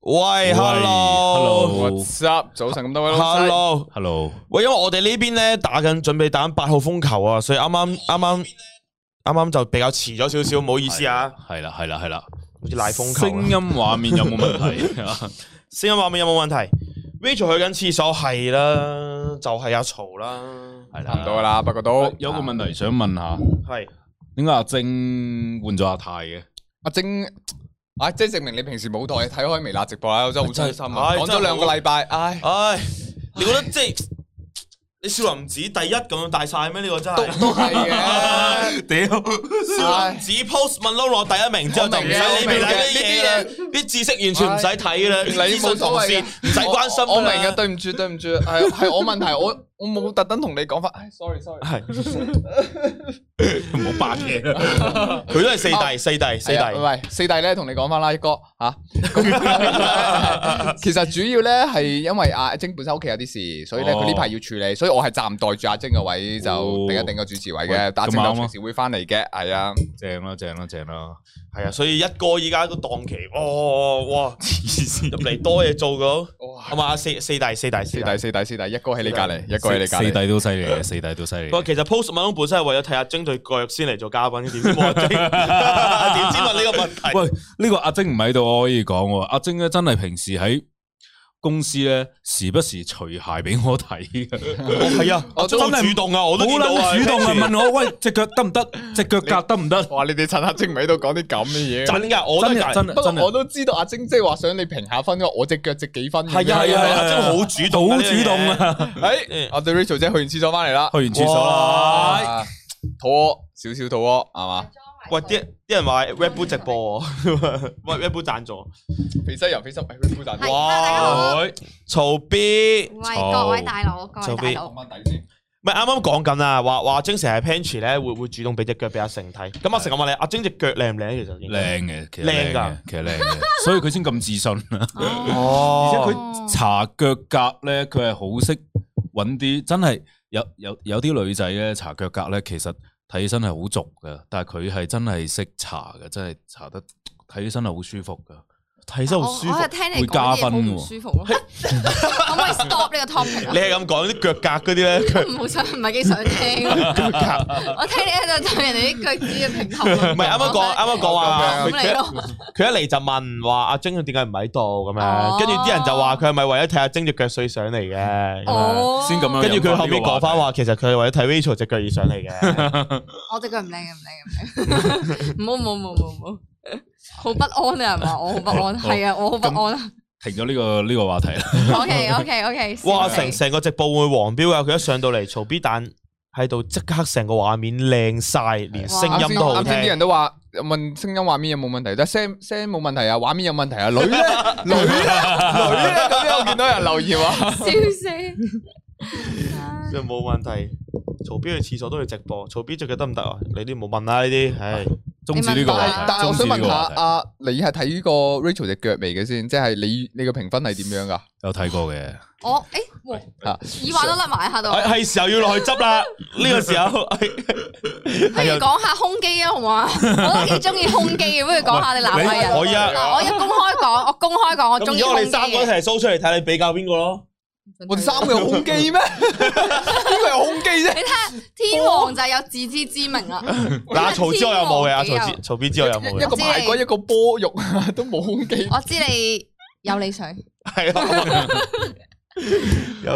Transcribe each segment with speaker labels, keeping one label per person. Speaker 1: 喂，hello，hello，
Speaker 2: What's up？早晨咁多位老細
Speaker 1: hello，
Speaker 3: Hello，
Speaker 1: 喂，因為我哋呢邊咧打緊，準備打緊八號風球啊，所以啱啱啱啱啱啱就比較遲咗少少，唔好意思啊，
Speaker 3: 系啦系啦系啦，
Speaker 1: 好似賴風球
Speaker 3: 声
Speaker 1: 啊。
Speaker 3: 音画面有 冇问题？
Speaker 1: 聲音畫面有冇問題？Rachel 去緊廁所係啦，就係阿曹啦，
Speaker 3: 系
Speaker 2: 差唔多啦，不過都
Speaker 3: 有個問題想問下，
Speaker 1: 係
Speaker 3: 點解阿晶換咗阿泰嘅？
Speaker 2: 阿晶，唉，即係證明你平時冇代睇開微辣直播啦，我真係好傷心啊！
Speaker 1: 唉
Speaker 2: 講
Speaker 1: 真係
Speaker 2: 咗兩個禮拜， 唉，
Speaker 1: 唉，你覺得即係你少林寺第一咁樣大晒咩？呢個真
Speaker 2: 都
Speaker 1: 係
Speaker 2: 都係 嘅。
Speaker 3: 屌，
Speaker 1: 少林寺 post 問 Lolo 第一名之後就唔使理微辣呢啲嘢啦，啲知識完全唔使睇啦，
Speaker 2: 你冇所謂嘅
Speaker 1: 唔使關心㗎啦
Speaker 2: 我我明嘅，對唔住，對唔住，係係我問題，我我冇特登同你講翻，唉，sorry sorry，
Speaker 1: 係
Speaker 3: 唔好扮嘢啦。
Speaker 1: 佢都係四弟，四弟，四
Speaker 2: 係啊
Speaker 1: 弟，
Speaker 2: 喂，四弟咧同你講翻啦，一哥吓。 咁其實主要咧係因為阿晶本身屋企有啲事，所以咧佢呢排要處理，所以我係暫代住阿晶個位就
Speaker 3: 哦
Speaker 2: 頂一頂個主持位
Speaker 3: 喂
Speaker 2: 嘅，但阿晶
Speaker 3: 咁啱
Speaker 2: 就
Speaker 3: 啊
Speaker 2: 隨時會翻嚟嘅，係啊。
Speaker 3: 正啦正啦正啦，
Speaker 1: 係啊，所以一哥依家都檔期，哦，哇，入嚟多嘢做噶，
Speaker 2: 哇
Speaker 1: 係嘛？四四弟，四弟，
Speaker 2: 四
Speaker 1: 四弟
Speaker 2: 弟。四弟四弟，一哥喺你隔離，一哥喺你隔
Speaker 3: 四
Speaker 2: 離。
Speaker 3: 弟都犀利嘅，四弟都犀利
Speaker 1: 不過
Speaker 3: 嘅。
Speaker 1: 其實 Post Malone 本身係為咗睇阿晶對腳先嚟做嘉賓，點知冇阿晶，點知問呢個問題？
Speaker 3: 喂，呢個阿晶唔喺度，我可以講喎。阿晶咧真係平時喺公司咧，時不時除鞋俾我睇嘅。
Speaker 1: 係啊，我真
Speaker 3: 真係
Speaker 1: 係主動啊，我都見到啊
Speaker 3: 好撚主動啊！
Speaker 1: Patrick
Speaker 3: 問我喂，只腳得唔得？只腳夾得唔得？
Speaker 2: 哇！你哋趁阿晶唔喺度講啲咁嘅嘢。
Speaker 1: 真㗎，我都
Speaker 3: 真啊
Speaker 1: 係
Speaker 3: 係真
Speaker 2: 不
Speaker 3: 係
Speaker 2: 過
Speaker 3: 真
Speaker 2: 啊我
Speaker 3: 係
Speaker 2: 都知道阿晶即係話想你評下分，因為我只腳值幾分。
Speaker 1: 係啊係啊係 啊，真係好主動，
Speaker 3: 好主動！啊！
Speaker 2: 誒，我哋哎 Rachel 姐去完廁所翻嚟啦
Speaker 3: 去，完廁所啦
Speaker 1: 哇。
Speaker 2: 啊肚餓少少肚餓係嘛？
Speaker 1: 喂，啲人啲人話 Red Bull 直播喎，喂 Red Bull 贊助，
Speaker 2: 肥西遊肥西，哎佢負責
Speaker 4: 係哇大家好
Speaker 1: 喂曹 B。
Speaker 4: 喂，各位大佬，各位大佬，
Speaker 2: 翻底先。
Speaker 1: 咪啱啱講緊啊，話話晶成日 pantry 咧，會會主動俾只腳俾阿成睇。咁阿成我問你，阿晶只腳靚唔靚？其實應該
Speaker 3: 靚嘅，其實
Speaker 1: 靚
Speaker 3: 靚
Speaker 1: 㗎
Speaker 3: 嘅，其實靚嘅， 所以佢先咁自信啦。
Speaker 4: 哦
Speaker 1: 哦
Speaker 3: 而且佢搽腳甲咧，佢係好識揾啲真係有有有啲女仔咧搽腳甲咧，其實睇起身係好俗嘅，但係佢係真係識搽嘅，真係搽得睇起身係好舒服嘅。
Speaker 1: 睇起身好
Speaker 4: 我
Speaker 1: 舒
Speaker 4: 我
Speaker 1: 服
Speaker 4: 係。聽
Speaker 3: 會
Speaker 4: 你
Speaker 3: 加
Speaker 4: 講嘢好
Speaker 3: 分
Speaker 4: 唔
Speaker 3: 喎
Speaker 4: 舒服咯，可唔可以 stop 呢個 topic 啊
Speaker 1: 你？係咁講啲腳格嗰啲咧，腳
Speaker 4: 唔好想，唔係幾想聽。我聽你喺度對人哋啲腳趾嘅評頭論足。
Speaker 1: 唔係啱啱講，啱啱講話
Speaker 4: 咁
Speaker 1: 佢
Speaker 4: 你
Speaker 1: 佢
Speaker 4: 咯，
Speaker 1: 佢一嚟就問話阿晶佢點解唔喺度咁
Speaker 4: 哦
Speaker 1: 樣，跟住啲人就話佢係咪為咗睇阿晶隻腳碎上嚟嘅咁樣，
Speaker 4: 哦，
Speaker 3: 先咁樣
Speaker 1: 跟住佢後面
Speaker 3: 呢個話
Speaker 1: 講
Speaker 3: 題
Speaker 1: 翻話其實佢係為咗睇 Rachel 隻腳而上嚟嘅，
Speaker 4: 我隻腳唔靚嘅，唔靚 嘅，唔靚嘅。唔好唔好唔好唔好唔好，好不安啊，係嘛？我好不安，
Speaker 3: 好
Speaker 4: 係啊，我好不安啊。
Speaker 3: 停咗呢個呢個話題 啦。
Speaker 4: OK OK OK，
Speaker 1: 哇成成個直播會黃標啊！佢一上到嚟曹 B 蛋喺度即刻成個畫面靚晒，連聲音都好
Speaker 2: 啱先啲
Speaker 1: 聽
Speaker 2: 人。都話問聲音畫面有冇問題，但係聲聲冇問題啊，畫面有問題啊，女咧 女咧女咧咁樣，我見到有人留言 話
Speaker 4: 笑死。啊
Speaker 1: 即係冇問題，曹 B 去廁所都要直播，曹 B 着腳得唔得啊？你都冇問啦呢啲，唉，
Speaker 3: 終止呢個話題
Speaker 4: 你問，
Speaker 2: 但係我
Speaker 3: 終止
Speaker 2: 想
Speaker 3: 呢
Speaker 2: 問
Speaker 3: 個
Speaker 2: 下
Speaker 3: 話題。
Speaker 2: 阿你係睇過 Rachel 隻腳未嘅先？即係你你個評分係點樣噶？
Speaker 3: 有睇過嘅，
Speaker 4: 我誒，哇
Speaker 2: 啊
Speaker 4: 哦耳環都甩埋喺度。啊
Speaker 1: 係哎係時候要落去執啦。呢個時 候哎
Speaker 4: 不如講下胸肌啊，好唔好啊？我都幾中意胸肌嘅，不如講下你男藝人。
Speaker 1: 你可以啊
Speaker 4: 嗱，我一公開講，我公開講，我
Speaker 1: 咁
Speaker 4: 中
Speaker 1: 而
Speaker 4: 意
Speaker 1: 家我
Speaker 4: 胸
Speaker 1: 哋
Speaker 4: 肌
Speaker 1: 三個一
Speaker 4: 嘅。
Speaker 1: 齊 show 出嚟睇，你比較邊個咯？
Speaker 2: 我哋三個有胸肌 咩？邊個有胸肌啫？
Speaker 4: 你睇下天王就係有自知之明啦。
Speaker 1: 哦嗱，曹知我有冇嘅？阿
Speaker 4: 天王
Speaker 1: 曹知，
Speaker 4: 幾
Speaker 1: 曹 B 知我有冇
Speaker 2: 一
Speaker 1: 嘅？
Speaker 2: 個排骨，一個波肉， 都冇胸肌。
Speaker 4: 我知 你有理想，
Speaker 1: 係啊，有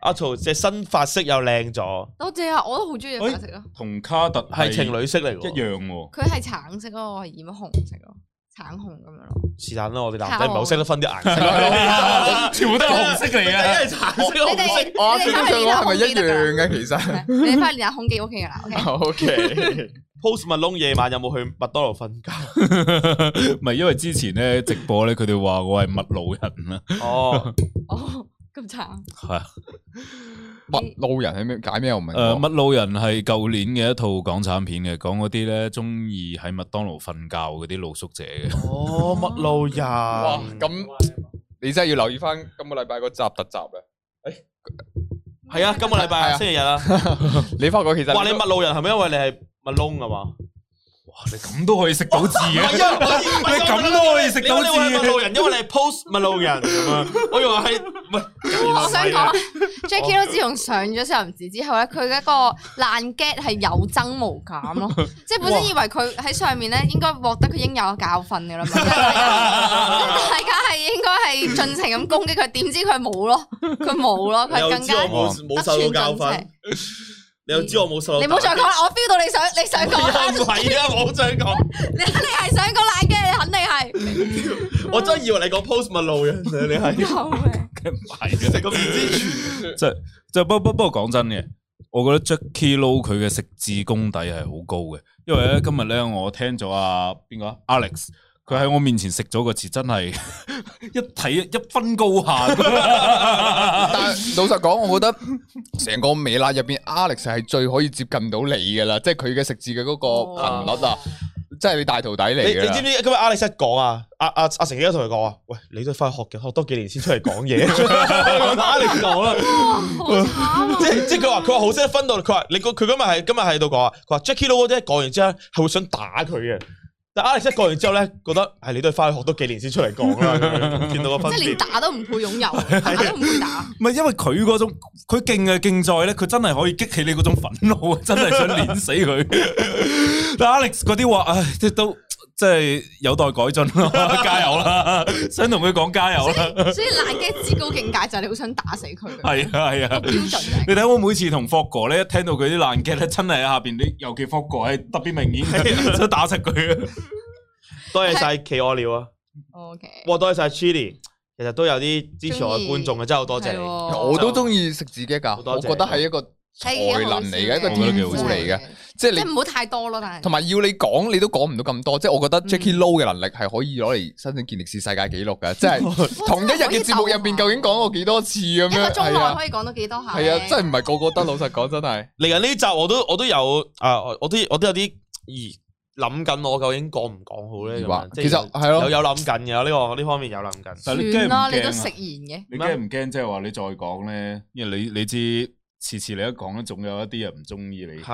Speaker 1: 阿曹隻新髮色又靚咗，
Speaker 4: 多謝啊！我都好中意顏色咯。
Speaker 3: 同卡特
Speaker 1: 係情侶色嚟
Speaker 3: 一
Speaker 1: 嘅喎。
Speaker 3: 樣喎。
Speaker 1: 哎
Speaker 4: 佢係橙色咯，我係染咗紅色咯，橙紅咁樣咯。
Speaker 1: 是但啦，我哋男仔唔係好識得分啲顏色。 啊
Speaker 3: 全部都係紅色嚟嘅，
Speaker 1: 係橙色哦
Speaker 4: 你哋
Speaker 2: 我啱
Speaker 4: 你
Speaker 2: 先
Speaker 4: 哋
Speaker 2: 都
Speaker 4: 翻去
Speaker 2: 想講
Speaker 4: 練
Speaker 2: 係咪一
Speaker 4: 下胸肌
Speaker 2: 樣
Speaker 4: 得㗎啦。
Speaker 2: 嘅？其實。
Speaker 4: 你哋翻去練下胸肌 OK 噶啦。OK。啊
Speaker 2: O K，
Speaker 1: Post Malone 夜晚有冇去麥當勞瞓覺？
Speaker 3: 唔係因為之前咧直播咧，佢哋話我係麥路人啊啦，
Speaker 1: 哦，
Speaker 4: 哦，咁慘。
Speaker 3: 係啊
Speaker 2: 麥路人係咩解咩？我唔明。
Speaker 3: 誒，麥路人係舊年嘅一套港產片嘅，講嗰啲咧中意喺麥當勞瞓覺嗰啲露宿者嘅。
Speaker 1: 哦，麥路人。
Speaker 2: 哇，咁你真係要留意翻今個禮拜個集特集啊啦。
Speaker 1: 係啊，今個禮拜
Speaker 2: 係
Speaker 1: 啊
Speaker 2: 啊
Speaker 1: 星期日啊。
Speaker 2: 你發覺其實
Speaker 1: 話你麥路人係咪因為你係麥窿啊嘛？
Speaker 3: 哇你咁都可以食到字嘅，
Speaker 1: 因為我以為
Speaker 3: 你咁都可以食到字
Speaker 1: 你話你係問路
Speaker 3: 嘅，
Speaker 1: 人，因為你係 post 問路人咁啊！我以為係唔係？
Speaker 4: 我想講 Jackie 都自從上咗《小林子》之後咧，佢嘅一個爛 get 係有增無減 咯，即係本身以為佢喺上面咧應該獲得佢應有嘅教訓㗎啦 嘛，大家係應該係盡情咁攻擊佢，點知佢冇咯，佢冇咯，佢
Speaker 1: 你又
Speaker 4: 更
Speaker 1: 知
Speaker 4: 加
Speaker 1: 我
Speaker 4: 得
Speaker 1: 冇冇受到
Speaker 4: 寸
Speaker 1: 教
Speaker 4: 進
Speaker 1: 訓
Speaker 4: 尺。，
Speaker 1: 你又知我冇受到。
Speaker 4: 你唔好再講啦，我 feel 到你想你想
Speaker 1: 我
Speaker 4: 講，
Speaker 1: 又唔係啊！我想講，
Speaker 4: 你肯定係想講爛 get，你肯定係。
Speaker 1: 我真係以為你講 post 問路人，你係
Speaker 4: 救命
Speaker 3: 梗 唔係嘅。
Speaker 1: 食個面之全。
Speaker 3: 即系即系不不不过讲真嘅，我覺得 Jackie Lou 佢嘅食字功底係好高嘅，因為咧今日咧我聽咗啊邊個啊 Alex，佢喺我面前食咗個字真係 一睇一分高下。
Speaker 2: 但系老實講，我覺得成個美辣入边，Alex 係最可以接近到你噶啦，即係佢嘅食字嘅嗰個頻率啊，即係你大徒弟嚟
Speaker 1: 你你知唔
Speaker 2: 嘅。
Speaker 1: 知今日 Alex 一講啊？阿阿阿成幾都同佢講啊？喂，你都翻去學嘅，學多幾年先出嚟講嘢。 我同 Alex 講啦。
Speaker 4: 好慘啊！
Speaker 1: 即係即係佢話佢話好識得分到，佢話你個佢今日係今日喺度講啊，佢話 Jackie Lou 咧講完之後咧係會想打佢嘅，但 Alex 一講完之後咧覺得係你都係翻去學多幾年先出嚟講 啦咁樣，見到個分
Speaker 4: 即係連
Speaker 1: 別。
Speaker 4: 打都唔配擁有，打都唔會打。
Speaker 3: 唔係因為佢嗰種佢勁嘅競賽咧，佢真係可以激起你嗰種憤怒，啊 真係想碾死佢。 但 Alex 嗰啲話，唉，即係都即係有待改進咯， 加油啦！ 想同佢講加油啦，
Speaker 4: 所以爛 get 至高境界就係你好想打死佢，
Speaker 3: 係啊係啊
Speaker 4: 個。標準就係
Speaker 3: 你睇我每次同霍哥咧，一聽到佢啲爛劇咧，真係喺下边啲，尤其霍哥係特別明
Speaker 4: 啊
Speaker 3: 顯， 想打實佢。啊
Speaker 1: 多謝晒企鵝鳥啊，
Speaker 4: O K。
Speaker 1: 哇多謝晒 Chili，其實都有啲支持我嘅觀眾嘅，啊真係好多謝你。
Speaker 2: 我
Speaker 4: 我
Speaker 2: 都中意食字嘅㗎，
Speaker 1: 多謝
Speaker 2: 我覺得係一個才能嚟嘅，一個
Speaker 3: 我覺得
Speaker 2: 天
Speaker 3: 幾
Speaker 2: 賦
Speaker 3: 好
Speaker 2: 嚟嘅，，即係
Speaker 4: 即
Speaker 2: 你
Speaker 4: 係唔好太多咯，但係
Speaker 2: 同埋要你講，你都講唔到咁多，即係我覺得 Jackie Lou 嘅能力係可以攞嚟申請健力士世界紀錄㗎，即係同一日嘅節目入邊究竟講過幾多次咁
Speaker 4: 一個
Speaker 2: 樣？
Speaker 4: 鐘
Speaker 2: 係
Speaker 4: 內
Speaker 2: 啊，
Speaker 4: 可以講到幾多下呢？
Speaker 2: 係啊，真係唔係個個得，老實講真係。
Speaker 1: 嚟緊呢集我都我都有啊，我我都我都有啲疑諗緊，我究竟講唔講好咧？咁啊
Speaker 2: 話
Speaker 1: 樣即
Speaker 2: 其實係咯
Speaker 1: 有有諗緊嘅，呢個我呢方面有諗緊。
Speaker 3: 但
Speaker 4: 算啦，
Speaker 3: 啊
Speaker 4: 你都食言嘅，
Speaker 3: 你驚唔驚？即係話你再講咧，因為你你知次次你一講咧，總有一啲人唔中意你。
Speaker 1: 系，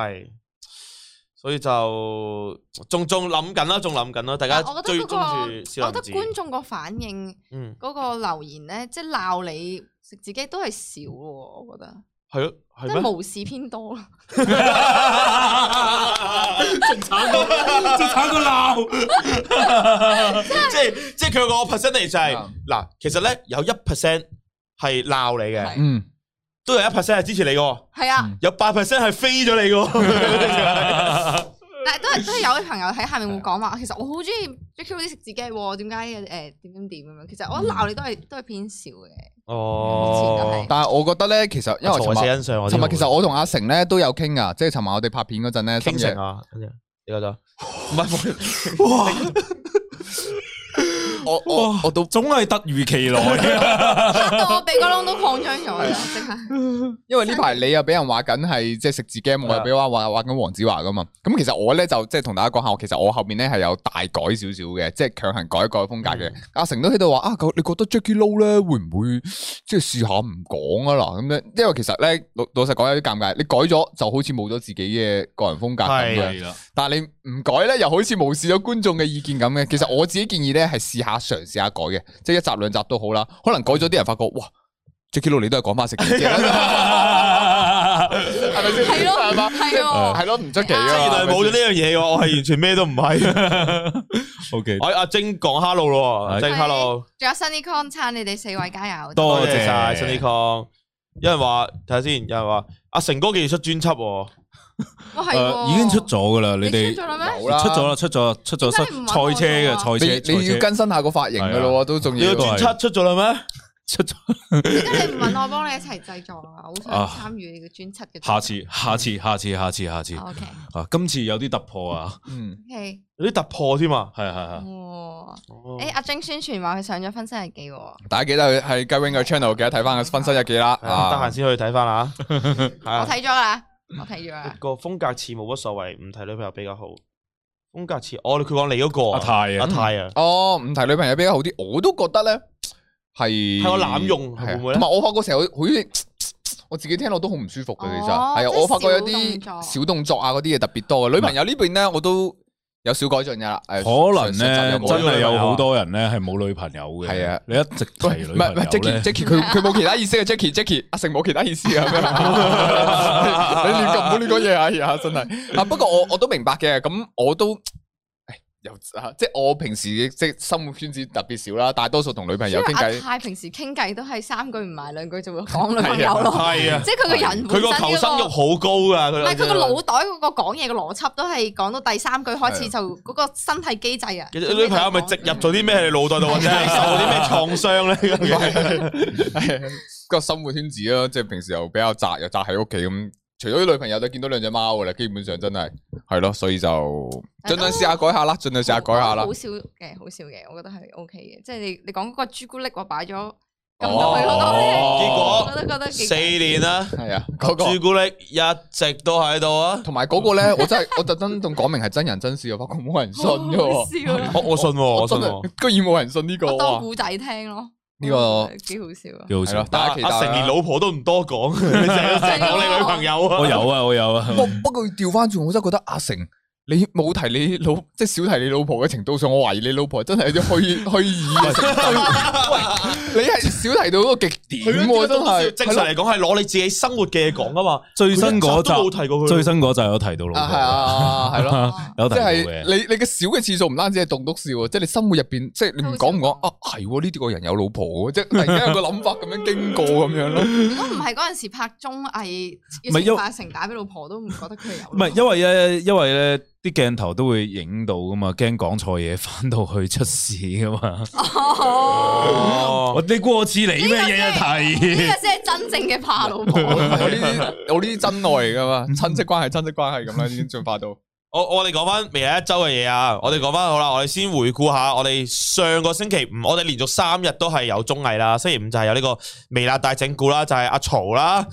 Speaker 1: 所以就仲仲谂紧啦，仲谂紧啦，大家
Speaker 4: 但我覺
Speaker 1: 追
Speaker 4: 得
Speaker 1: 蹤
Speaker 4: 嗰個，
Speaker 1: 住
Speaker 4: 我
Speaker 1: 少
Speaker 4: 覺
Speaker 1: 林
Speaker 4: 得
Speaker 1: 寺。
Speaker 4: 觀眾個反應
Speaker 1: 嗯，
Speaker 4: 嗰個留言咧，即係鬧你食自己都係少喎，我覺得
Speaker 1: 系咯，系
Speaker 4: 即
Speaker 1: 咩
Speaker 4: 係？無視偏多咯。
Speaker 3: 仲慘過，仲慘過鬧。
Speaker 1: 即系即系佢個 percentage 就
Speaker 2: 嗯
Speaker 1: 係嗱，其實咧有一 percent 係鬧你嘅，
Speaker 4: 係
Speaker 2: 嗯，
Speaker 1: 都有一 percent 係支持你嘅喎，
Speaker 4: 係啊，
Speaker 1: 有八 percent 係飛咗你嘅喎。
Speaker 2: 嗯
Speaker 4: 但係都係都係有啲朋友喺下面會講話，其實哦我好中意 JQ 啲食自己喎，點解誒點點點咁樣？其實
Speaker 2: 嗯
Speaker 4: 我鬧你都係都係偏少嘅，
Speaker 1: 哦，
Speaker 2: 但係我覺得咧，其實因為
Speaker 1: 我
Speaker 2: 尋
Speaker 1: 才
Speaker 2: 日
Speaker 1: 欣賞我啲
Speaker 2: 尋
Speaker 1: 好。
Speaker 2: 日其實我同阿成咧都有傾噶，即係尋日我哋拍片嗰陣咧，
Speaker 1: 傾
Speaker 2: 深夜
Speaker 1: 城啊，跟住你覺得？唔係，
Speaker 2: 我我我都
Speaker 3: 總係突如其來。
Speaker 4: 嚇到我鼻哥窿都擴張咗啦，即係
Speaker 2: 因為呢排你又俾人話緊係即係食字 game，我又俾
Speaker 1: 啊
Speaker 2: 話話話緊黃子華噶嘛。咁其實我咧就即係同大家講下，我其實我後面咧係有大改少少嘅，即係強行改一改風格嘅。
Speaker 1: 嗯
Speaker 2: 阿成都喺度話啊，你覺得 Jackie Lou 咧會唔會即係試下唔講啊嗱咁樣？因為其實咧老老實講有啲尷尬，你改咗就好似冇咗自己嘅個人風格咁樣。
Speaker 1: 係啊
Speaker 3: 係啦，
Speaker 2: 但系你唔改咧，又好似無視咗觀眾嘅意見咁嘅。其實我自己建議咧，係試下嘗試下改嘅，即係一集兩集都好啦。可能改咗啲人
Speaker 1: 嗯
Speaker 2: 發覺，哇，Jackie Lou 你都係講翻食嘢啦，係咪先？
Speaker 4: 係咯
Speaker 2: 係嘛，
Speaker 4: 係喎
Speaker 2: 係咯，唔出奇
Speaker 4: 即 係
Speaker 1: 原
Speaker 2: 啊。
Speaker 1: 來冇咗呢樣嘢喎，我係完全咩都唔 係。
Speaker 3: OK，
Speaker 4: 哦
Speaker 1: 我哎阿晶講 hello 咯，
Speaker 3: 係
Speaker 1: 晶 hello。
Speaker 4: 仲有 Sunny Con 餐，你哋四位加油！
Speaker 3: 多
Speaker 1: 多
Speaker 3: 謝
Speaker 1: 謝晒新 i 康。有人話睇下先，有人話阿成哥幾時出專輯喎？
Speaker 4: 哇係
Speaker 3: 誒
Speaker 4: 喎
Speaker 3: 呃已經出咗噶啦，你
Speaker 4: 你
Speaker 3: 哋
Speaker 4: 出咗啦咩？
Speaker 2: 有啦
Speaker 3: 出咗啦，出咗出咗
Speaker 4: 點
Speaker 3: 賽
Speaker 4: 解你唔揾我
Speaker 3: 賽車嘅賽車，
Speaker 2: 你你要
Speaker 3: 賽車
Speaker 2: 更新下個髮型噶咯喎，都仲
Speaker 1: 你啊個
Speaker 2: 要。
Speaker 1: 專輯出咗啦咩？
Speaker 3: 出咗。
Speaker 4: 點解你唔問我幫你一齊製作啊？好想參與你嘅專輯嘅。
Speaker 3: 下次，下次，下次，下次，下次
Speaker 4: O K
Speaker 3: 啊！今次有啲突破啊，
Speaker 2: 嗯
Speaker 4: O K，
Speaker 1: 有啲突破添啊！
Speaker 3: 係係係，
Speaker 4: 哇！誒阿晶宣傳話佢上咗婚紗日記喎，
Speaker 2: 大家記得去係 g Wing 嘅 channel 記得睇翻個分身日記啦。
Speaker 1: 係啊得
Speaker 2: 啊
Speaker 1: 閒先可以睇翻 啦。係
Speaker 4: 我
Speaker 1: 啊
Speaker 4: 睇咗啦，我睇咗 啦。
Speaker 1: 個風格似冇乜所謂，唔提女朋友比較好。風格似，哦，佢講你嗰個
Speaker 3: 阿
Speaker 1: 啊
Speaker 3: 泰
Speaker 1: 阿
Speaker 3: 啊，
Speaker 1: 泰啊，
Speaker 2: 哦，唔提女朋友比較好啲，我都覺得咧係
Speaker 1: 係我濫用
Speaker 2: 係
Speaker 1: 會
Speaker 2: 啊
Speaker 1: 唔會咧
Speaker 2: 同埋我發覺成日好似我自己聽落都好唔舒服嘅，其實
Speaker 4: 哦
Speaker 2: 係啊，
Speaker 4: 即係
Speaker 2: 我發覺有
Speaker 4: 小動作
Speaker 2: 啲小動作啊嗰啲嘢特別多嘅。女朋友呢邊咧，我都有少改進噶啦。誒
Speaker 3: 可能
Speaker 2: 上
Speaker 3: 咧
Speaker 2: 上集冇
Speaker 3: 真係
Speaker 2: 咗
Speaker 3: 有好多人咧係冇女朋友嘅，
Speaker 2: 啊係啊
Speaker 3: 你一直提
Speaker 2: 喂，
Speaker 3: 女
Speaker 2: 唔
Speaker 3: 朋友
Speaker 2: 係唔係，Jackie
Speaker 3: 咧，
Speaker 2: Jackie 佢佢冇其他意思嘅，Jackie Jackie 阿成冇其他意思啊，咁 樣你亂咁唔好亂講嘢啊，而家真係啊。不過我我都明白嘅，咁我都。唉又啊即係我平時即係生活圈子特別少啦，大多數同女朋
Speaker 4: 因
Speaker 2: 友
Speaker 4: 為
Speaker 2: 傾
Speaker 4: 阿
Speaker 2: 偈，
Speaker 4: 泰平時傾偈都係三句唔埋兩句就會講女朋友咯，
Speaker 1: 係啊，
Speaker 4: 即係佢個人
Speaker 1: 佢
Speaker 4: 本
Speaker 1: 個
Speaker 4: 身
Speaker 1: 求生欲
Speaker 4: 嗰個
Speaker 1: 好啊高噶，佢
Speaker 4: 唔係佢個腦袋嗰個講嘢嘅邏輯都係講到第三句開始就嗰個身體機制啊。
Speaker 1: 其實你女朋友係咪植入咗啲咩喺你腦袋度，或者係受咗啲咩創傷咧？咁樣
Speaker 2: 係啊個生活圈子啊咯，即係平時又比較宅，又宅喺屋企咁。除咗啲女朋友，就見到兩隻貓噶啦，基本上真係係咯，所以就盡量試下改下啦，盡量試下改下啦
Speaker 4: 好。少嘅，好少嘅，我覺得係 O K 嘅。即係你你講嗰個朱古力，我擺咗
Speaker 2: 哦
Speaker 4: 咁多去嗰
Speaker 1: 結
Speaker 4: 度，
Speaker 1: 果
Speaker 4: 我都覺得幾
Speaker 1: 四年啦，
Speaker 2: 係啊，嗰個
Speaker 1: 朱古力一直都喺度啊！
Speaker 2: 同埋嗰個咧，我真係我特登仲講明係真人真事啊，不過冇人信嘅喎，
Speaker 1: 我
Speaker 4: 好好笑啊！
Speaker 1: 我信喎，哦我信
Speaker 2: 真
Speaker 1: 喎。
Speaker 2: 係居然冇人信呢個
Speaker 4: 我當
Speaker 2: 喎，
Speaker 4: 古仔聽咯，
Speaker 2: 呢個
Speaker 4: 幾好笑啊！
Speaker 3: 幾好
Speaker 2: 係咯
Speaker 3: 笑。
Speaker 2: 大家期待
Speaker 1: 阿
Speaker 2: 啦
Speaker 1: 成年老婆都唔多講，你成日都成日講你女朋友啊！
Speaker 3: 我有啊，我有啊，
Speaker 2: 不不過調翻轉，我真係覺得阿成。你冇提你老，即係少提你老婆嘅程度上，我懷疑你老婆真係有啲虛 虛擬嘅成分。喂，你係少提到嗰個極點喎，真係。
Speaker 1: 正常嚟講係攞你自己生活嘅嘢講啊嘛。
Speaker 3: 最新嗰
Speaker 1: 佢一集都冇
Speaker 3: 集，
Speaker 1: 提過佢，
Speaker 3: 最新嗰集有提到
Speaker 2: 啊，係
Speaker 3: 老
Speaker 2: 啊， 係咯。
Speaker 3: 婆，有
Speaker 2: 即
Speaker 3: 提到
Speaker 2: 係
Speaker 3: 嘅。
Speaker 2: 你你嘅少嘅次數唔單止係棟篤笑喎，即係你生活入邊，即係你唔講唔講啊，係喎呢啲個人有老婆喎，即係突然間有個諗法咁樣經過咁樣咯。
Speaker 4: 如果唔係嗰陣時拍綜藝，要
Speaker 3: 唔係因
Speaker 4: 食
Speaker 3: 為
Speaker 4: 飯成打俾老婆都唔覺得佢有。
Speaker 3: 唔係，因為咧，因為咧，啲鏡頭都會影到噶嘛，驚講錯嘢， 翻到去出事噶嘛。
Speaker 4: 哦
Speaker 1: 哦
Speaker 3: 我你過次嚟咩
Speaker 4: 呢個
Speaker 3: 嘢
Speaker 4: 呢
Speaker 3: 一提？
Speaker 4: 個先係真正嘅怕老婆。
Speaker 2: 我呢啲我呢啲真愛嚟噶
Speaker 1: 嗯
Speaker 2: 嘛，親戚關係親戚關係咁啦，已經進化到。
Speaker 1: 我我哋講翻未來一周嘅嘢啊！我哋講翻好啦，我哋先回顧下我哋上個星期五，我哋連續三日都係有綜藝啦。星期五就係有呢個微辣大整蠱啦，就係、阿曹啦、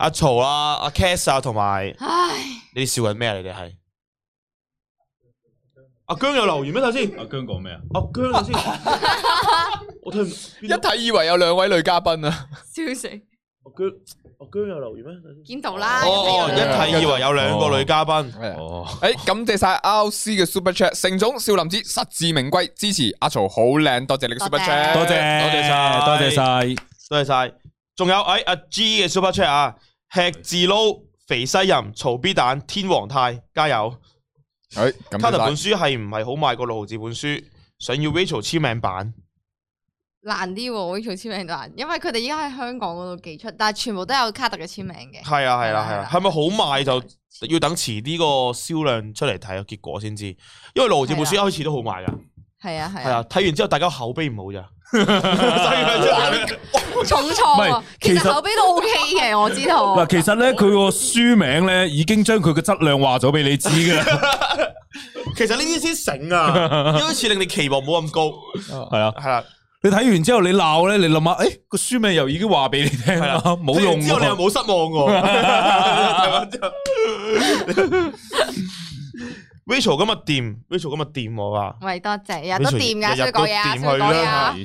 Speaker 1: 阿曹啊、阿 Cass 啊，同埋
Speaker 4: 唉，
Speaker 1: 你哋笑緊咩啊？你哋係阿姜有留言咩？頭先
Speaker 3: 阿姜講咩啊？
Speaker 1: 阿姜頭先，我睇唔
Speaker 2: 一
Speaker 1: 邊度
Speaker 2: 睇以為有兩位女嘉賓啊，
Speaker 4: 笑死！
Speaker 1: 阿姜阿姜有留言咩？頭先
Speaker 4: 見到啦，
Speaker 1: 哦哦，
Speaker 4: 有
Speaker 1: 一
Speaker 4: 人有
Speaker 1: 睇以為有兩個女嘉賓。
Speaker 3: 哦，
Speaker 2: 誒，哎感謝晒 R C 嘅 Super Chat，成總少林寺實至名歸，支持阿曹好靚，多謝你嘅 Super
Speaker 4: 多謝
Speaker 2: Chat，
Speaker 3: 多謝，
Speaker 1: 多謝晒
Speaker 3: 多謝晒。
Speaker 1: 多謝晒。仲有誒阿 G 嘅 Super Chat 啊，吃字撈肥西人曹 B 蛋天皇太加油！
Speaker 2: 誒，哎感
Speaker 1: 卡特本
Speaker 2: 謝晒。
Speaker 1: 書係唔係好賣過六毫子本書？想要 Rachel 簽名版，
Speaker 4: 難啲喎，Rachel 簽名難，因為佢哋依家喺香港嗰度寄出，但係全部都有卡特嘅簽名嘅。
Speaker 1: 係啊係啦係啦，係咪好賣就
Speaker 4: 係
Speaker 1: 要等遲啲個銷量出嚟睇個結果先知？因為六毫子本書一開始都好賣㗎，
Speaker 4: 啊係
Speaker 1: 係
Speaker 4: 啊
Speaker 1: 啊，，睇完之後大家口碑唔好 咋，所以咪真
Speaker 4: 啊
Speaker 1: 係
Speaker 4: 重創
Speaker 3: 唔係
Speaker 4: 啊！
Speaker 3: 其
Speaker 4: 其
Speaker 3: 實
Speaker 4: 實後邊都 OK 嘅，我知道。
Speaker 3: 嗱，其實咧，佢個書名咧已經將佢嘅質量話咗俾你知噶啦，
Speaker 1: 其實呢啲先醒 啊，一開始令你期望冇咁高，
Speaker 3: 係啊。
Speaker 1: 係啦，
Speaker 3: 你睇完之後你鬧咧，你諗下，誒個書名又已經話俾你聽
Speaker 1: 係
Speaker 3: 啦
Speaker 1: 啦，
Speaker 3: 冇用
Speaker 1: 之後你又
Speaker 3: 喎。
Speaker 1: 冇失望喎。 睇完之後 Rachel 今日掂，Rachel 今日掂我啊
Speaker 4: 喂，多謝，日日都
Speaker 1: Rachel
Speaker 4: 掂㗎，
Speaker 1: 日日
Speaker 4: 需要
Speaker 1: 都
Speaker 4: 講嘢啊，
Speaker 1: 掂
Speaker 4: 需要講嘢啊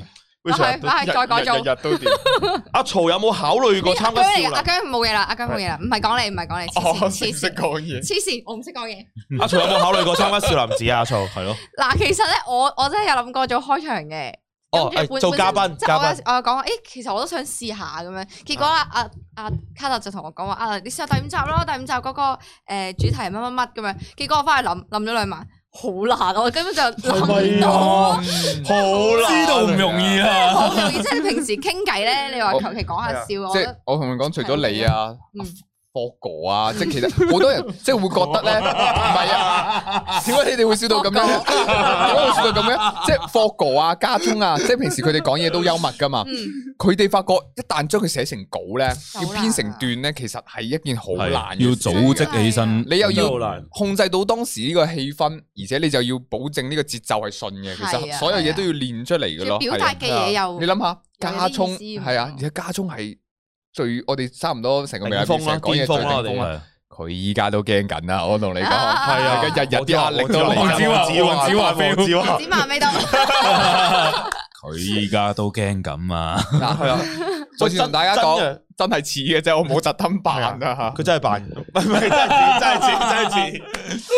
Speaker 1: 佢。！Rachel
Speaker 4: 翻去翻去再改造。
Speaker 2: 日日都掂，
Speaker 1: 阿曹有冇考慮過參
Speaker 4: 阿姜
Speaker 1: 加
Speaker 4: 嚟
Speaker 1: 少
Speaker 4: 㗎，阿
Speaker 1: 林？
Speaker 4: 姜冇嘢啦，阿姜冇嘢啦，唔係講你，唔係講你，黐
Speaker 2: 我唔
Speaker 4: 線
Speaker 2: 識
Speaker 4: 黐線
Speaker 2: 講嘢。
Speaker 4: 黐線，我唔識講嘢。
Speaker 1: 阿曹有冇考慮過參加少林寺啊？阿曹
Speaker 3: 係咯，
Speaker 4: 嗱，其實咧，我我真係有諗過做開場嘅。
Speaker 1: 哦
Speaker 4: 跟住
Speaker 1: 係
Speaker 4: 本
Speaker 1: 做嘉賓
Speaker 4: 本身即係我
Speaker 1: 嘉
Speaker 4: 有
Speaker 1: 賓
Speaker 4: 時我有講話，誒，其實我都想試下咁樣。結果啊，阿阿卡特就同我講話，啊，你試下第五集咯，第五集嗰個誒主題乜乜乜咁樣。結果我翻去諗諗咗兩晚，好難，我根本就 諗唔到。
Speaker 1: 好
Speaker 3: 知道唔容易啊。
Speaker 4: 好容易，即係你平時傾偈咧，你話求其講下笑，我
Speaker 2: 即係
Speaker 4: 覺得
Speaker 2: 我同你講，除咗你啊
Speaker 4: 嗯，
Speaker 2: 霍哥啊，即係其實好多人 即係會覺得咧，唔係啊，點解你哋會笑到咁樣？點解會笑到咁樣？即係霍哥啊、家聰啊，即係平時佢哋講嘢都幽默噶嘛。
Speaker 4: 嗯，
Speaker 2: 佢哋發覺一旦將佢寫成稿咧，
Speaker 4: 就
Speaker 2: 要編成段咧，其實係一件好
Speaker 3: 係啊
Speaker 2: 難嘅
Speaker 3: 要
Speaker 2: 事
Speaker 3: 組織起身，
Speaker 2: 你又要
Speaker 1: 好難。
Speaker 2: 控制到當時呢個氣氛，而且你就要保證呢個節奏係順嘅。其
Speaker 4: 係
Speaker 2: 實
Speaker 4: 啊
Speaker 2: 所有嘢都要練出嚟嘅
Speaker 4: 仲
Speaker 2: 咯。
Speaker 4: 要
Speaker 2: 係
Speaker 4: 表
Speaker 2: 啊
Speaker 4: 達嘅嘢
Speaker 2: 你
Speaker 4: 又
Speaker 2: 諗下，家
Speaker 4: 有
Speaker 2: 聰
Speaker 4: 啲意思
Speaker 2: 係啊，
Speaker 4: 嗯
Speaker 2: 而且家聰係最我哋差唔多成個未來
Speaker 1: 頂峰
Speaker 2: 成
Speaker 1: 啦
Speaker 2: 講嘢最
Speaker 1: 巔峰啦
Speaker 2: 頂峰
Speaker 3: 啊
Speaker 2: 啦。佢依家都驚緊啦，我同你講，
Speaker 4: 啊
Speaker 1: 係啊，
Speaker 2: 而家日日啲壓力都嚟
Speaker 3: 王子
Speaker 2: 緊
Speaker 3: 華王子
Speaker 1: 王子
Speaker 3: 華
Speaker 1: 華，
Speaker 3: 王子華
Speaker 1: 王子華
Speaker 4: 子麻味道，
Speaker 3: 佢依家都驚咁啊！
Speaker 2: 嗱係啊，再次同大家講，真係似嘅啫，我冇特登扮啊吓。
Speaker 1: 佢真係扮， 唔係唔係真係似，真係似，真係似，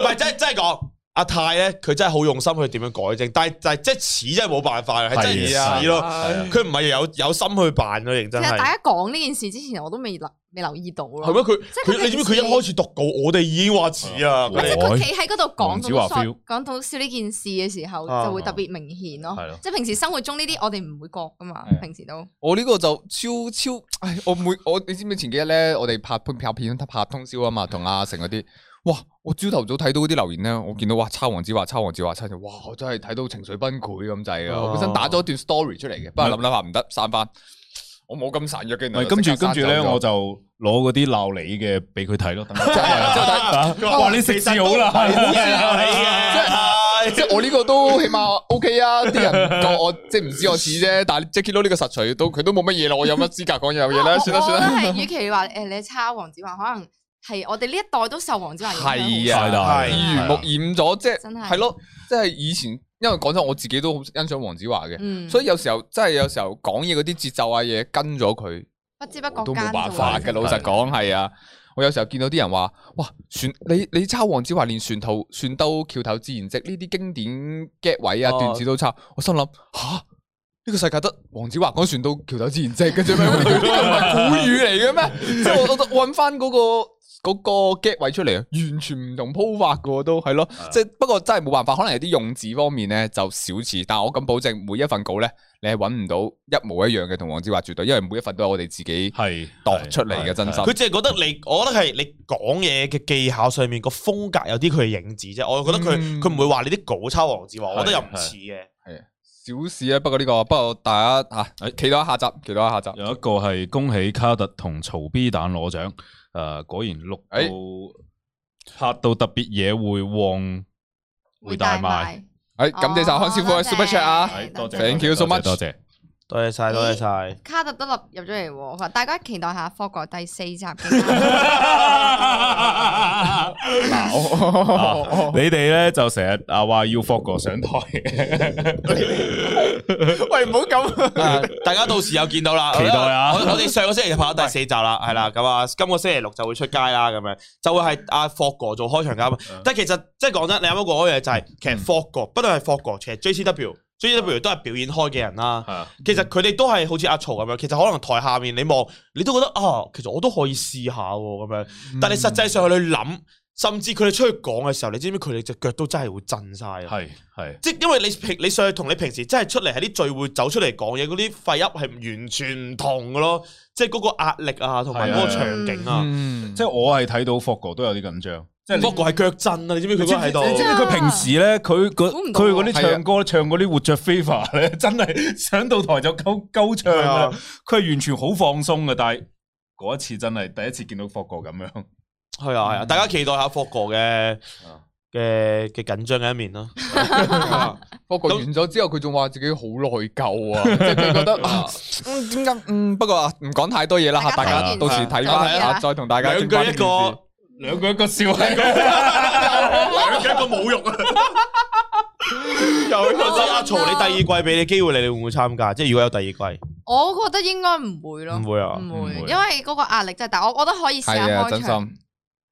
Speaker 1: 唔係 真真係講。阿泰咧，佢真係好用心去點樣改正，但係但係即係似真係冇辦法嘅，係真
Speaker 3: 係
Speaker 1: 係
Speaker 3: 啊
Speaker 1: 似咯。
Speaker 2: 唉
Speaker 1: 佢唔係有有心去扮咯，認
Speaker 4: 其
Speaker 1: 真
Speaker 4: 實
Speaker 1: 係。
Speaker 4: 大家講呢件事之前，我都未留未留意到咯。
Speaker 1: 係咩？佢
Speaker 4: 即係佢
Speaker 1: 佢你知唔知佢一
Speaker 4: 平時
Speaker 1: 開始讀稿，我哋已經話似啊。
Speaker 4: 唔係即係
Speaker 3: 我
Speaker 4: 佢企喺嗰度
Speaker 3: 黃
Speaker 4: 講
Speaker 3: 子華
Speaker 4: 到笑
Speaker 3: feel
Speaker 4: 講到笑呢件事嘅時候，
Speaker 1: 啊
Speaker 4: 就會特別明顯咯
Speaker 3: 係咯。
Speaker 4: 即係平時生活中呢啲我哋唔會覺
Speaker 2: 啊
Speaker 4: 噶嘛
Speaker 3: 係，
Speaker 4: 平時都
Speaker 2: 我呢個就超超，唉！我每我你知唔知前幾日咧，我哋拍拍片拍通宵啊嘛，同阿成嗰啲，哇！我朝頭早睇到嗰啲留言咧，我見到哇，抄黃子華，抄黃子華，抄就哇！我真係睇到情緒崩潰咁滯
Speaker 3: 哦
Speaker 2: 啊！我本身打咗一段 story 出嚟嘅，不過諗諗下唔得，刪翻。我冇咁孱弱嘅
Speaker 3: 唔
Speaker 2: 原來
Speaker 3: 係
Speaker 2: 就
Speaker 3: 跟
Speaker 2: 即
Speaker 3: 住
Speaker 2: 刻刪
Speaker 3: 跟住咧，
Speaker 2: 走咗
Speaker 3: 我就攞嗰啲鬧你嘅俾佢睇咯。等佢
Speaker 2: 真係真係
Speaker 3: 啊 哇！你食字好啦，
Speaker 1: 好
Speaker 3: 啊
Speaker 1: 笑你嘅。
Speaker 2: 即係我呢個都起碼 OK 啊！啲人唔覺我即係唔知我似啫，但係 Jackie Lou 呢個實錘都佢都冇乜嘢啦，我有乜資格講有嘢
Speaker 4: 我
Speaker 2: 咧？
Speaker 4: 我
Speaker 2: 啊算啦算
Speaker 4: 我
Speaker 2: 啦，
Speaker 4: 覺得係，與其話誒你抄黃子華，可能係我哋呢一代都受黃子華影
Speaker 2: 係
Speaker 4: 響好深。
Speaker 2: 啊，
Speaker 1: 係
Speaker 2: 耳濡
Speaker 3: 係
Speaker 2: 目染咗，即係
Speaker 4: 真係
Speaker 2: 係咯，即係以前，因為講真，我自己都好欣賞黃子華嘅，
Speaker 4: 嗯，
Speaker 2: 所以有時候真係有時候講嘢嗰啲節奏啊嘢跟咗佢，
Speaker 4: 不知不
Speaker 2: 我
Speaker 4: 覺
Speaker 2: 都
Speaker 4: 間
Speaker 2: 冇辦
Speaker 4: 就
Speaker 2: 法
Speaker 4: 會
Speaker 2: 嘅。老實講係啊，我有時候見到啲人話，哇，船你你抄黃子華連船頭、船兜、橋頭自然直呢啲經典 get 位啊
Speaker 1: 哦
Speaker 2: 段子都抄，我心諗吓。呢個世界得黃子華講船到橋頭自然直嘅啫咩？呢個唔係古語嚟嘅咩？即係我我揾翻嗰個嗰個 get 位出嚟，完全唔同鋪法嘅喎都係咯。即係不過真係冇辦法，可能有啲用字方面咧就少似，但我敢保證每一份稿咧，你係揾唔到一模一樣嘅同黃子華絕對，因為每一份都係我哋自己
Speaker 3: 係
Speaker 2: 度出嚟嘅真心
Speaker 1: 佢。淨係覺得你，我覺得係你講嘢嘅技巧上面個風格有啲佢嘅影子啫。我覺得佢
Speaker 2: 嗯
Speaker 1: 佢唔會話你啲稿抄黃子華，我覺得又唔
Speaker 3: 係
Speaker 1: 似嘅。
Speaker 2: 小事啊，不過呢個不過大家
Speaker 1: 哎
Speaker 2: 吓，期待下集，期待下集。
Speaker 3: 有一個係恭喜卡特同曹 B 蛋攞獎，誒果然錄到拍到特別嘢會旺會大賣，
Speaker 1: 哎
Speaker 2: 誒，哎感謝晒康師傅嘅
Speaker 4: 哦
Speaker 2: super chat 啊！
Speaker 3: 係多謝
Speaker 2: Thank you so much
Speaker 3: 多謝。
Speaker 1: 多謝晒，多謝晒。
Speaker 4: 卡特都入入咗嚟喎，話大家期待下《科國》第四集嘅。
Speaker 2: 嗱，我
Speaker 3: 你哋咧就成日啊話要霍哥上台，
Speaker 2: 喂唔好咁，
Speaker 1: 啊大家到時又見到啦，
Speaker 3: 期待啊
Speaker 1: 我我哋上個星期就拍咗第四集啦，係啦，咁啊，今個星期六就會出街啦，咁樣就會係阿霍哥做開場嘉賓
Speaker 3: 嗯。
Speaker 1: 但係其實即係講真，你啱啱講嗰樣就係，其實霍哥不論係霍哥，其實 JCW、JCW 都係表演開嘅人啦。
Speaker 3: 係啊
Speaker 1: 其實佢哋都係好似阿曹咁樣，其實可能台下面你望，你都覺得啊，其實我都可以試下喎咁樣。
Speaker 3: 嗯
Speaker 1: 但係實際上去諗，甚至佢哋出去講嘅時候，你知唔知佢哋隻腳都真係會震晒啊？
Speaker 3: 係係
Speaker 1: 即係因為你平你上去同你平時真係出嚟喺啲聚會走出嚟講嘢嗰啲廢噏係完全唔同嘅咯，即係嗰個壓力啊，同埋嗰個場景啊，
Speaker 2: 嗯
Speaker 3: 即係我係睇到霍哥都有啲緊張，即係你
Speaker 1: 不過係腳震啊！你知唔知佢
Speaker 3: 你知
Speaker 1: 嗰個
Speaker 3: 唔
Speaker 1: 喺
Speaker 3: 知
Speaker 1: 度？
Speaker 3: 你知唔知佢平時咧，佢嗰
Speaker 4: 估唔到
Speaker 3: 佢嗰啲
Speaker 2: 喎
Speaker 3: 唱歌唱嗰啲活着 fever 咧，真係上到台就鳩鳩唱
Speaker 1: 係
Speaker 3: 啦。佢係完全好放鬆嘅，但係嗰一次真係第一次見到霍哥咁樣。
Speaker 1: 係啊係
Speaker 3: 嗯
Speaker 1: 啊，大家期待下霍哥嘅
Speaker 3: 啊
Speaker 1: 嘅嘅緊張嘅一面啦。
Speaker 2: 不過完咗之後，佢仲話自己好內疚啊，即係 佢覺得啊，嗯，點解嗯？不過啊唔講太多嘢啦吓，大
Speaker 4: 大
Speaker 3: 家
Speaker 2: 家到時睇
Speaker 4: 睇
Speaker 2: 翻
Speaker 4: 啦
Speaker 2: 啊，再同 大家
Speaker 1: 兩
Speaker 2: 傾
Speaker 1: 句
Speaker 2: 翻
Speaker 1: 一
Speaker 2: 呢件事
Speaker 1: 個。
Speaker 3: 兩個一個笑，啊兩個
Speaker 1: 兩腳一個侮辱啊！又一個阿曹，你第二季俾你機會，你哋會唔會參加？即係如果有第二季，
Speaker 4: 我覺得應該唔會咯，嗯
Speaker 1: 唔會啊
Speaker 4: 唔會
Speaker 3: 唔，會
Speaker 4: 因為嗰個壓力真係大。我我覺得可以試下
Speaker 2: 係啊，
Speaker 4: 開
Speaker 2: 真
Speaker 4: 場，
Speaker 2: 心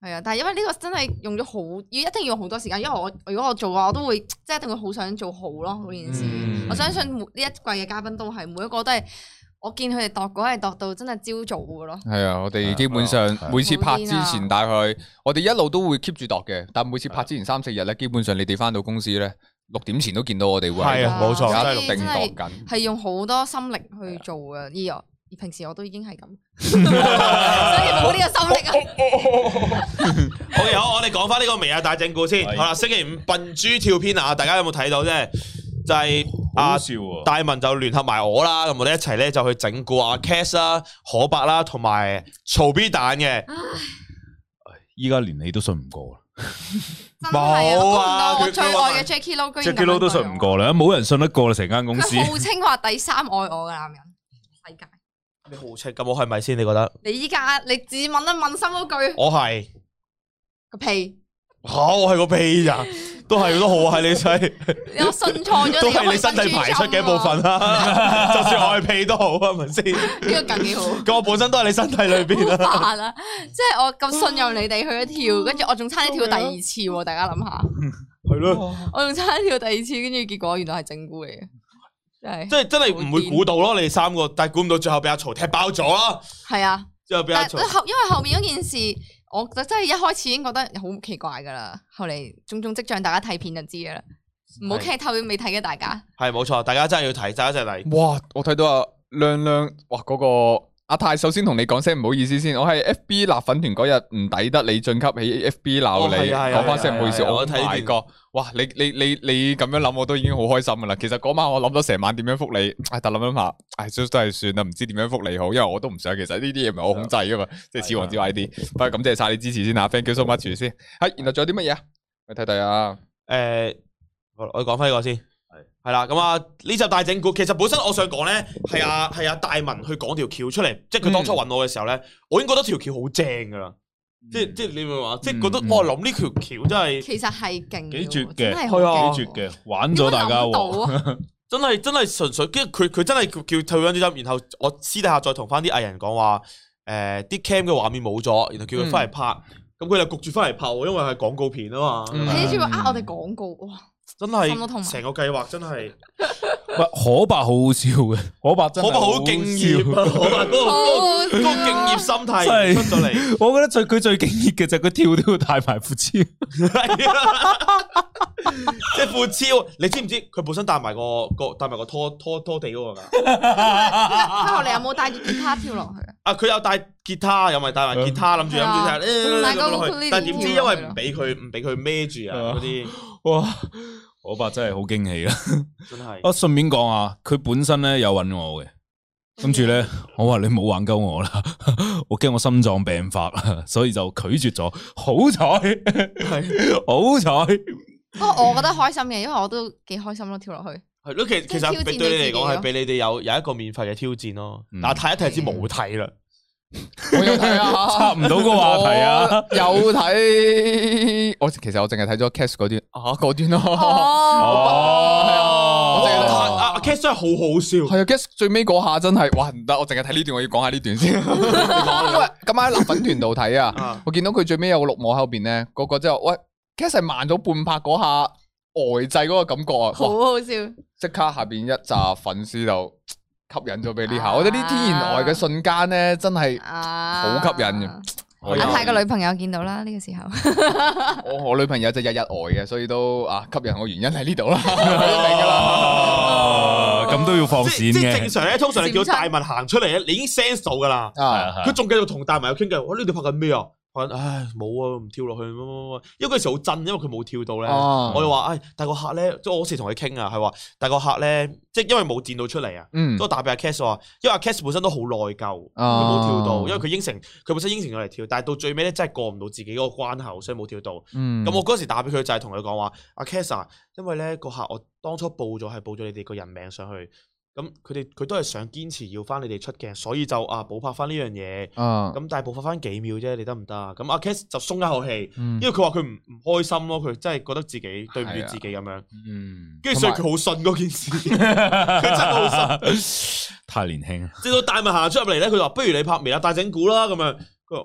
Speaker 4: 係啊，但係因為呢個真係用咗好，要一定要用好多時間。因為我如果我做嘅話，我都會即係一定會好想做好咯嗰件事。
Speaker 1: 嗯
Speaker 4: 我相信每呢一季嘅嘉賓都係每一個都係，我見佢哋度稿係度到真係朝早嘅咯。
Speaker 2: 係啊，我哋基本上
Speaker 3: 係啊
Speaker 2: 每次拍之
Speaker 4: 好癲
Speaker 2: 前
Speaker 4: 啊
Speaker 2: 大概，我哋一路都會 keep 住度嘅，但每次拍之前三四日咧，基本上你哋翻到公司咧，六點前都見到我哋會喺
Speaker 1: 係啊冇錯
Speaker 2: 度
Speaker 4: 所以
Speaker 2: 一路定
Speaker 4: 真係
Speaker 2: 度緊。
Speaker 4: 係用好多心力去做嘅，而我而平時我都已經係咁， 所以冇呢個心力啊。
Speaker 1: 好嘅，好，我哋講翻呢個微啊大整蠱先。
Speaker 3: 係
Speaker 1: 好啦，星期五笨豬跳篇啊，大家有冇睇到啫？就係、
Speaker 3: 好
Speaker 1: 啊。
Speaker 3: 笑喎。
Speaker 1: 大文就聯合埋我啦，咁我哋一齊咧就去整蠱阿 Cass 啦、可伯啦，同埋曹 B 蛋嘅。
Speaker 4: 啊
Speaker 3: 依家連你都信唔過啊啦
Speaker 4: 真係
Speaker 1: 冇啊
Speaker 4: 啊！估唔到我
Speaker 1: 佢
Speaker 4: 最
Speaker 1: 佢話
Speaker 4: 愛嘅 Jackie Lou 居然
Speaker 3: ，Jackie Lou 都信唔過啦，冇人信得過啦，成間 公司
Speaker 4: 佢。號稱話第三愛我嘅男人世界。
Speaker 1: 你好赤咁，我係咪先？你覺得？
Speaker 4: 你依家你自問一問心嗰句
Speaker 1: 我係，
Speaker 4: 個屁，
Speaker 1: 吓、我係個屁咋？都係都好啊，係你真
Speaker 4: 我信錯咗
Speaker 1: 都
Speaker 4: 你
Speaker 1: 係
Speaker 4: 係
Speaker 1: 你身體排出嘅一部分
Speaker 4: 啊
Speaker 1: 啦， 就算外屁都好啊，係咪先？
Speaker 4: 呢個更幾好。
Speaker 1: 咁我本身都係你身體裏邊 啦。
Speaker 4: 好煩啊！即係我咁信任你哋去咗跳，跟住我仲差啲跳第二次喎，大家諗下，
Speaker 1: 系咯，
Speaker 4: 我仲差啲跳第二次，跟住結果原來係整蠱嚟嘅，真
Speaker 1: 即
Speaker 4: 係
Speaker 1: 係真係唔會估到咯，你哋三個，但係估唔到最後俾阿曹踢爆咗啦，
Speaker 4: 係啊！
Speaker 1: 最後俾阿
Speaker 4: 但
Speaker 1: 曹
Speaker 4: 係。後因為後面嗰件事，我就真係一開始已經覺得好奇怪噶啦，後嚟種種跡象，大家睇片就知噶啦，唔好
Speaker 1: 係
Speaker 4: 劇透未睇嘅大家。
Speaker 1: 係冇錯，大家真係要睇，大家真係睇。
Speaker 2: 哇！我睇到阿亮亮，哇嗰、個阿泰，首先同你講聲唔好意思先，我喺 FB 辣粉團嗰日唔抵得你晉級喺 FB 鬧
Speaker 1: 哦
Speaker 2: 你，
Speaker 1: 係啊係啊
Speaker 2: 講翻聲唔好意思，
Speaker 1: 係啊係啊
Speaker 2: 我
Speaker 1: 我睇
Speaker 2: 睇
Speaker 1: 見
Speaker 2: 過。哇！你你你你咁樣諗我都已經好開心噶啦。其實嗰晚我諗咗成晚點樣覆你，唉，但諗諗下，唉，都都係算啦，唔知點樣覆你好，因為我都唔想。其實呢啲嘢唔係我控制噶嘛，
Speaker 1: 嗯
Speaker 2: 即係似王之話呢
Speaker 1: 啊
Speaker 2: 啲。不過感謝晒你支持先啊，thank you so much 先。係，然後仲有啲乜嘢啊？我睇 睇啊。
Speaker 1: 诶、我我讲翻呢個先，係系啦，咁啊呢集大整蠱，其實本身我想講咧，係啊係啊大文去講條橋出嚟，即係佢當初揾我嘅時候咧，我已經覺得條橋好正噶啦，即係即系你明唔明啊？即係覺得
Speaker 3: 嗯
Speaker 1: 我諗呢條橋真係
Speaker 4: 其實係勁嘅喎，
Speaker 3: 幾絕嘅
Speaker 4: 真係好
Speaker 1: 係啊
Speaker 4: 勁
Speaker 3: 幾
Speaker 4: 喎
Speaker 3: 絕嘅，玩
Speaker 4: 點
Speaker 3: 咗
Speaker 4: 解
Speaker 3: 大家
Speaker 4: 諗到
Speaker 3: 喎。
Speaker 4: 啊！
Speaker 1: 真係真係純粹，跟住佢佢真係叫叫退咗呢集，然後我私底下再同翻啲藝人講話，诶、啲 cam 嘅畫面冇咗，然後
Speaker 3: 嗯
Speaker 1: 叫佢翻嚟拍，咁佢、就焗住翻嚟拍喎，因為係廣告片啊嘛，
Speaker 2: 嗯
Speaker 4: 你仲要呃我哋廣告哇！
Speaker 1: 真
Speaker 4: 心都痛埋
Speaker 1: 係成個計劃真係，
Speaker 3: 喂，可白好好笑嘅，可白真
Speaker 1: 可
Speaker 3: 係
Speaker 1: 唔可好敬業啊？可白嗰個
Speaker 4: 好
Speaker 1: 嗰個敬業心態
Speaker 3: 真係
Speaker 1: 出咗嚟。
Speaker 3: 我覺得最佢最敬業嘅就係佢跳都要戴埋副超，
Speaker 1: 系啊，即系副超，你知唔知佢本身帶埋個個帶埋個拖拖拖地嗰個㗎？
Speaker 4: 後嚟有冇帶住吉他跳落去啊？
Speaker 1: 啊，佢有帶吉他，又咪帶埋吉他，諗住
Speaker 4: 係啊
Speaker 1: 諗住就
Speaker 4: 帶個
Speaker 1: 誒落
Speaker 4: ukulele
Speaker 1: 去，但係點知因為唔俾佢唔俾佢孭住啊，嗰啲
Speaker 3: 哇！可白真係好驚喜啦。
Speaker 1: 真係
Speaker 3: 我順便講 啊，佢本身咧有揾我嘅，跟住咧
Speaker 1: 嗯
Speaker 3: 我話你唔好玩鳩我啦， 我驚我心臟病發啦，所以就拒絕咗。好彩，好彩，
Speaker 4: 不過我覺得開心嘅，因為我都幾開心咯，跳落去。
Speaker 1: 係咯。其其
Speaker 4: 即係挑戰
Speaker 1: 實
Speaker 4: 你
Speaker 1: 對
Speaker 4: 自
Speaker 1: 你
Speaker 4: 己
Speaker 1: 嚟講係
Speaker 4: 咯
Speaker 1: 俾你哋有有一個免費嘅挑戰咯。
Speaker 3: 嗯
Speaker 1: 嗱，睇一睇知冇睇啦，
Speaker 2: 我有睇啊。
Speaker 3: 插唔到個話題
Speaker 1: 哦
Speaker 3: 啊！
Speaker 2: 我有睇，我其實我淨係睇咗 Cash 嗰段啊，嗰段咯。
Speaker 4: 哦，
Speaker 1: 我淨係睇
Speaker 2: 哦
Speaker 1: 阿阿 Cass 真係好好笑，
Speaker 2: 係啊，Cash 最尾嗰下真係，哇唔得，我淨係睇呢段，我要講下呢段先。因為今晚喺辣粉團度睇啊
Speaker 1: 啊，
Speaker 2: 我見到佢最尾有個綠帽喺後邊咧，個個之後喂 Cash 係慢咗半拍嗰下呆滯嗰個感覺啊，
Speaker 4: 好
Speaker 2: 哇！
Speaker 4: 好笑，
Speaker 2: 即刻下邊一扎粉絲就吸引咗俾呢下，
Speaker 4: 啊
Speaker 2: 我覺得呢天然呆嘅瞬間咧，真係
Speaker 4: 啊，
Speaker 2: 好吸引嘅我
Speaker 4: 阿
Speaker 2: 有
Speaker 4: 泰個女朋友見到啦，呢個時候。
Speaker 2: 我我女朋友就日日呆嘅，所以都啊吸引我原因喺呢度啦，你明㗎啦。
Speaker 3: 哦咁都要放
Speaker 1: 即
Speaker 3: 閃
Speaker 1: 即係
Speaker 3: 嘅
Speaker 1: 正，常咧，通常你叫
Speaker 4: 閃親
Speaker 1: 大文行出嚟咧，你已經 sense 到㗎啦。
Speaker 3: 係
Speaker 2: 啊，
Speaker 3: 啊係
Speaker 1: 佢
Speaker 3: 啊
Speaker 1: 仲繼續同大埋有傾偈，我呢度拍緊咩啊？拍緊唉冇啊，唔跳落去乜乜乜，因為嗰時好震，因為佢冇跳到咧。
Speaker 2: 哦
Speaker 1: 我就話唉，但係個客咧，即係我嗰時同佢傾啊，係話但係個客咧，即係因為冇電到出嚟啊。
Speaker 2: 嗯
Speaker 1: 咁，我打俾阿 Cass 話，因為阿 Cass 本身都好內疚，佢冇跳
Speaker 2: 哦
Speaker 1: 到，因為佢應承，佢本身應承咗嚟跳，但係到最尾咧真係過唔到自己嗰個關口，所以冇跳到。
Speaker 2: 嗯
Speaker 1: 咁我嗰時打俾佢就係同佢講話，阿 Cass 啊，因為咧個客我當初報咗係報咗你哋個人名上去，咁佢哋佢都係想堅持要翻你哋出鏡，所以就啊補拍翻呢樣嘢。
Speaker 2: 啊，
Speaker 1: 咁但係步伐翻幾秒啫，你得唔得啊？咁阿 Cass 就鬆一口氣，
Speaker 2: 因
Speaker 1: 因為佢話佢唔唔開心咯，佢嗯真係啊覺得自己對唔住自己咁樣，
Speaker 3: 嗯，
Speaker 1: 跟住所以佢好信嗰件 事，佢真係好信。
Speaker 3: 太年輕啦。
Speaker 1: 直到大文行出入嚟咧，佢話：不如你拍微辣大整蠱啦咁樣。佢話：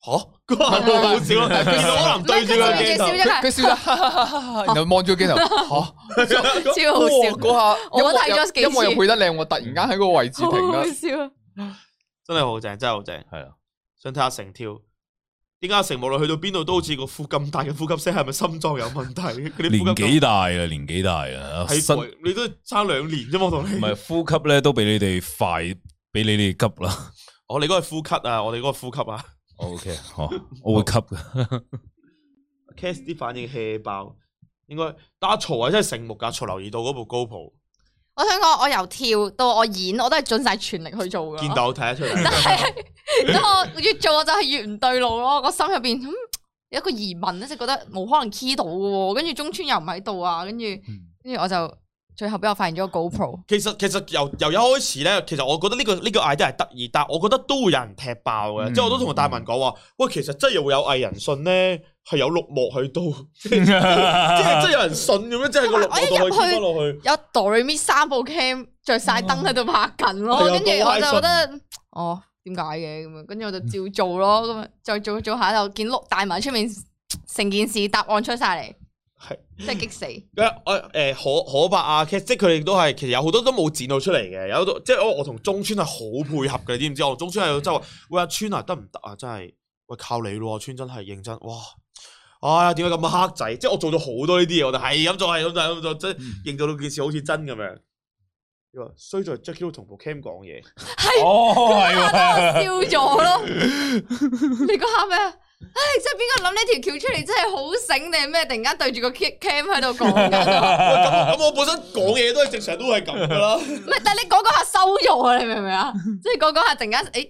Speaker 1: 吓？佢話好笑咯， 見到可能
Speaker 4: 唔
Speaker 1: 對
Speaker 4: 係
Speaker 1: 住個
Speaker 4: 佢
Speaker 1: 鏡
Speaker 4: 仲
Speaker 1: 頭
Speaker 4: 要，笑咗
Speaker 2: 佢
Speaker 4: 佢，
Speaker 2: 笑 咗，然後望住個鏡頭，嚇
Speaker 4: 超好笑，
Speaker 2: 嗰下，
Speaker 4: 我都睇咗幾次
Speaker 2: 因為又配得靚，我突然間喺個位置
Speaker 4: 好
Speaker 2: 停啦
Speaker 4: 好，笑啊！
Speaker 1: 真係好正，真係好正。
Speaker 3: 係啊，
Speaker 1: 想睇阿成跳。點解阿成無論去到邊度都好似個呼咁大嘅呼吸聲，係咪心臟有問題？佢
Speaker 3: 年
Speaker 1: 啲呼
Speaker 3: 紀
Speaker 1: 吸
Speaker 3: 大啦，年紀大啊啦，身
Speaker 1: 係你都差兩年啫嘛，我同你
Speaker 3: 唔。係呼吸咧都比你哋快，比你哋急啦。
Speaker 1: 我哋嗰個係呼吸啊，我哋嗰個呼吸啊
Speaker 3: O K，好，哦我會吸嘅。
Speaker 1: ，Case 啲反應 hea 爆，應該但阿曹啊真係醒目噶，曹留意到嗰部 GoPro，
Speaker 4: 我想講，我由跳到我演，我都係盡晒全力去做噶。
Speaker 1: 見到睇得出嚟，
Speaker 4: 但 係，等我越做我就係越唔對路咯。個心入边咁有一個疑問咧，就覺得冇可能 key 到嘅喎。跟住中村又唔喺度啊，跟住
Speaker 3: 嗯
Speaker 4: 跟住我就最後俾我發現咗個 GoPro。
Speaker 1: 其實其實由由一開始咧，其實我覺得呢、個呢、個 idea 係得意，但我覺得都會有人踢爆嘅，
Speaker 2: 嗯
Speaker 4: 嗯
Speaker 1: 即係我都同大文講話，喂，其實真係會有藝人信咧，係有綠幕 喺度，即係即係真係有人信咁樣，即係個綠
Speaker 4: 我一
Speaker 1: 幕度去
Speaker 4: 入去
Speaker 1: 貼翻落去。
Speaker 4: 有 Doremi 三部 cam 着晒燈喺度拍緊咯，
Speaker 1: 係啊
Speaker 4: 跟住我就
Speaker 1: 高
Speaker 4: 覺
Speaker 1: 拉
Speaker 4: 得哦點解嘅咁樣，跟住我就照做咯，咁啊再做做下就見碌大埋出面成件事答案出晒嚟，
Speaker 1: 係
Speaker 4: 真係激死！
Speaker 1: 誒我誒呃可可伯啊，其實即係佢哋都係，其實有好多都冇剪到出嚟嘅，有好多即係我我同中村係好配合嘅，你知唔知？我同中村係真係話，喂阿村啊，得唔得啊？真係喂靠你咯，阿村真係認真，哇！哎呀，點解咁黑仔？即係我做咗好多呢啲嘢，我哋係咁做，係咁做，係咁做，即係營造到件事好似真咁樣。你話衰在 Jackie 都同部 Cam 講嘢，
Speaker 4: 哎
Speaker 3: 哦，係
Speaker 4: 嚇
Speaker 3: 喎。
Speaker 4: 得我笑咗咯，你嗰下咩啊？唉，真係邊個諗呢條橋出嚟真係好醒定係咩？突然間對住個 cam 喺度 講緊，
Speaker 1: 喂咁咁我本身講嘢都係正常都係咁噶啦。
Speaker 4: 唔係，但係你講嗰下收咗啊！你明唔明啊？即係講嗰下突然間，誒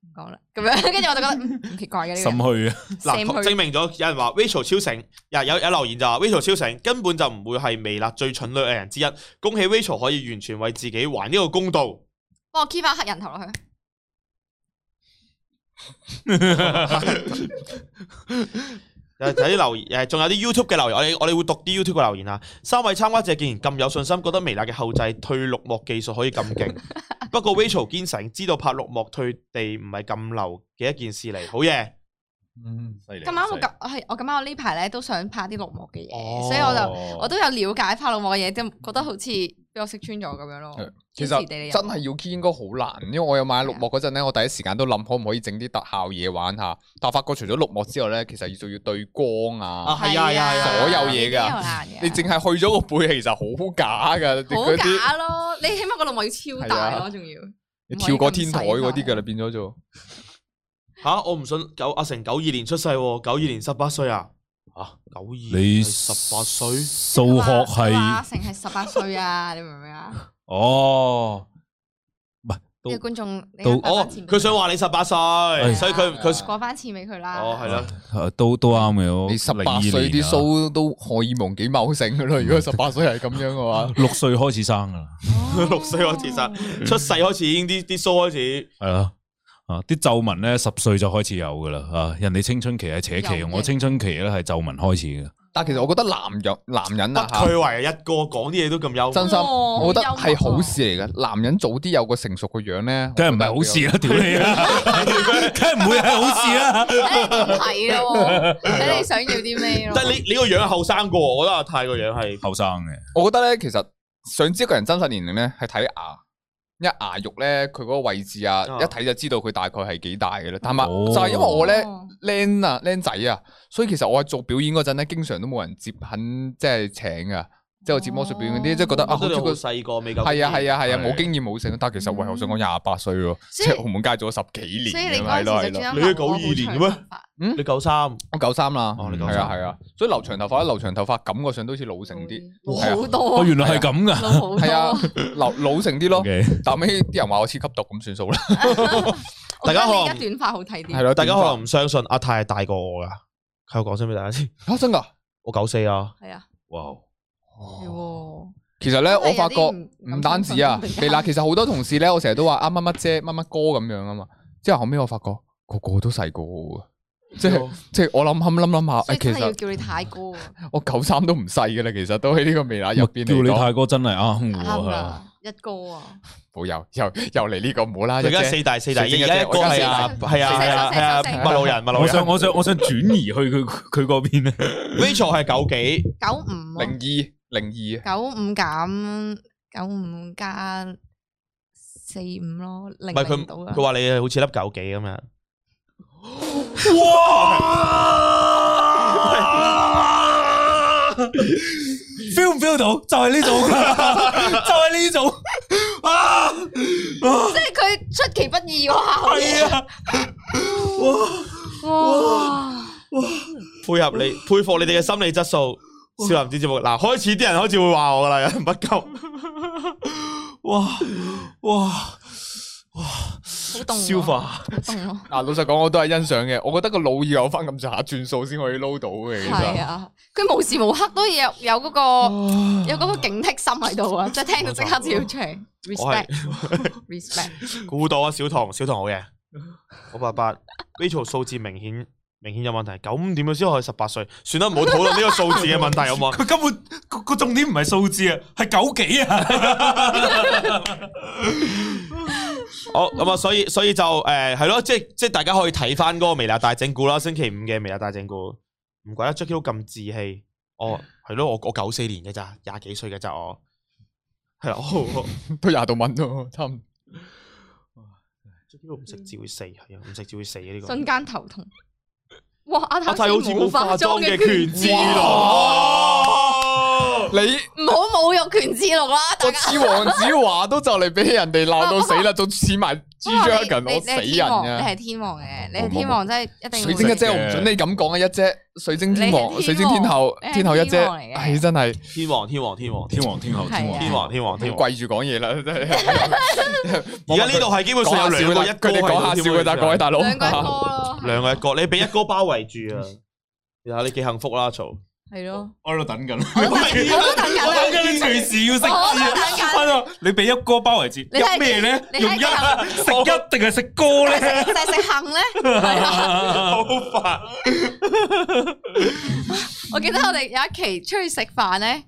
Speaker 4: 唔講啦，咁 樣，跟住我就覺得嗯好奇怪嘅呢個
Speaker 3: 心
Speaker 4: 人
Speaker 3: 虛啊！
Speaker 1: 嗱，
Speaker 4: Sam 去
Speaker 1: 證明咗有人話 Rachel 超醒，有有有留言就話 Rachel 超醒，根本就唔會係微辣最蠢女藝人之一。恭喜 Rachel 可以完全為自己還呢個公道。
Speaker 4: 幫我 keep 翻黑人頭落去。
Speaker 1: 有睇啲留言， 誒，仲有啲 YouTube 嘅留言，我哋我哋會讀啲 YouTube 嘅留言啊。三位參加者竟然咁有信心，覺得微辣嘅後製退綠幕技術可以咁勁。不過 Rachel 堅成知道拍綠幕退地唔係咁流嘅一件事嚟，好嘢。
Speaker 3: 犀利
Speaker 4: 咁啱我咁係我咁啱我呢排咧都想拍啲綠幕嘅嘢，
Speaker 1: 哦
Speaker 4: 所以我就我都有了解拍綠幕嘅嘢，都覺得好似俾我識穿咗咁樣咯。
Speaker 2: 其
Speaker 4: 天時地利
Speaker 2: 實
Speaker 4: 人
Speaker 2: 真係要 key 應該好難，因為我有買綠幕嗰陣咧，我第一時間都諗可唔可以整啲特效嘢玩下，但係發覺除咗綠幕之外咧，其實仲要對光
Speaker 1: 啊
Speaker 2: 啊，
Speaker 1: 係啊係啊係啊
Speaker 2: 所有嘢㗎
Speaker 4: 呢啲又難嘅
Speaker 2: 你淨係去咗個背，其實好假噶，
Speaker 4: 好
Speaker 2: 嗰啲
Speaker 4: 假咯！你起碼個綠幕要超大咯，仲要
Speaker 2: 你跳過天台嗰啲噶啦，變咗做
Speaker 1: 吓、我唔信九阿成九二年出世喎，九二年十八歲啊。吓、九二
Speaker 3: 你
Speaker 1: 哦十八歲。
Speaker 2: 啊
Speaker 3: 數學
Speaker 4: 佢話阿
Speaker 3: 係
Speaker 4: 成係十八歲啊！你 明唔明啊？
Speaker 3: 哦，唔係都
Speaker 4: 呢個觀眾你
Speaker 3: 到
Speaker 4: 過
Speaker 1: 哦
Speaker 4: 返錢，俾
Speaker 1: 佢想話你十八歲，
Speaker 2: 哎
Speaker 3: 係
Speaker 1: 所以佢佢
Speaker 4: 過翻錢俾佢啦。
Speaker 1: 哦係啦，
Speaker 3: 誒啊都都啱嘅。我
Speaker 2: 你十
Speaker 3: 02
Speaker 2: 八
Speaker 3: 年
Speaker 2: 歲啲
Speaker 3: 啊，
Speaker 2: 須都荷爾蒙幾茂盛噶啦，如果十八歲係咁樣嘅話
Speaker 3: 六歲開始生噶啦，
Speaker 4: 哦
Speaker 1: 六歲開始生，出世開始已經啲啲須開始，
Speaker 3: 係啊。啊！啲皺紋咧，十歲就開始有噶啦，啊！人哋青春期係扯旗，
Speaker 4: 有嘅
Speaker 3: 我青春期咧係皺紋開始嘅。
Speaker 2: 但其實我覺得男人男人
Speaker 1: 得
Speaker 2: 啊嚇
Speaker 1: 佢為一哥講啲嘢都咁優。
Speaker 2: 真心，
Speaker 4: 哇
Speaker 2: 我覺得
Speaker 1: 啊
Speaker 2: 係好事嚟嘅。男人早啲有個成熟嘅樣咧，
Speaker 3: 梗係唔係好事啦，屌你 啊！ 梗係唔會係好事啦。
Speaker 4: 睇咯 喎，睇你想要啲咩咯。
Speaker 1: 但係你你個樣係後生過我，我覺得阿泰個樣係
Speaker 3: 後生嘅，
Speaker 2: 我覺得咧，其實想知一個人真實年齡咧，係睇牙。一牙肉咧，佢嗰個位置啊，
Speaker 1: 啊
Speaker 2: 一睇就知道佢大概係幾大嘅啦。但係
Speaker 3: 哦
Speaker 2: 就係因為我咧
Speaker 4: 哦
Speaker 2: 僆啊僆仔啊，所以其實我係做表演嗰陣咧，經常都冇人接肯即係請噶，即係我接魔術表演嗰啲，即係覺得啊，
Speaker 1: 哦我
Speaker 2: 好
Speaker 1: 覺得你
Speaker 2: 似
Speaker 1: 好
Speaker 2: 個
Speaker 1: 細個未夠。
Speaker 2: 係啊係啊係啊，
Speaker 3: 係
Speaker 2: 冇經驗冇成。但係其實喂，我想
Speaker 1: 嗯
Speaker 2: 講廿八歲喎，即
Speaker 4: 所以
Speaker 2: 係澳門街做咗十幾年，
Speaker 4: 所以你
Speaker 1: 啊
Speaker 4: 嗰
Speaker 2: 係咯
Speaker 4: 陣
Speaker 2: 係
Speaker 4: 時就
Speaker 2: 咯，
Speaker 4: 專
Speaker 1: 你
Speaker 4: 登
Speaker 1: 都
Speaker 4: 留
Speaker 1: 九二年嘅
Speaker 4: 長
Speaker 1: 咩
Speaker 4: 頭髮
Speaker 1: 你九三，
Speaker 2: 我九三啦，
Speaker 1: 哦你
Speaker 2: 係
Speaker 1: 93
Speaker 2: 啊係啊，所以留長頭髮咧，留長頭髮感覺上都好似老成啲，
Speaker 4: 老
Speaker 2: 係啊
Speaker 4: 好多
Speaker 1: 哦
Speaker 3: 我
Speaker 4: 啊，
Speaker 3: 哦原來係咁噶。
Speaker 4: 老嗯好
Speaker 2: 係啊
Speaker 4: 多。，
Speaker 2: 留老成啲咯。
Speaker 3: OK
Speaker 2: 但尾啲人話我黐吸毒咁算數啦，
Speaker 4: 我覺得
Speaker 1: 大家可能
Speaker 4: 你而家短髮好睇
Speaker 2: 係
Speaker 4: 啲，
Speaker 2: 咯。
Speaker 1: 大家可能唔相信阿泰係大過我噶，佢講聲俾大家知，
Speaker 2: 嚇真㗎。
Speaker 1: 我九四啊，
Speaker 4: 係啊，
Speaker 3: 哇！
Speaker 4: 係喎。
Speaker 2: 哦其實咧，
Speaker 4: 因為
Speaker 2: 我發
Speaker 4: 有
Speaker 2: 覺
Speaker 4: 啲唔
Speaker 2: 唔單止啊
Speaker 4: 咁相信，
Speaker 2: 微辣其實好多同事咧，我成日都話啊乜乜姐、乜乜哥咁樣啊嘛。之後後尾我發覺個個都細過我㗎，即係即係我諗諗諗諗
Speaker 1: 啊
Speaker 2: 下，
Speaker 4: 所以
Speaker 2: 誒其
Speaker 4: 真係要
Speaker 2: 實
Speaker 4: 叫你太高啊，
Speaker 2: 我九三都唔細嘅啦，其實都喺呢個微辣入邊
Speaker 3: 叫
Speaker 2: 嚟
Speaker 3: 你
Speaker 2: 講。
Speaker 3: 泰哥真係啱
Speaker 4: 啱
Speaker 3: 喎。啊
Speaker 4: 噶，一高啊，
Speaker 2: 冇又又又嚟呢個唔好啦，
Speaker 1: 佢而家
Speaker 2: 一姐
Speaker 1: 四大四大，而
Speaker 2: 四隻
Speaker 1: 家一個係啊
Speaker 4: 四隻
Speaker 1: 係啊係啊係啊
Speaker 4: 四隻四隻
Speaker 1: 麥路人麥路
Speaker 3: 我想
Speaker 1: 人
Speaker 3: 我想我想轉移去佢佢嗰邊啊 咧。
Speaker 1: ，Rachel 係九幾，
Speaker 4: 九五啊
Speaker 2: 零二啊零二
Speaker 4: 九五減九五加四五咯，
Speaker 1: 唔
Speaker 4: 零
Speaker 1: 係
Speaker 4: 零
Speaker 1: 佢
Speaker 4: 到
Speaker 1: 佢
Speaker 4: 啦。
Speaker 1: 話你好似粒九幾咁 樣。
Speaker 3: feel 唔 feel 到？就係呢種，就係呢種。啊！
Speaker 4: 即係佢出其不意嗰下好嘢，
Speaker 3: 係啊！
Speaker 4: 哇！
Speaker 1: 配合你，佩服你哋嘅心理質素。少林寺節目嗱，開始啲人開始會話我啦，有 人不夠。哇哇哇！
Speaker 4: 好凍喎
Speaker 1: 消化
Speaker 4: 好凍咯，
Speaker 2: 嗱，老實講我都係欣賞嘅，我覺得個腦要有翻咁上下轉數先可以撈到嘅，其
Speaker 4: 係
Speaker 2: 實
Speaker 4: 啊！佢無時無刻都有有嗰個有嗰個警惕心喺度啊！即係聽到即刻就要出嚟
Speaker 1: 我係
Speaker 4: respect，respect。
Speaker 1: 估到啊，小唐，小唐好嘢。我八八 Rachel 數字明顯明顯有問題。九五點嘅先可以十八歲，算啦，唔好討論呢個數字嘅問題好啊 唔好？
Speaker 3: 佢根本個個重點唔係數字啊，係九幾啊！
Speaker 1: 好咁啊，所以所以就誒係咯，即係即係大家可以睇翻嗰個微辣大整蠱啦，星期五嘅微辣大整蠱，唔怪得 Jackie 都咁志氣。哦，係咯，我我九四年嘅咋，廿幾歲嘅咋我。係啦，我我
Speaker 2: 都廿度蚊咯，差唔
Speaker 1: Jackie 都唔食字會死，係啊，唔食字會死嘅呢個。
Speaker 4: 瞬間頭痛。哇！阿
Speaker 1: 阿
Speaker 4: 泰
Speaker 1: 泰好似冇化妝嘅權
Speaker 4: 權
Speaker 1: 志
Speaker 4: 志
Speaker 1: 龍，哇
Speaker 2: 你
Speaker 4: 唔好侮辱權志龍啦，大
Speaker 2: 我
Speaker 4: 家。
Speaker 2: 似黃子華都就嚟俾人哋鬧到死啊啦，仲似埋
Speaker 4: 不
Speaker 2: 朱
Speaker 4: 過你
Speaker 2: Dragon，
Speaker 4: 你
Speaker 2: 我
Speaker 4: 你係
Speaker 2: 死
Speaker 4: 天
Speaker 2: 人
Speaker 4: 王你
Speaker 2: 啊！
Speaker 4: 係天王嘅，你
Speaker 3: 哦冇
Speaker 4: 係
Speaker 3: 冇
Speaker 4: 天王真係一定
Speaker 2: 水
Speaker 4: 會
Speaker 2: 晶一
Speaker 3: 隻
Speaker 2: 姐，
Speaker 3: 嘅
Speaker 2: 我唔准你咁講啊！一姐，水晶天王
Speaker 4: 你，係
Speaker 2: 水
Speaker 4: 天王
Speaker 2: 晶天后
Speaker 4: 你，係
Speaker 2: 天后一姐
Speaker 4: 天王嚟，嘅
Speaker 2: 唉，真係
Speaker 1: 天王天王天王
Speaker 3: 天王天后天王
Speaker 4: 係啊
Speaker 1: 天王天王天王，
Speaker 2: 跪住講嘢啦，真係。
Speaker 1: 而家呢度係基本上有兩個一哥
Speaker 2: 佢哋講下笑嘅，但各位大佬，
Speaker 4: 兩個一哥咯，
Speaker 1: 兩個一哥，你俾一哥包圍住 啊！你睇你幾幸福啦，曹。
Speaker 4: 係咯。
Speaker 3: 我喺度等緊，
Speaker 4: 我都等緊我都等緊啊
Speaker 3: 我等緊你隨時要食字
Speaker 4: 我都等
Speaker 3: 啊！
Speaker 4: 緊
Speaker 3: 我喺度你俾一哥包圍住，
Speaker 4: 你睇
Speaker 3: 有咩咧？
Speaker 4: 你睇
Speaker 3: 用一啊食一定係食哥
Speaker 4: 就
Speaker 3: 咧？
Speaker 4: 係就啊係食杏咧，係啊啦。
Speaker 1: 好煩。
Speaker 4: 我記得我哋有一期出去食飯咧，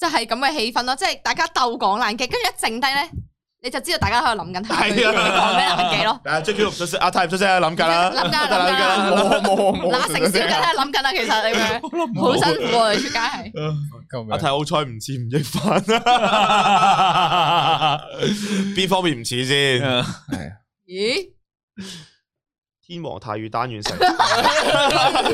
Speaker 4: 就係咁嘅氣氛咯，即係大家鬥講爛劇，跟住一剩低咧，你就知道大家喺度諗緊下一句
Speaker 1: 係啊
Speaker 4: 講咩爛劇咯。
Speaker 1: 啊，Jackie 唔出 聲，阿泰唔出聲，
Speaker 2: 啊
Speaker 1: 諗緊啦，
Speaker 4: 諗緊啦
Speaker 1: 得啦
Speaker 4: 諗緊啦
Speaker 1: 得啦
Speaker 2: 冇冇冇，
Speaker 4: 嗱，成小梗
Speaker 2: 啊
Speaker 4: 係諗緊啦，其實你咪好辛苦啊！你出街係
Speaker 2: 救命
Speaker 1: 阿泰好彩唔似吳亦凡 啊，邊方面唔似
Speaker 2: 啊
Speaker 1: 先？
Speaker 4: 咦？
Speaker 1: 天王太乙單元成，
Speaker 2: 啊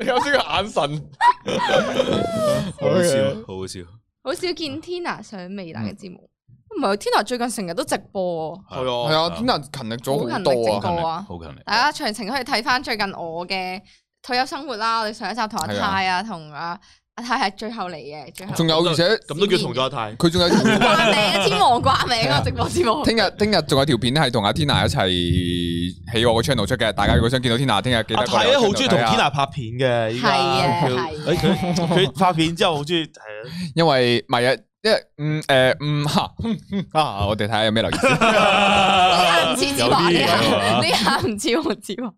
Speaker 2: 你有先個眼神，
Speaker 3: 好笑，好笑。
Speaker 4: 好少見 Tina 上微辣嘅節目，唔係 Tina 最近成日都直播喎，
Speaker 1: 係
Speaker 2: 係
Speaker 1: 啊，
Speaker 2: 啊，天能勤力咗好
Speaker 4: 好勤力
Speaker 2: 多
Speaker 4: 整
Speaker 2: 啊
Speaker 4: 個。啊
Speaker 3: 好勤力，
Speaker 4: 大家詳情可以睇翻最近我嘅退休生活啦。我哋上一集同阿
Speaker 2: 係啊
Speaker 4: 泰啊，同阿阿泰係最後嚟嘅，最後
Speaker 2: 仲有，而且
Speaker 1: 咁都叫同咗阿泰。
Speaker 2: 佢仲有條
Speaker 4: 掛名天王掛名啊！
Speaker 2: 係啊
Speaker 4: 直播 節目。
Speaker 2: 聽日聽日仲有條片係同阿 Tina 一齊喺我個 channel 出嘅，大家如果想見到 Tina，聽日記得
Speaker 1: 阿
Speaker 2: 過嚟
Speaker 1: 泰咧
Speaker 2: 我
Speaker 1: 好
Speaker 2: channel
Speaker 1: 中意同
Speaker 2: 睇下
Speaker 1: Tina
Speaker 2: 啊
Speaker 1: 拍片嘅，依
Speaker 4: 係
Speaker 1: 家
Speaker 4: 啊
Speaker 1: 佢
Speaker 4: 係啊，
Speaker 1: 佢拍片之後好中意，係啊
Speaker 2: 因為唔係啊，因為嗯誒嗯嚇嗯嗯啊，我哋睇下有咩留言先。
Speaker 4: 呢
Speaker 1: 啊
Speaker 4: 下唔似子華，
Speaker 1: 有啲嘢
Speaker 4: 呢下呢下唔 似黃子華。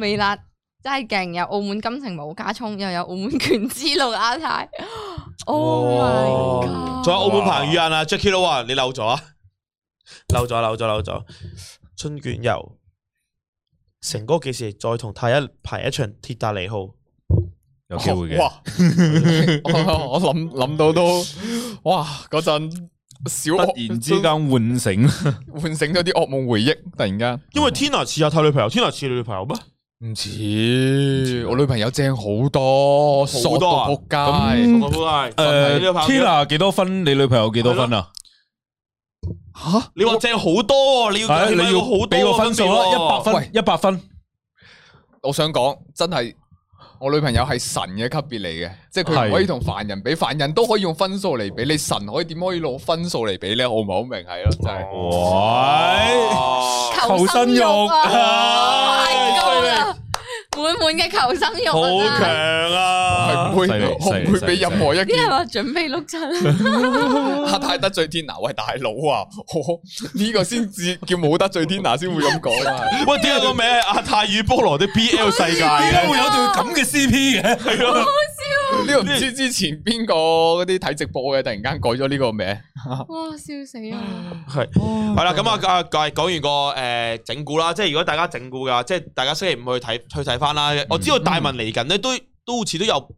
Speaker 4: 微辣真係勁，有澳門金城武加葱，又有澳門權之路阿泰。Oh
Speaker 1: 哦
Speaker 4: my god！
Speaker 1: 仲有澳門彭宇晏啊，Jackie 都話你漏咗啊，漏咗漏咗漏咗。春卷油，成哥幾時再同太一排一場鐵達尼號？
Speaker 3: 有機會嘅。
Speaker 2: 哇！我我諗 諗到都哇，嗰陣小
Speaker 3: 突
Speaker 2: 學
Speaker 3: 然之間喚醒，
Speaker 2: 喚醒咗啲噩夢回憶，突然間
Speaker 1: 因為 Tina 似阿泰女朋友，Tina 似你女朋友咩？
Speaker 2: 唔似我女朋友正啊好多，傻
Speaker 1: 好多啊
Speaker 2: 到仆街。
Speaker 1: 同我好係
Speaker 3: 嗯誒
Speaker 1: 你女朋友
Speaker 3: Tina 幾多分？你女朋友幾多分啊？
Speaker 1: 你話正好多啊喎，你要
Speaker 3: 係啊
Speaker 1: 你
Speaker 3: 你
Speaker 1: 要好
Speaker 3: 要
Speaker 1: 多
Speaker 3: 俾個分數啦，一百
Speaker 2: 喂
Speaker 3: 分，一百分。
Speaker 2: 我想講，真係我女朋友係神嘅級別嚟嘅，即係佢
Speaker 3: 係
Speaker 2: 唔可以同凡人比，凡人都可以用分數嚟比，你神可以點可以攞分數嚟比咧？我唔係好明係咯，真
Speaker 1: 哦
Speaker 2: 係。
Speaker 3: 哇！
Speaker 4: 求生欲啊！
Speaker 1: 唉
Speaker 4: 太高啦，滿滿嘅求生欲啊！
Speaker 1: 好強
Speaker 2: 係
Speaker 1: 啊！
Speaker 2: 唔會，
Speaker 3: 犀利
Speaker 2: 我唔會俾
Speaker 3: 犀利
Speaker 2: 任何一
Speaker 4: 啲
Speaker 2: 件
Speaker 4: 人話準備碌親，
Speaker 2: 阿太得罪天拿，喂大佬啊，我 呢個先至叫冇得罪天拿先會咁講啊！
Speaker 1: 喂，點解個名係阿泰與菠蘿的 BL 世界
Speaker 3: 點解
Speaker 1: 嘅？
Speaker 3: 會有對咁嘅 CP 嘅？
Speaker 2: 呢個唔知之前邊個嗰啲睇直播嘅，突然間改咗呢個名，
Speaker 4: 哇！笑死我！
Speaker 1: 係
Speaker 4: 嗯
Speaker 1: 係啦，咁啊啊啊講完個誒整蠱啦，即係如果大家整蠱噶，即係大家星期五去
Speaker 4: 嗯
Speaker 1: 睇去睇翻啦。我知道大文嚟緊咧，都都好似都有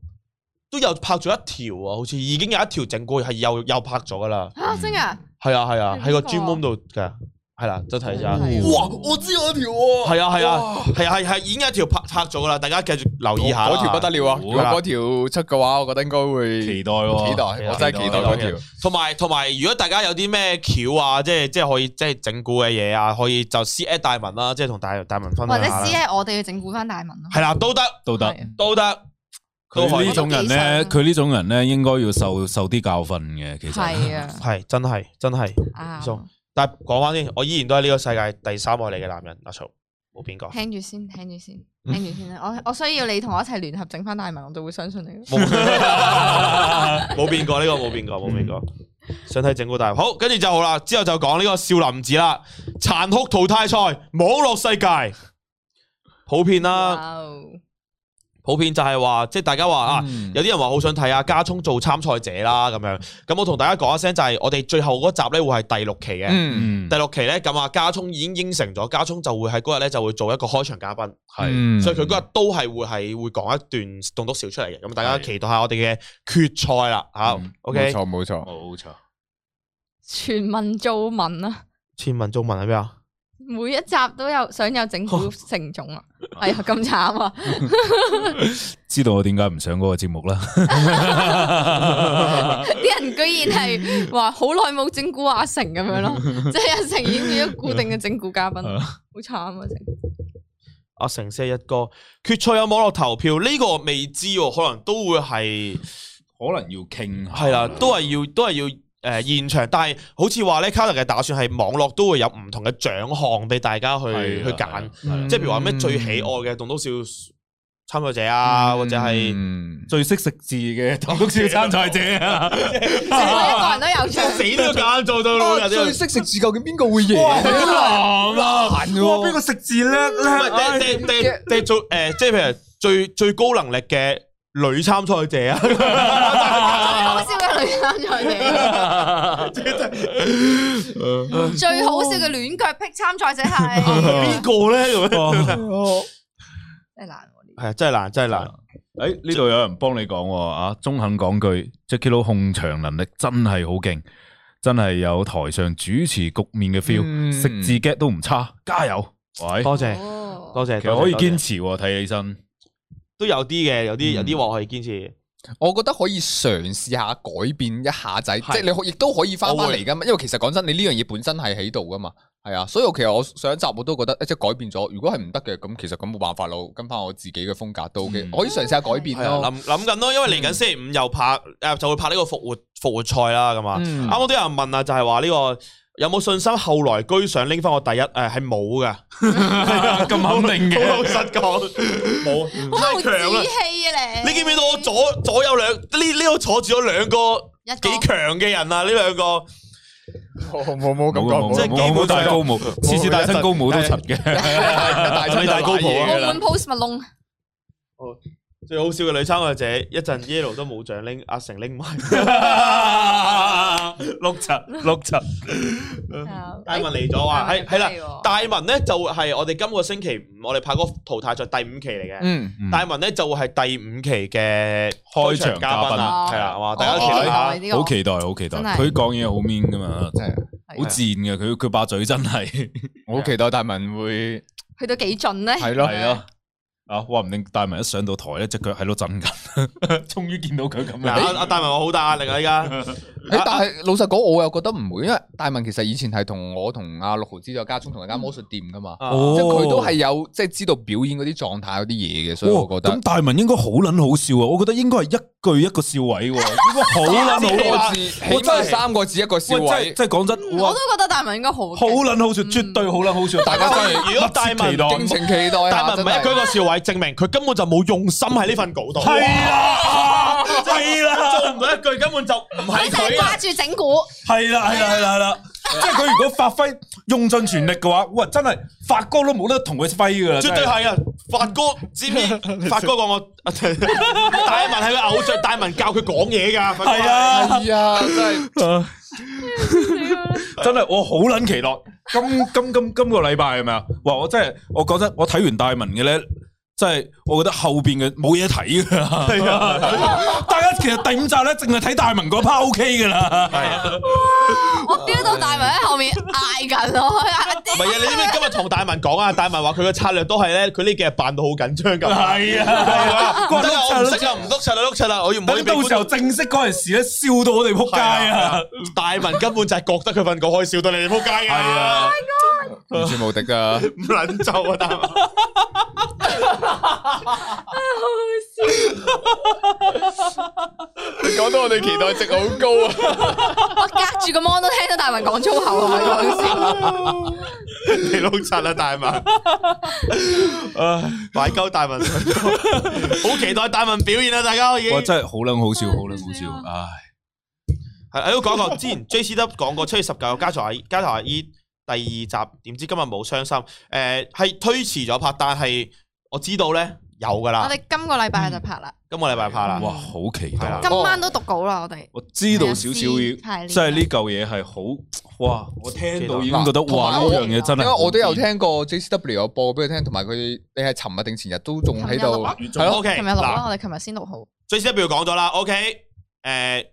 Speaker 1: 都有拍咗一條啊，好似已經有一條整蠱係又又拍咗噶啦。
Speaker 4: 啊，真噶，
Speaker 1: 係啊係啊，
Speaker 4: 係邊
Speaker 1: 喺個
Speaker 4: 個
Speaker 1: gym room 度嘅，係啦，就
Speaker 2: 啊
Speaker 1: 睇下。
Speaker 4: 係
Speaker 2: 哇！我知我條喎，
Speaker 1: 啊係啊係啊係啊係係已經有一條拍拍咗噶啦，大家繼續留意下啦。
Speaker 2: 嗰條不得了啊！如果嗰條出嘅話，我覺得應該會
Speaker 3: 期
Speaker 2: 期
Speaker 3: 待喎，
Speaker 2: 待，啊
Speaker 1: 啊
Speaker 2: 我真係期待嗰條。
Speaker 1: 同埋同埋，如果大家有啲咩橋啊，即係即係可以即係整蠱嘅嘢啊，可以就 C at 大文啦，即係同大大文分享
Speaker 4: 或者
Speaker 1: 下啦
Speaker 4: C。A 我哋要整蠱翻大文咯。
Speaker 1: 係啦，都得
Speaker 3: 都得。
Speaker 4: 係
Speaker 1: 都得，都可
Speaker 3: 佢
Speaker 1: 以
Speaker 3: 呢種人咧，佢呢種人咧，應該要受受啲教訓嘅。其實
Speaker 4: 係啊
Speaker 1: 係真係真係。，
Speaker 4: 啱
Speaker 1: 送。但係講翻先，我依然都係呢個世界第三愛你嘅男人，阿曹冇變過。
Speaker 4: 聽住先，聽住先，聽住先啦。我我需要你同我一齊聯合整翻大文，我就會相信你咯。
Speaker 1: 冇 冇變過呢、個冇變
Speaker 3: 嗯
Speaker 1: 過，冇變過。想睇整蠱大好，跟住就好啦。之後就講呢個少林寺啦，殘酷淘汰賽，網絡世界。好普遍啦，
Speaker 4: 哇
Speaker 1: 普遍就係話，即係大家話啊，
Speaker 2: 嗯
Speaker 1: 有啲人話好想睇啊，加聰做參賽者啦咁樣。咁我同大家講一聲，就係我哋最後嗰集咧會係第六期嘅。
Speaker 2: 嗯，
Speaker 3: 嗯
Speaker 1: 第，六期咧，咁啊，加聰已經應承咗，加聰就會喺嗰日咧就會做一個開場嘉賓，
Speaker 3: 係
Speaker 1: 所以佢嗰日都係會係會講一段棟篤笑出嚟嘅。咁大家
Speaker 3: 係
Speaker 1: 期待下我哋嘅決賽啦，吓
Speaker 2: 嗯冇
Speaker 1: OK，
Speaker 2: 錯冇錯，
Speaker 3: 冇錯，
Speaker 4: 全民造文啊！
Speaker 1: 千文中文係咩啊？
Speaker 4: 每一集都有想有整蠱成種啊！哎呀，咁慘啊！
Speaker 3: 知道我點解唔上嗰個節目啦。
Speaker 4: 啲人居然係話好耐冇整蠱阿成咁樣咯，即係阿成已經變咗固定嘅整蠱嘉賓，好慘啊！成
Speaker 1: 阿成四一哥決賽有網絡投票呢、個未知喎，可能都會係
Speaker 3: 可能要傾下
Speaker 1: 係啦，都係要都係要誒、呃、現場，但係好似話咧，卡特嘅打算係網絡都會有唔同嘅獎項俾大家去
Speaker 3: 係啦
Speaker 1: 去
Speaker 3: 係啦嗯
Speaker 1: 揀，
Speaker 3: 係啦
Speaker 1: 即係譬如話咩最喜愛嘅棟篤笑參賽者啊，或者係
Speaker 2: 嗯
Speaker 3: 最識食字嘅棟篤笑參賽者啊！
Speaker 4: 每一個人都有
Speaker 1: 即係
Speaker 4: 獎，
Speaker 1: 死都要揀做到老
Speaker 2: 啊
Speaker 1: 人
Speaker 2: 最識食字究竟邊個會贏？
Speaker 3: 好難啊！
Speaker 2: 難喎
Speaker 3: 哇，邊個食字叻
Speaker 1: 唔係，
Speaker 3: 咧？
Speaker 1: 定定定定做誒，即係譬如最最高能力嘅女參賽者 啊，
Speaker 4: 好笑嘅女參賽 者，最好笑嘅亂腳癖參賽者係
Speaker 1: 邊個咧咁樣？
Speaker 4: 真係難喎呢
Speaker 1: 係啊，真係難，真係難。
Speaker 3: 誒，呢度有人幫你講喎啊！中肯講句，Jacky Lou 控場能力真係好勁，真係有台上主持局面嘅 feel，
Speaker 2: 嗯
Speaker 3: 食字 get 都唔差，加油！喂，
Speaker 1: 多
Speaker 4: 啲
Speaker 1: 謝。
Speaker 4: 哦
Speaker 1: 多謝，
Speaker 3: 其實可以堅
Speaker 1: 堅
Speaker 3: 持喎，睇 起身。
Speaker 1: 都有啲嘅，有啲有啲
Speaker 3: 嗯
Speaker 1: 話可以堅持。
Speaker 2: 我覺得可以嘗試下改變一下仔，即
Speaker 1: 係
Speaker 2: 係你可亦都可以翻翻
Speaker 1: 我會
Speaker 2: 嚟噶嘛。因為其實講真，你呢樣嘢本身係喺度噶嘛，係啊。所以我其實我上一集我都覺得，誒即係改變咗。如果係唔得嘅，咁其實咁冇辦法咯，跟翻我自己嘅風格都 OK，
Speaker 3: 嗯
Speaker 2: 可以嘗試下改變
Speaker 1: 係啊，
Speaker 2: 咯。
Speaker 1: 諗諗緊咯，因為嚟緊星期五又拍誒，就會拍呢個復活復活賽啦，咁啊。啱
Speaker 2: 嗯
Speaker 1: 啱都有人問啊，就係話呢個有冇信心後來居上拎翻個第一？誒，係冇 噶，
Speaker 3: 咁肯定嘅
Speaker 1: 好老實講， 冇
Speaker 4: 好
Speaker 1: 太
Speaker 4: 有
Speaker 1: 強啦
Speaker 4: 志。氣啊你！
Speaker 1: 你見唔見到我左左右兩呢呢度坐住咗兩個
Speaker 4: 一個
Speaker 1: 幾強嘅人啊？呢兩個
Speaker 2: 冇冇
Speaker 3: 冇冇
Speaker 1: 即係
Speaker 3: 冇冇
Speaker 1: 基
Speaker 3: 冇
Speaker 1: 本上
Speaker 3: 戴高帽，次次戴身高帽都柒嘅。
Speaker 2: 大
Speaker 1: 係咪大高普啊
Speaker 4: 澳門 post 咪窿，
Speaker 1: 最好笑嘅女參賽者，一陣 Yellow 都冇獎拎，阿成拎埋
Speaker 3: 六柒 六柒，
Speaker 1: 戴文嚟咗啊，係係啦。大文咧就係我哋今個星期五，我哋拍嗰個淘汰賽第五期嚟嘅。
Speaker 2: 嗯，
Speaker 3: 嗯
Speaker 1: 大文咧就會係第五期嘅場
Speaker 3: 開場
Speaker 1: 嘉
Speaker 3: 嘉
Speaker 1: 賓
Speaker 3: 賓
Speaker 1: 啦，
Speaker 4: 啊
Speaker 1: 係啦，係嘛？
Speaker 4: 哦
Speaker 1: 大家期待下
Speaker 4: 期待。呢個
Speaker 3: 好期待，好期待。
Speaker 4: 真係
Speaker 3: 佢講嘢好 mean 噶 嘛，
Speaker 2: 啊真係
Speaker 4: 係啊
Speaker 3: 好賤嘅。佢佢把嘴真係
Speaker 2: 我好期待大文會
Speaker 4: 去到幾盡咧？
Speaker 2: 係 咯。
Speaker 3: 係咯。啊，話唔定戴文一上到台咧，只腳喺度震緊。 終於見到佢咁
Speaker 1: 嗱，
Speaker 3: 樣。
Speaker 1: 阿阿大文話好大壓力啊，依家
Speaker 2: 誒，但係老實講，我又覺得唔會，因為大文其實以前係同我同阿六毫子有家聰同一間魔術店噶嘛，
Speaker 1: 哦
Speaker 2: 即係佢都係有即係知道表演嗰啲狀態嗰啲嘢嘅，所以我覺
Speaker 3: 哇
Speaker 2: 得
Speaker 3: 咁大文應該好撚好笑啊！我覺得應該係一句一個笑位喎，應該好撚好啊
Speaker 2: 三
Speaker 3: 笑。
Speaker 2: 個字，起碼啊係三個字一個笑
Speaker 3: 喂，真係
Speaker 2: 位，
Speaker 3: 真係講真，
Speaker 4: 我
Speaker 3: 哇
Speaker 4: 都，覺得大文應該好嘅，
Speaker 3: 好撚好笑，絕對好撚好笑。
Speaker 2: 大家真係
Speaker 1: 啊如果大文
Speaker 3: 密切期待
Speaker 2: 敬情期
Speaker 1: 大
Speaker 2: 待
Speaker 1: 文
Speaker 2: 下，
Speaker 1: 唔
Speaker 2: 真
Speaker 1: 係一句一
Speaker 2: 係。
Speaker 1: 個笑位，證明佢根本就冇用心喺呢份稿度。
Speaker 3: 係啦，係啦，
Speaker 1: 做唔到一句根本就唔係
Speaker 4: 佢就係
Speaker 1: 佢啊
Speaker 4: 掛！住整蠱，
Speaker 3: 係啊啦，係啦，係啦，係啦。即係佢如果發揮用盡全力嘅話，哇，真係發哥都冇得同佢揮噶啦，
Speaker 1: 絕對係啊！發哥知 唔知？發哥講我 大文係佢偶像，大文教佢講嘢㗎。發哥
Speaker 3: 係啊
Speaker 2: 係啊，真係
Speaker 3: 真係我好撚期待。今今今今個禮拜係咪啊？哇！我真係我講真，我睇完大文嘅咧，真係我覺得後邊嘅冇嘢睇㗎啦。係啊， 大家其實第五集咧，淨係睇大文嗰 part OK 㗎啦。係啊，
Speaker 4: 我 feel 到大文喺後面嗌緊咯，
Speaker 1: 唔係啊！你知唔知今日同大文講啊？大文話佢嘅策略都係咧，佢呢幾日扮到好緊張咁。
Speaker 3: 係啊，
Speaker 1: 唔得啊！我唔識啊，唔碌柒啦，碌柒啦！我要唔可以俾觀
Speaker 3: 等到時
Speaker 1: 眾
Speaker 3: 候正式嗰陣時咧，笑到我哋撲街啊！！
Speaker 1: 大文根本就係覺得佢份稿可以笑到你哋撲街
Speaker 3: 係啊
Speaker 1: 啊！
Speaker 2: 完全無敵噶。
Speaker 1: 唔撚就啊，大文！
Speaker 2: 你講到我哋期待值好高啊！
Speaker 4: 我隔住個 mon 都聽到大文講粗口啊！唔係講笑
Speaker 1: 你碌柒啦，啊大文！唉，擺鳩大文上咗，好期待大文表現啊！大家可以
Speaker 3: 哇，真係好撚好笑，好撚好笑，唉！
Speaker 1: 係喺度講講，之前 J C 都講過七月十九有家財阿姨家財阿姨第二集，點知今日冇傷心，誒、係推遲咗拍，但係我知道咧有噶
Speaker 4: 我
Speaker 1: 啦，
Speaker 4: 哋今個禮拜就拍啦，
Speaker 1: 今個禮拜拍啦。
Speaker 3: 哇，好期
Speaker 1: 係
Speaker 3: 待
Speaker 1: 啦！
Speaker 4: 今晚都讀稿啦，我哋
Speaker 3: 我知道少少嘢，
Speaker 4: 啊係
Speaker 3: 即係呢嚿嘢係好哇！我聽到已經覺得
Speaker 2: 期待
Speaker 3: 哇，呢
Speaker 2: 同埋
Speaker 3: 樣嘢真
Speaker 2: 因為
Speaker 3: 係
Speaker 2: 我都有聽過 JCW 有播俾佢聽，同埋佢你係尋日定前日都仲喺
Speaker 4: 琴日
Speaker 2: 度
Speaker 4: 錄啊，
Speaker 2: 係咯
Speaker 1: O K，
Speaker 4: 琴日錄啦，
Speaker 1: 嗱
Speaker 4: 我哋琴日先錄好，
Speaker 1: 最先一步講咗啦，O K，誒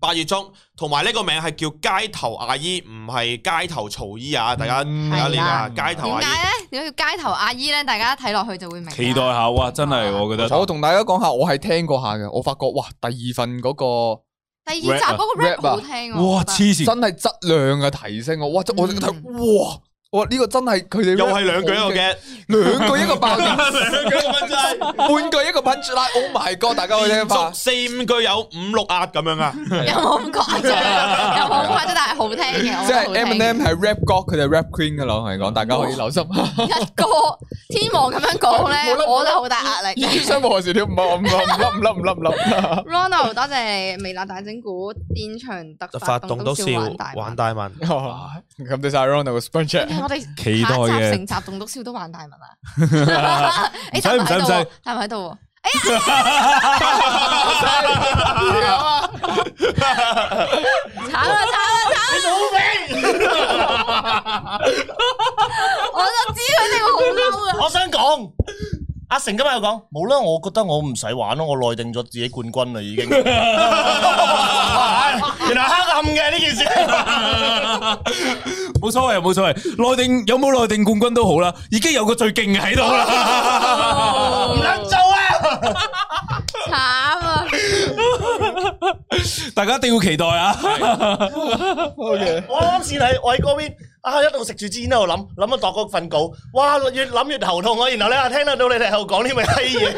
Speaker 1: 八月中，同埋呢個名係叫街頭阿姨，唔係街頭曹姨啊，大家
Speaker 2: 嗯
Speaker 1: 大家理解啊，
Speaker 4: 係
Speaker 1: 街頭
Speaker 4: 點
Speaker 1: 阿姨
Speaker 4: 解。咧？點解要街頭阿姨咧？大家睇落去就會明啦。啊
Speaker 3: 期待下哇！真係啊我覺
Speaker 2: 我
Speaker 3: 得
Speaker 2: 同大家講下，我係聽過下嘅，我發覺哇，第二份嗰個
Speaker 4: 第二集嗰個 rap
Speaker 2: Rap 啊
Speaker 4: 好聽喎，
Speaker 3: 哇
Speaker 4: 我覺得
Speaker 3: 黐線，
Speaker 2: 真係質量嘅提升喎，哇！真
Speaker 4: 嗯
Speaker 2: 我睇哇，哇呢個真係佢哋
Speaker 1: 又係兩句一
Speaker 2: 好
Speaker 1: 個
Speaker 2: 勁，
Speaker 1: 嘅，
Speaker 2: 兩句一個爆點，
Speaker 1: 兩句嘅真 係
Speaker 2: 半句一個 punch line，Oh my god！大家可以聽
Speaker 1: 連
Speaker 2: 翻
Speaker 1: 續。四五句有五六壓咁樣 啊！
Speaker 4: 有冇咁誇張？有冇咁誇張？但係好聽嘅，我
Speaker 2: 即
Speaker 4: 覺得
Speaker 2: 係
Speaker 4: 好聽
Speaker 2: Eminem 係 rap 哥，佢哋係 rap queen 噶啦，我同你講，大家可以留 心。
Speaker 4: 一哥天王咁樣講
Speaker 2: 冇
Speaker 4: 咧，
Speaker 2: 得
Speaker 4: 我都好大壓力
Speaker 2: 呢。啲商務何時跳唔好，唔好，唔笠唔笠唔笠唔笠。
Speaker 4: Ronald，多謝你微辣大整蠱，現場特發
Speaker 1: 發
Speaker 4: 動
Speaker 1: 動
Speaker 4: 都
Speaker 1: 都
Speaker 4: 笑
Speaker 1: 笑
Speaker 4: 玩大
Speaker 1: 玩
Speaker 4: 文。
Speaker 1: 大文，
Speaker 2: 咁對晒 Ronald 嘅 sponge。
Speaker 4: 我哋
Speaker 3: 期待
Speaker 4: 下一集
Speaker 3: 嘅
Speaker 4: 成集棟篤笑都玩大文 啊！你
Speaker 3: 使唔使唔使？
Speaker 4: 係咪喺度喎？哎慘啊啦慘啦啊慘！我就知佢哋會好嬲啊！
Speaker 5: 我想講，阿成今日又講冇啦，我覺得我唔使玩咯，我內定咗自己冠軍啦已 經。原來黑暗嘅呢件事，
Speaker 3: 冇所謂冇所謂，內定有冇內定冠軍都好啦，已經有個最勁嘅喺度
Speaker 5: 哦
Speaker 3: 啦。
Speaker 5: 唔得做啊！
Speaker 4: 慘啊！
Speaker 3: 大家一定要期待啊！
Speaker 2: O K，
Speaker 5: 我啱先喺我喺嗰邊啊，一路食住支煙喺度諗，諗啊度嗰份稿，哇越諗越頭痛啊！然後咧聽得到你哋喺度講啲咁嘅閪嘢，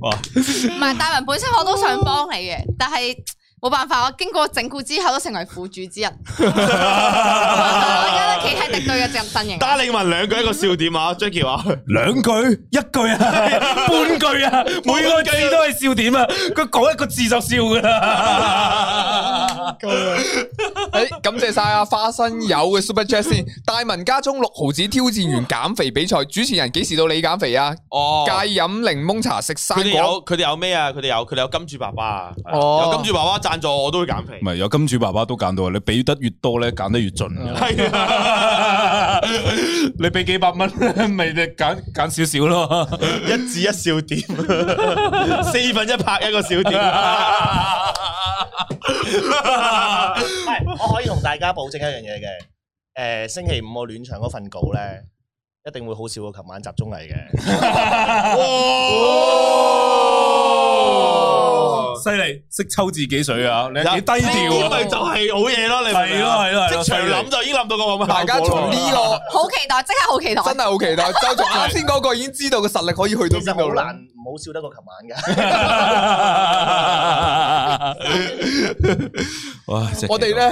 Speaker 3: 哇！
Speaker 4: 唔係大文本身我都想幫你嘅，但係冇辦法，我經過整蠱之後都成為苦主 之一。我而家都企喺敵對嘅陣陣營。
Speaker 1: 打令文兩句一個笑點啊，Jackie 話
Speaker 3: 兩句、一句 啊、半句啊，每個字都係笑點啊！佢講一個字就笑噶 啦。
Speaker 2: 誒，感謝晒阿花生友嘅 Super Chat 先。大文家中六毫子挑戰完減肥比賽，主持人幾時到你減肥啊？
Speaker 1: 哦
Speaker 2: 戒飲檸檬茶，食生
Speaker 1: 佢哋
Speaker 2: 果。
Speaker 1: 有佢哋有咩啊？佢哋有佢哋有金主爸爸啊，
Speaker 2: 哦
Speaker 1: 有金主爸爸贊助我都會減肥
Speaker 3: 唔。係有金主爸爸都揀到啊！你俾得越多咧，揀得越盡㗎 啦。
Speaker 1: 係啊，
Speaker 3: 你俾幾百蚊，咪你揀揀少少咯。
Speaker 1: 一字一笑點， 四分一拍一個笑 點。
Speaker 5: 係我可以同大家保證一樣嘢嘅，誒星期五我暖場嗰份稿咧，一定會好少過琴晚集中 嚟嘅。
Speaker 1: 哇！
Speaker 3: 犀利，識抽自己水啊！你幾低
Speaker 1: 呢
Speaker 3: 調
Speaker 1: 啲咪
Speaker 3: 啊！
Speaker 1: 就係好嘢咯，你明唔明啊
Speaker 3: 係咯係咯係咯
Speaker 1: 即場
Speaker 3: 犀利
Speaker 1: 諗就已經諗到個咁嘅
Speaker 2: 大家
Speaker 1: 效果
Speaker 2: 從
Speaker 1: 啦
Speaker 2: 呢個。
Speaker 4: 好期待，即刻好期待。
Speaker 2: 真係好期待，就從啱先嗰個已經知道個實力可以去
Speaker 5: 其
Speaker 2: 到
Speaker 5: 實
Speaker 2: 邊度
Speaker 5: 好
Speaker 2: 啦。
Speaker 5: 難唔好笑得過琴晚 㗎。
Speaker 3: 哇！真係
Speaker 2: 我哋咧，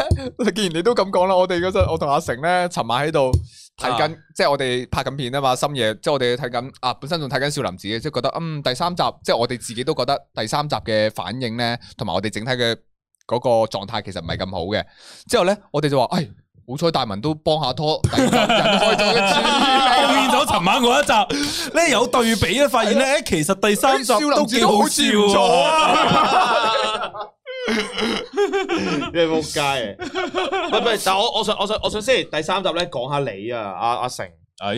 Speaker 2: 既然你都咁講啦，我哋嗰陣我同阿成咧，尋晚喺度睇緊，即係我哋拍緊片啊嘛，深夜，即係我哋睇緊啊，本身仲睇緊少林寺嘅，即係覺得嗯第三集，即係我哋自己都覺得第三集嘅反應咧，同埋我哋整體嘅嗰個狀態其實唔係咁好嘅。之後咧，我哋就話，唉，哎好彩大文都幫下拖，第二集引開咗嘅
Speaker 3: 後
Speaker 2: 注意力。
Speaker 3: 面咗尋晚嗰一集咧有對比咧，發現咧其實第三集都幾好笑啊！
Speaker 1: 你係仆街啊！喂喂，但我我想我想我想星期第三集咧講下你啊，阿阿成，
Speaker 3: 哎，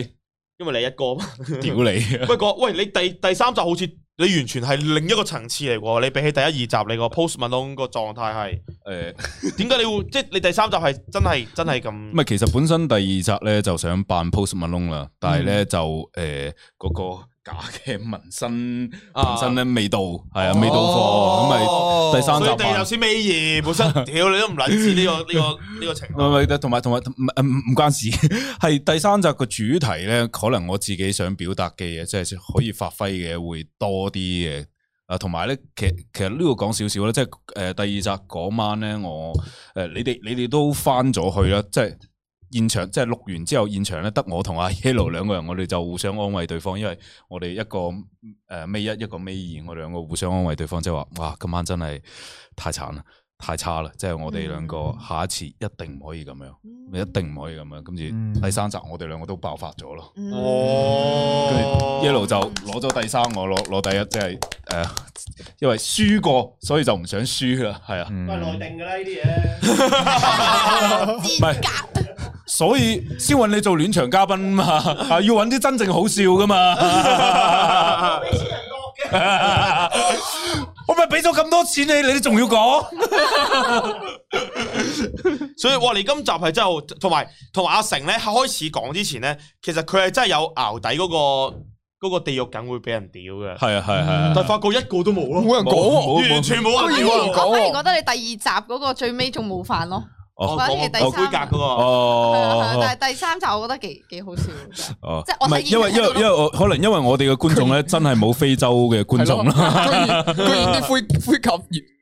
Speaker 1: 因為你一個嘛。
Speaker 3: 屌你！
Speaker 1: 不過喂，你第第三集好似你完全係另一個層次嚟喎，你比起第一二集你個 post Malone 個狀態係
Speaker 3: 诶，
Speaker 1: 點解你會 即係你第三集係真係真係咁
Speaker 3: 唔？係，啊其實本身第二集咧就想扮 Post Malone 啦，但係咧就诶嗰個假嘅紋身
Speaker 2: 啊
Speaker 3: 紋身咧未到，係啊未到貨，咁
Speaker 2: 哦
Speaker 3: 咪第三
Speaker 1: 所以
Speaker 3: 集
Speaker 1: 第二
Speaker 3: 啊
Speaker 1: 集
Speaker 3: 扮。
Speaker 1: 先尾二，本身屌你都唔撚知呢個呢個呢個情
Speaker 3: 唔
Speaker 1: 況。
Speaker 3: 係同埋同埋唔唔唔關事， 係第三集個主題咧，可能我自己想表達嘅嘢，即係可以發揮嘅會多啲嘅。啊，同埋咧，其實其實呢度講少少啦，即係誒、呃第二集嗰晚咧，我誒、呃你哋你哋都翻咗去啦，即係現場即係錄完之後，現場咧得我同阿 Yellow 兩個人，我哋就互相安慰對方，因為我哋一個誒尾、一一個尾二，我哋兩個互相安慰對方，即係話哇今晚真係太慘啦，太差啦，即係我哋兩個下一次一定唔可以咁樣，一定唔可以咁樣。跟
Speaker 2: 嗯
Speaker 3: 住第三集我哋兩個都爆發咗咯，
Speaker 4: 嗯
Speaker 3: 跟
Speaker 1: 哦
Speaker 3: 住一路就攞咗第三，我攞攞第一，即係诶，誒因為輸過，所以就唔想輸啦，係啊。
Speaker 2: 嗯
Speaker 5: 定噶啦呢 啲嘢，
Speaker 4: 賤格
Speaker 3: 所以先揾你做暖場嘉賓 嘛，啊要揾啲真正好笑噶嘛。
Speaker 5: 俾錢人惡嘅。
Speaker 3: 我咪俾咗咁多錢你，你仲要講？
Speaker 1: 所以哇，你今集係真係好，同埋同埋阿成咧開始講之前咧，其實佢係真係有熬底嗰、個嗰、個地獄梗會俾人屌嘅，
Speaker 3: 係啊係啊
Speaker 1: 但係發覺一個都冇咯，
Speaker 2: 冇人講喎，
Speaker 1: 完全冇人
Speaker 2: 居然
Speaker 1: 屌
Speaker 2: 冇人
Speaker 1: 啊！
Speaker 4: 我反而
Speaker 2: 講
Speaker 4: 覺
Speaker 2: 喎。
Speaker 4: 得你第二集嗰個最尾仲冇飯咯，
Speaker 1: 我
Speaker 3: 哦
Speaker 4: 反而
Speaker 1: 我
Speaker 4: 第
Speaker 1: 我
Speaker 4: 三
Speaker 1: 杯格嗰個。
Speaker 4: 係啊係啊
Speaker 3: 哦
Speaker 4: 但係第三集我覺得幾 幾好笑嘅，
Speaker 3: 哦，
Speaker 4: 即係我
Speaker 3: 唔係
Speaker 4: 睇
Speaker 3: 因為因為因為我可能因為我哋嘅觀眾咧真係冇非洲嘅觀眾啦，
Speaker 2: 啦， 居然居然啲灰灰及熱，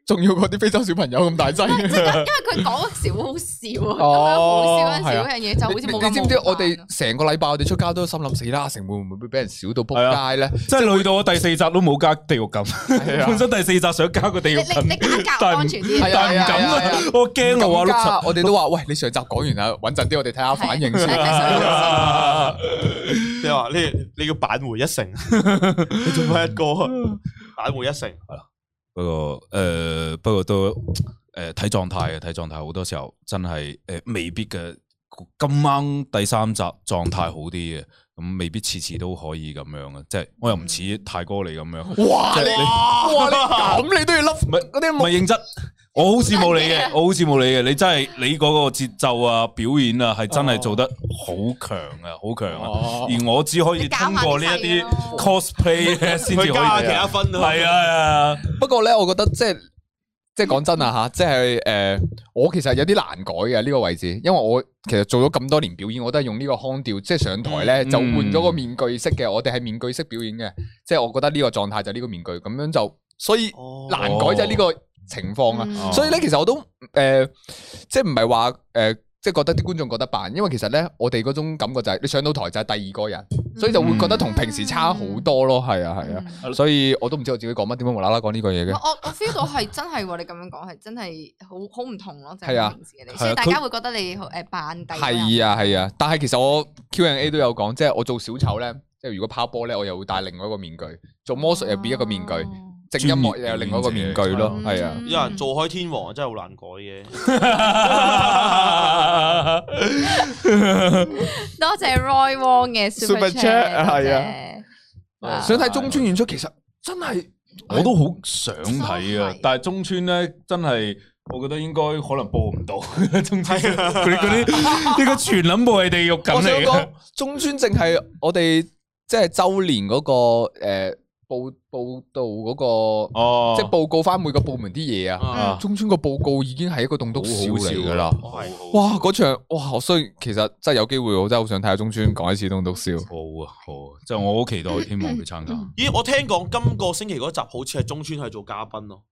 Speaker 2: 仲要嗰啲非洲小朋友咁大劑。
Speaker 4: 因為佢講嗰時好好笑啊，咁樣好
Speaker 2: 哦啊
Speaker 4: 笑嗰陣時嗰樣嘢就好似冇咁
Speaker 2: 你知唔知
Speaker 4: 冒犯啊
Speaker 2: 我哋成個禮拜我哋出街都心諗死啦，成會唔會俾人少到扑街
Speaker 4: 啊
Speaker 2: 咧？
Speaker 3: 即係累到我第四集都冇加地獄感，
Speaker 2: 啊
Speaker 3: 本身第四集想加個地
Speaker 4: 你
Speaker 3: 獄感
Speaker 4: 你，你加格
Speaker 3: 但係唔
Speaker 4: 安全啲，
Speaker 2: 係啊
Speaker 3: 但係唔敢
Speaker 2: 係啊係
Speaker 3: 啊
Speaker 2: 啊，
Speaker 3: 我驚我話
Speaker 2: 咁
Speaker 3: 碌柒
Speaker 2: 加我哋都話喂，你上集講完啦，穩陣啲，我哋睇下反應先
Speaker 4: 係啊
Speaker 2: 啦。
Speaker 1: 你話你你要扳回一 城，你做乜一 個扳回一城？
Speaker 3: 不過诶、呃不過都诶睇狀態嘅，睇狀態好多時候真係诶、呃未必嘅。今晚第三集狀態好啲嘅，咁未必次次都可以咁樣嘅，即係我又唔
Speaker 4: 嗯
Speaker 3: 似泰哥你咁 樣，唔
Speaker 2: 哇！你哇你咁你都要笠嗰啲
Speaker 3: 係認真，我好羨慕你嘅，我好羨慕你嘅，你真 係你嗰個節奏啊、表演啊，係
Speaker 4: 哦
Speaker 3: 真係做得好強啊，好強啊！
Speaker 2: 哦
Speaker 3: 而我只可以
Speaker 4: 你搞下
Speaker 3: 通過呢一
Speaker 4: 啲細嘢
Speaker 3: 啲
Speaker 4: 咯
Speaker 3: cosplay 咧先至可以
Speaker 1: 佢加其
Speaker 3: 睇
Speaker 1: 他
Speaker 3: 啊，
Speaker 1: 分啊，
Speaker 3: 係啊，係啊，
Speaker 2: 不過咧，我覺得即係即係講真啊吓，即係诶、呃我其實有啲難改嘅呢、個位置，因為我其實做咗咁多年表演，我都係用呢個腔調，即係上台咧、
Speaker 3: 嗯
Speaker 2: 就換咗個面具式嘅，我哋係面具式表演嘅，即係我覺得呢個狀態就係呢個面具，咁樣就所以難改就係呢個情況啊。
Speaker 4: 嗯
Speaker 3: 哦
Speaker 2: 所以咧，其實我都诶、呃即係唔係話诶。呃即係覺得啲觀眾覺得扮，因為其實咧，我哋嗰種感覺就係你上到台就係第二個人，所以就會覺得同平時差好多咯。係啊，係啊。
Speaker 4: 嗯
Speaker 2: 所以我都唔知我自己講乜，點解無啦啦講呢個嘢嘅
Speaker 4: 我。我我 feel 到係真係喎，你咁樣講係真係好好唔同咯，就
Speaker 2: 係
Speaker 4: 係
Speaker 2: 啊
Speaker 4: 平時嘅
Speaker 3: 係
Speaker 4: 你，
Speaker 3: 啊
Speaker 4: 所以大
Speaker 3: 佢
Speaker 4: 家會覺得你誒扮第二個人
Speaker 2: 係啊係啊，但係其實我 Q&A 都有講，即係我做小丑咧，即係如果拋波咧，我又會戴另外一個面具；做魔術又變一個面具，整音樂又有另外一個面具咯，
Speaker 4: 哦專業表演者
Speaker 2: 係啊。
Speaker 1: 有人做開天王啊真係好難改嘅。
Speaker 3: 啊
Speaker 4: 多謝 Roy Wong 嘅
Speaker 2: Super
Speaker 4: Super
Speaker 2: Chat，
Speaker 4: Chat，多謝
Speaker 2: 係啊
Speaker 4: 哇
Speaker 2: 想睇中村演出，其實真係
Speaker 3: 我都好想睇
Speaker 4: 都
Speaker 3: 啊
Speaker 4: 係！
Speaker 3: 哎但係中村咧，真係我覺得應該可能播 唔到中村
Speaker 1: 係啊
Speaker 3: 佢嗰 啲呢個全諗部係地獄咁
Speaker 2: 我想
Speaker 3: 嚟嘅
Speaker 2: 講，中村淨係我哋即係周年嗰個誒報報道嗰個，
Speaker 3: 哦，
Speaker 2: 即係報告翻每個部門啲嘢啊。
Speaker 1: 啊
Speaker 2: 中村個報告已經係一個棟篤笑嚟㗎啦。
Speaker 3: 好好笑
Speaker 2: 哇！嗰場哇，我雖然其實真係有機會，我真係好想睇下中村講一次棟篤笑。
Speaker 3: 好啊好啊！即係我好期待希望佢參加。
Speaker 1: 咦，我聽講今個星期嗰集好似係中村去做嘉賓咯，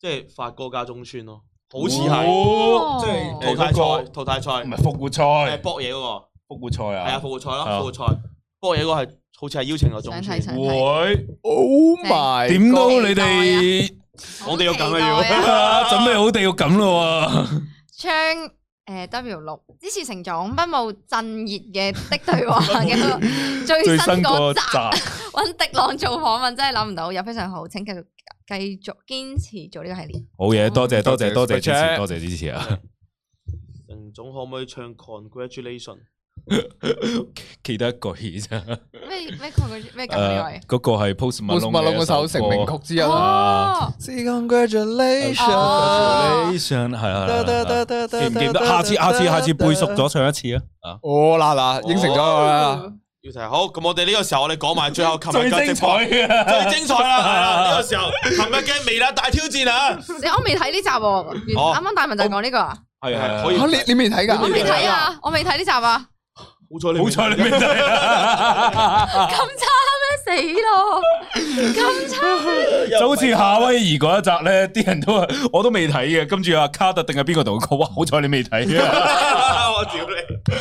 Speaker 1: 即係發哥加中村咯，好似係
Speaker 3: 哦
Speaker 4: 即係
Speaker 1: 淘汰賽，淘汰賽
Speaker 3: 唔係復活
Speaker 1: 係
Speaker 3: 賽，
Speaker 1: 搏嘢嗰
Speaker 3: 復活賽
Speaker 1: 個，係啊
Speaker 3: 啊
Speaker 1: 復！活賽咯，
Speaker 3: 啊
Speaker 1: 復活賽搏嘢嗰個係好似係邀請咗中
Speaker 4: 想睇想
Speaker 1: 村，
Speaker 3: 會
Speaker 2: Oh my！
Speaker 3: 點
Speaker 2: God
Speaker 3: 都你哋
Speaker 1: 我哋要咁啊
Speaker 4: 好期待啊
Speaker 3: 啊 準備好地獄咁咯喎！
Speaker 4: 唱誒呃 W 六支持成長不務震熱嘅的對話嘅 嗰個最
Speaker 3: 最
Speaker 4: 新
Speaker 3: 新嗰
Speaker 4: 嗰集，
Speaker 3: 集
Speaker 4: 揾迪朗做訪問真係諗唔到，又非常好，請繼續繼續堅持做呢個系列。
Speaker 3: 好嘢，多謝多謝多謝支
Speaker 2: 多謝
Speaker 3: 持，多謝支持啊！
Speaker 1: 成總可唔可以唱 congratulation？
Speaker 3: 記得一句啫。
Speaker 4: 咩咩佢嗰咩咁
Speaker 3: 诶
Speaker 4: 樣，
Speaker 3: 嗰個係 Post
Speaker 2: Post Malone
Speaker 3: Malone
Speaker 2: 嗰
Speaker 3: 嘅
Speaker 2: 首成名曲之一啊。
Speaker 4: 哦，哦
Speaker 2: Congratulations！
Speaker 3: Congratulation 係啊係啊，記唔記得？下次下次下次背熟咗唱一次啊！啊，
Speaker 2: 哦嗱嗱，應承咗佢啦。
Speaker 1: 要睇好，咁我哋呢個時候我哋講埋最後琴日嘅直播
Speaker 3: 嘅
Speaker 1: 最精彩啦！
Speaker 3: 啊
Speaker 1: 係啦，呢個時候琴日嘅微辣大挑戰啊！
Speaker 4: 你我未睇呢集喎，原
Speaker 1: 哦
Speaker 4: 啱啱大文就講呢個啊，
Speaker 3: 係係
Speaker 1: 可
Speaker 3: 可
Speaker 1: 以
Speaker 3: 以。
Speaker 2: 嚇你你未睇㗎？
Speaker 4: 我未睇啊，我未睇呢集啊，
Speaker 1: 好彩你
Speaker 3: 好彩你未 睇，
Speaker 4: 咁差咩死咯，咁差，
Speaker 3: 就好似夏威夷嗰一集咧， 啲人都話我都未睇嘅。跟住阿卡特定係邊個同我講，哇！好彩你未睇啊！
Speaker 1: 我屌你！
Speaker 4: 咁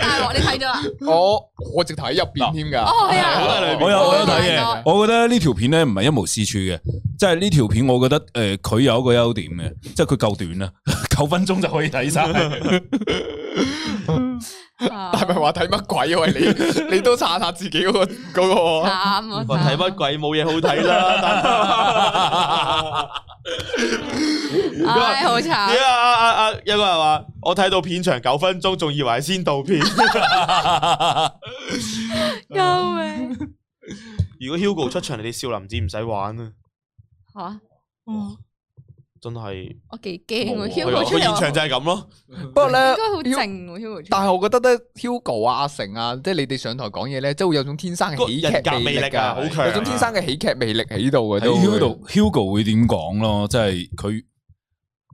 Speaker 4: 大鑊你睇到啊？
Speaker 2: 我我直頭喺入边添噶，
Speaker 4: 哦係啊
Speaker 1: 我喺裏面
Speaker 3: 我有我有睇
Speaker 4: 哦
Speaker 3: 嘅，我覺得呢條片咧唔係一無是處嘅，即係呢條片我覺得诶佢、有一個優點嘅，即係佢夠短啦， 九分鐘就可以睇晒。
Speaker 4: 啊
Speaker 2: 但系咪話睇乜鬼啊？喂，你你都查下自己嗰個嗰
Speaker 4: 慘
Speaker 2: 個
Speaker 4: 啊！
Speaker 1: 我睇乜鬼冇嘢好睇啦！
Speaker 4: 慘唉，好慘
Speaker 1: 点啊啊啊啊！有個人話我睇到片長九分鐘，仲以為係先導 片。
Speaker 4: 救命
Speaker 1: 如果 Hugo 出場，你哋少林寺唔使玩啊！
Speaker 4: 吓！哦
Speaker 1: 真係，
Speaker 4: 我幾驚
Speaker 1: 係啊
Speaker 4: 喎，Hugo 出
Speaker 1: 個現場
Speaker 4: 嚟話
Speaker 1: 就係咁咯。
Speaker 2: 不過咧
Speaker 4: 應該好靜喎，Hugo 出嚟
Speaker 2: 但係我覺得咧，Hugo 啊、阿成啊，即係你哋上台講嘢咧，即係會有種天生嘅喜
Speaker 1: 個人格
Speaker 2: 劇
Speaker 1: 魅力
Speaker 2: 力
Speaker 1: 啊
Speaker 2: 啊，
Speaker 1: 好強啊
Speaker 2: 有種天生嘅喜劇魅力喺度嘅。
Speaker 3: 喺
Speaker 2: 都會
Speaker 3: Hugo Hugo 會點講咯？即係佢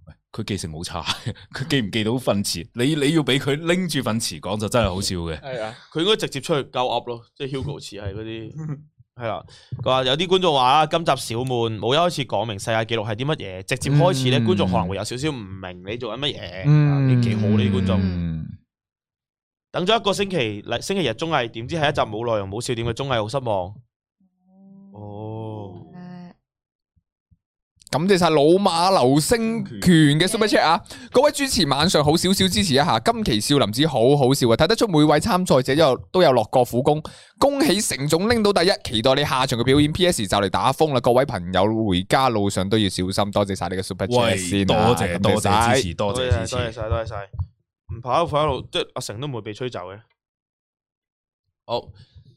Speaker 3: 喂佢記性好差， 佢記唔記到份詞？你你要俾佢拎住份詞講就真係好笑嘅。
Speaker 2: 係啊，
Speaker 1: 佢應該直接出去鳩噏咯，即係 Hugo 似係嗰 啲係啦。佢話有啲觀眾話啦，今集小悶冇一開始講明世界紀錄係啲乜嘢，直接開始咧，
Speaker 2: 嗯
Speaker 1: 觀眾可能會有少少唔明你做緊乜嘢。
Speaker 2: 嗯
Speaker 1: 你幾好呢啲觀眾？
Speaker 2: 嗯
Speaker 1: 等咗一個星期，嚟星期日綜藝，點知係一集冇內容冇笑點嘅綜藝，好失望。哦，
Speaker 4: 唉
Speaker 2: 感謝晒老馬流星拳嘅 Super Chat 啊！各位主持晚上好少少支持一下，今期少林寺好好笑啊！睇得出每位參賽者有都有落過苦功，恭喜成總拎到第一，期待你下場嘅表演。P.S. 就嚟打風啦，各位朋友回家路上都要小心，多謝晒你嘅 Super Chat
Speaker 3: 喂，
Speaker 2: 先
Speaker 3: 多
Speaker 2: 啊
Speaker 3: 謝多謝支。持，多
Speaker 1: 多謝
Speaker 3: 謝支
Speaker 1: 多謝
Speaker 3: 持。
Speaker 1: 晒，多謝晒。唔跑一路，即係阿成都唔會被吹走嘅。好，